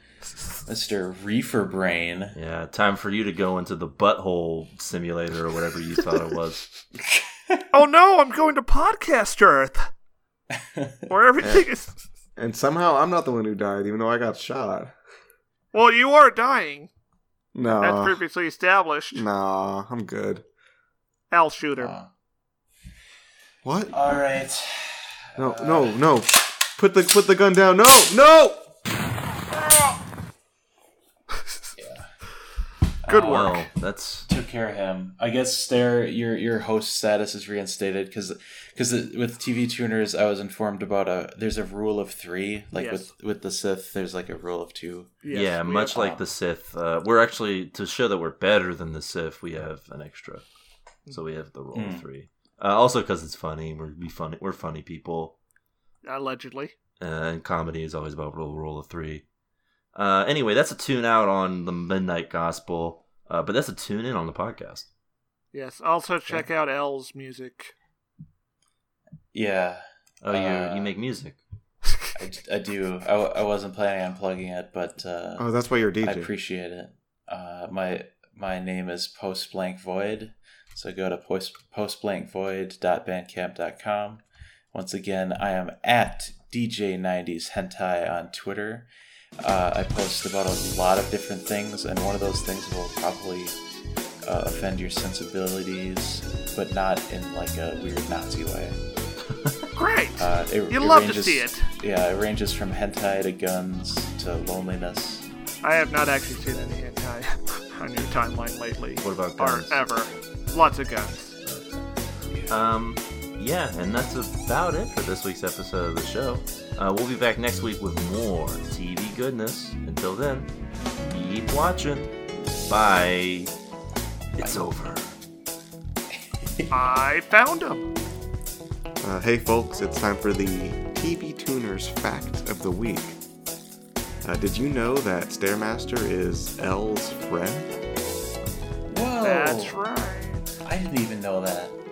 Speaker 5: Mister Reefer Brain.
Speaker 1: Yeah, time for you to go into the butthole simulator or whatever you thought it was.
Speaker 2: oh no, I'm going to podcast Earth, where everything is.
Speaker 3: And somehow I'm not the one who died, even though I got shot.
Speaker 2: Well, you are dying.
Speaker 3: No,
Speaker 2: That's previously established.
Speaker 3: no, I'm good.
Speaker 2: Al Shooter.
Speaker 5: Uh,
Speaker 3: What?
Speaker 5: all right.
Speaker 3: No, no, no! Put the put the gun down! No, no!
Speaker 2: Good work.
Speaker 1: Well, that's
Speaker 5: took care of him. I guess there your your host status is reinstated because because with TV tuners I was informed about a there's a rule of three like
Speaker 2: Yes.
Speaker 5: with with the Sith there's like a rule of two.
Speaker 2: Yes,
Speaker 1: yeah,
Speaker 2: we
Speaker 1: much
Speaker 2: have-
Speaker 1: like the Sith. Uh, we're actually to show that we're better than the Sith. We have an extra, so we have the roll of
Speaker 5: Mm.
Speaker 1: three. Uh, also, because it's funny, we're we funny. We're funny people, uh,
Speaker 2: allegedly.
Speaker 1: and comedy is always about roll roll of three. Uh, anyway, that's a tune out on the Midnight Gospel, uh, but that's a tune in on the podcast.
Speaker 2: Yes. Also check out Al's music.
Speaker 5: Yeah,
Speaker 1: Oh, you
Speaker 5: Uh,
Speaker 1: you make music.
Speaker 5: I, d- I do. I, w- I wasn't planning on plugging it, but uh,
Speaker 3: Oh, that's why you're a DJ.
Speaker 5: I appreciate it. Uh, my my name is Post Blank Void, so go to post postblankvoid.bandcamp.com. Once again, I am at DJ90s Hentai on Twitter. Uh, I post about a lot of different things, and one of those things will probably uh, offend your sensibilities, but not in like a weird Nazi way.
Speaker 2: Great.
Speaker 5: Uh, it,
Speaker 2: You'd love to
Speaker 5: ranges-
Speaker 2: see it.
Speaker 5: Yeah, it ranges from hentai to guns to loneliness.
Speaker 2: I have not actually seen any anti on your timeline lately.
Speaker 1: What about
Speaker 2: or
Speaker 1: guns?
Speaker 2: ever? Lots of guns.
Speaker 1: Um, yeah, and that's about it for this week's episode of the show. Uh, we'll be back next week with more TV goodness. Until then, keep watching. Bye. It's over.
Speaker 2: I found them.
Speaker 3: Uh, hey, folks! It's time for the TV Tuners Fact of the Week. Uh, did you know that Stairmaster is L's friend?
Speaker 5: Whoa!
Speaker 1: Oh.
Speaker 2: That's right.
Speaker 5: I didn't even know that.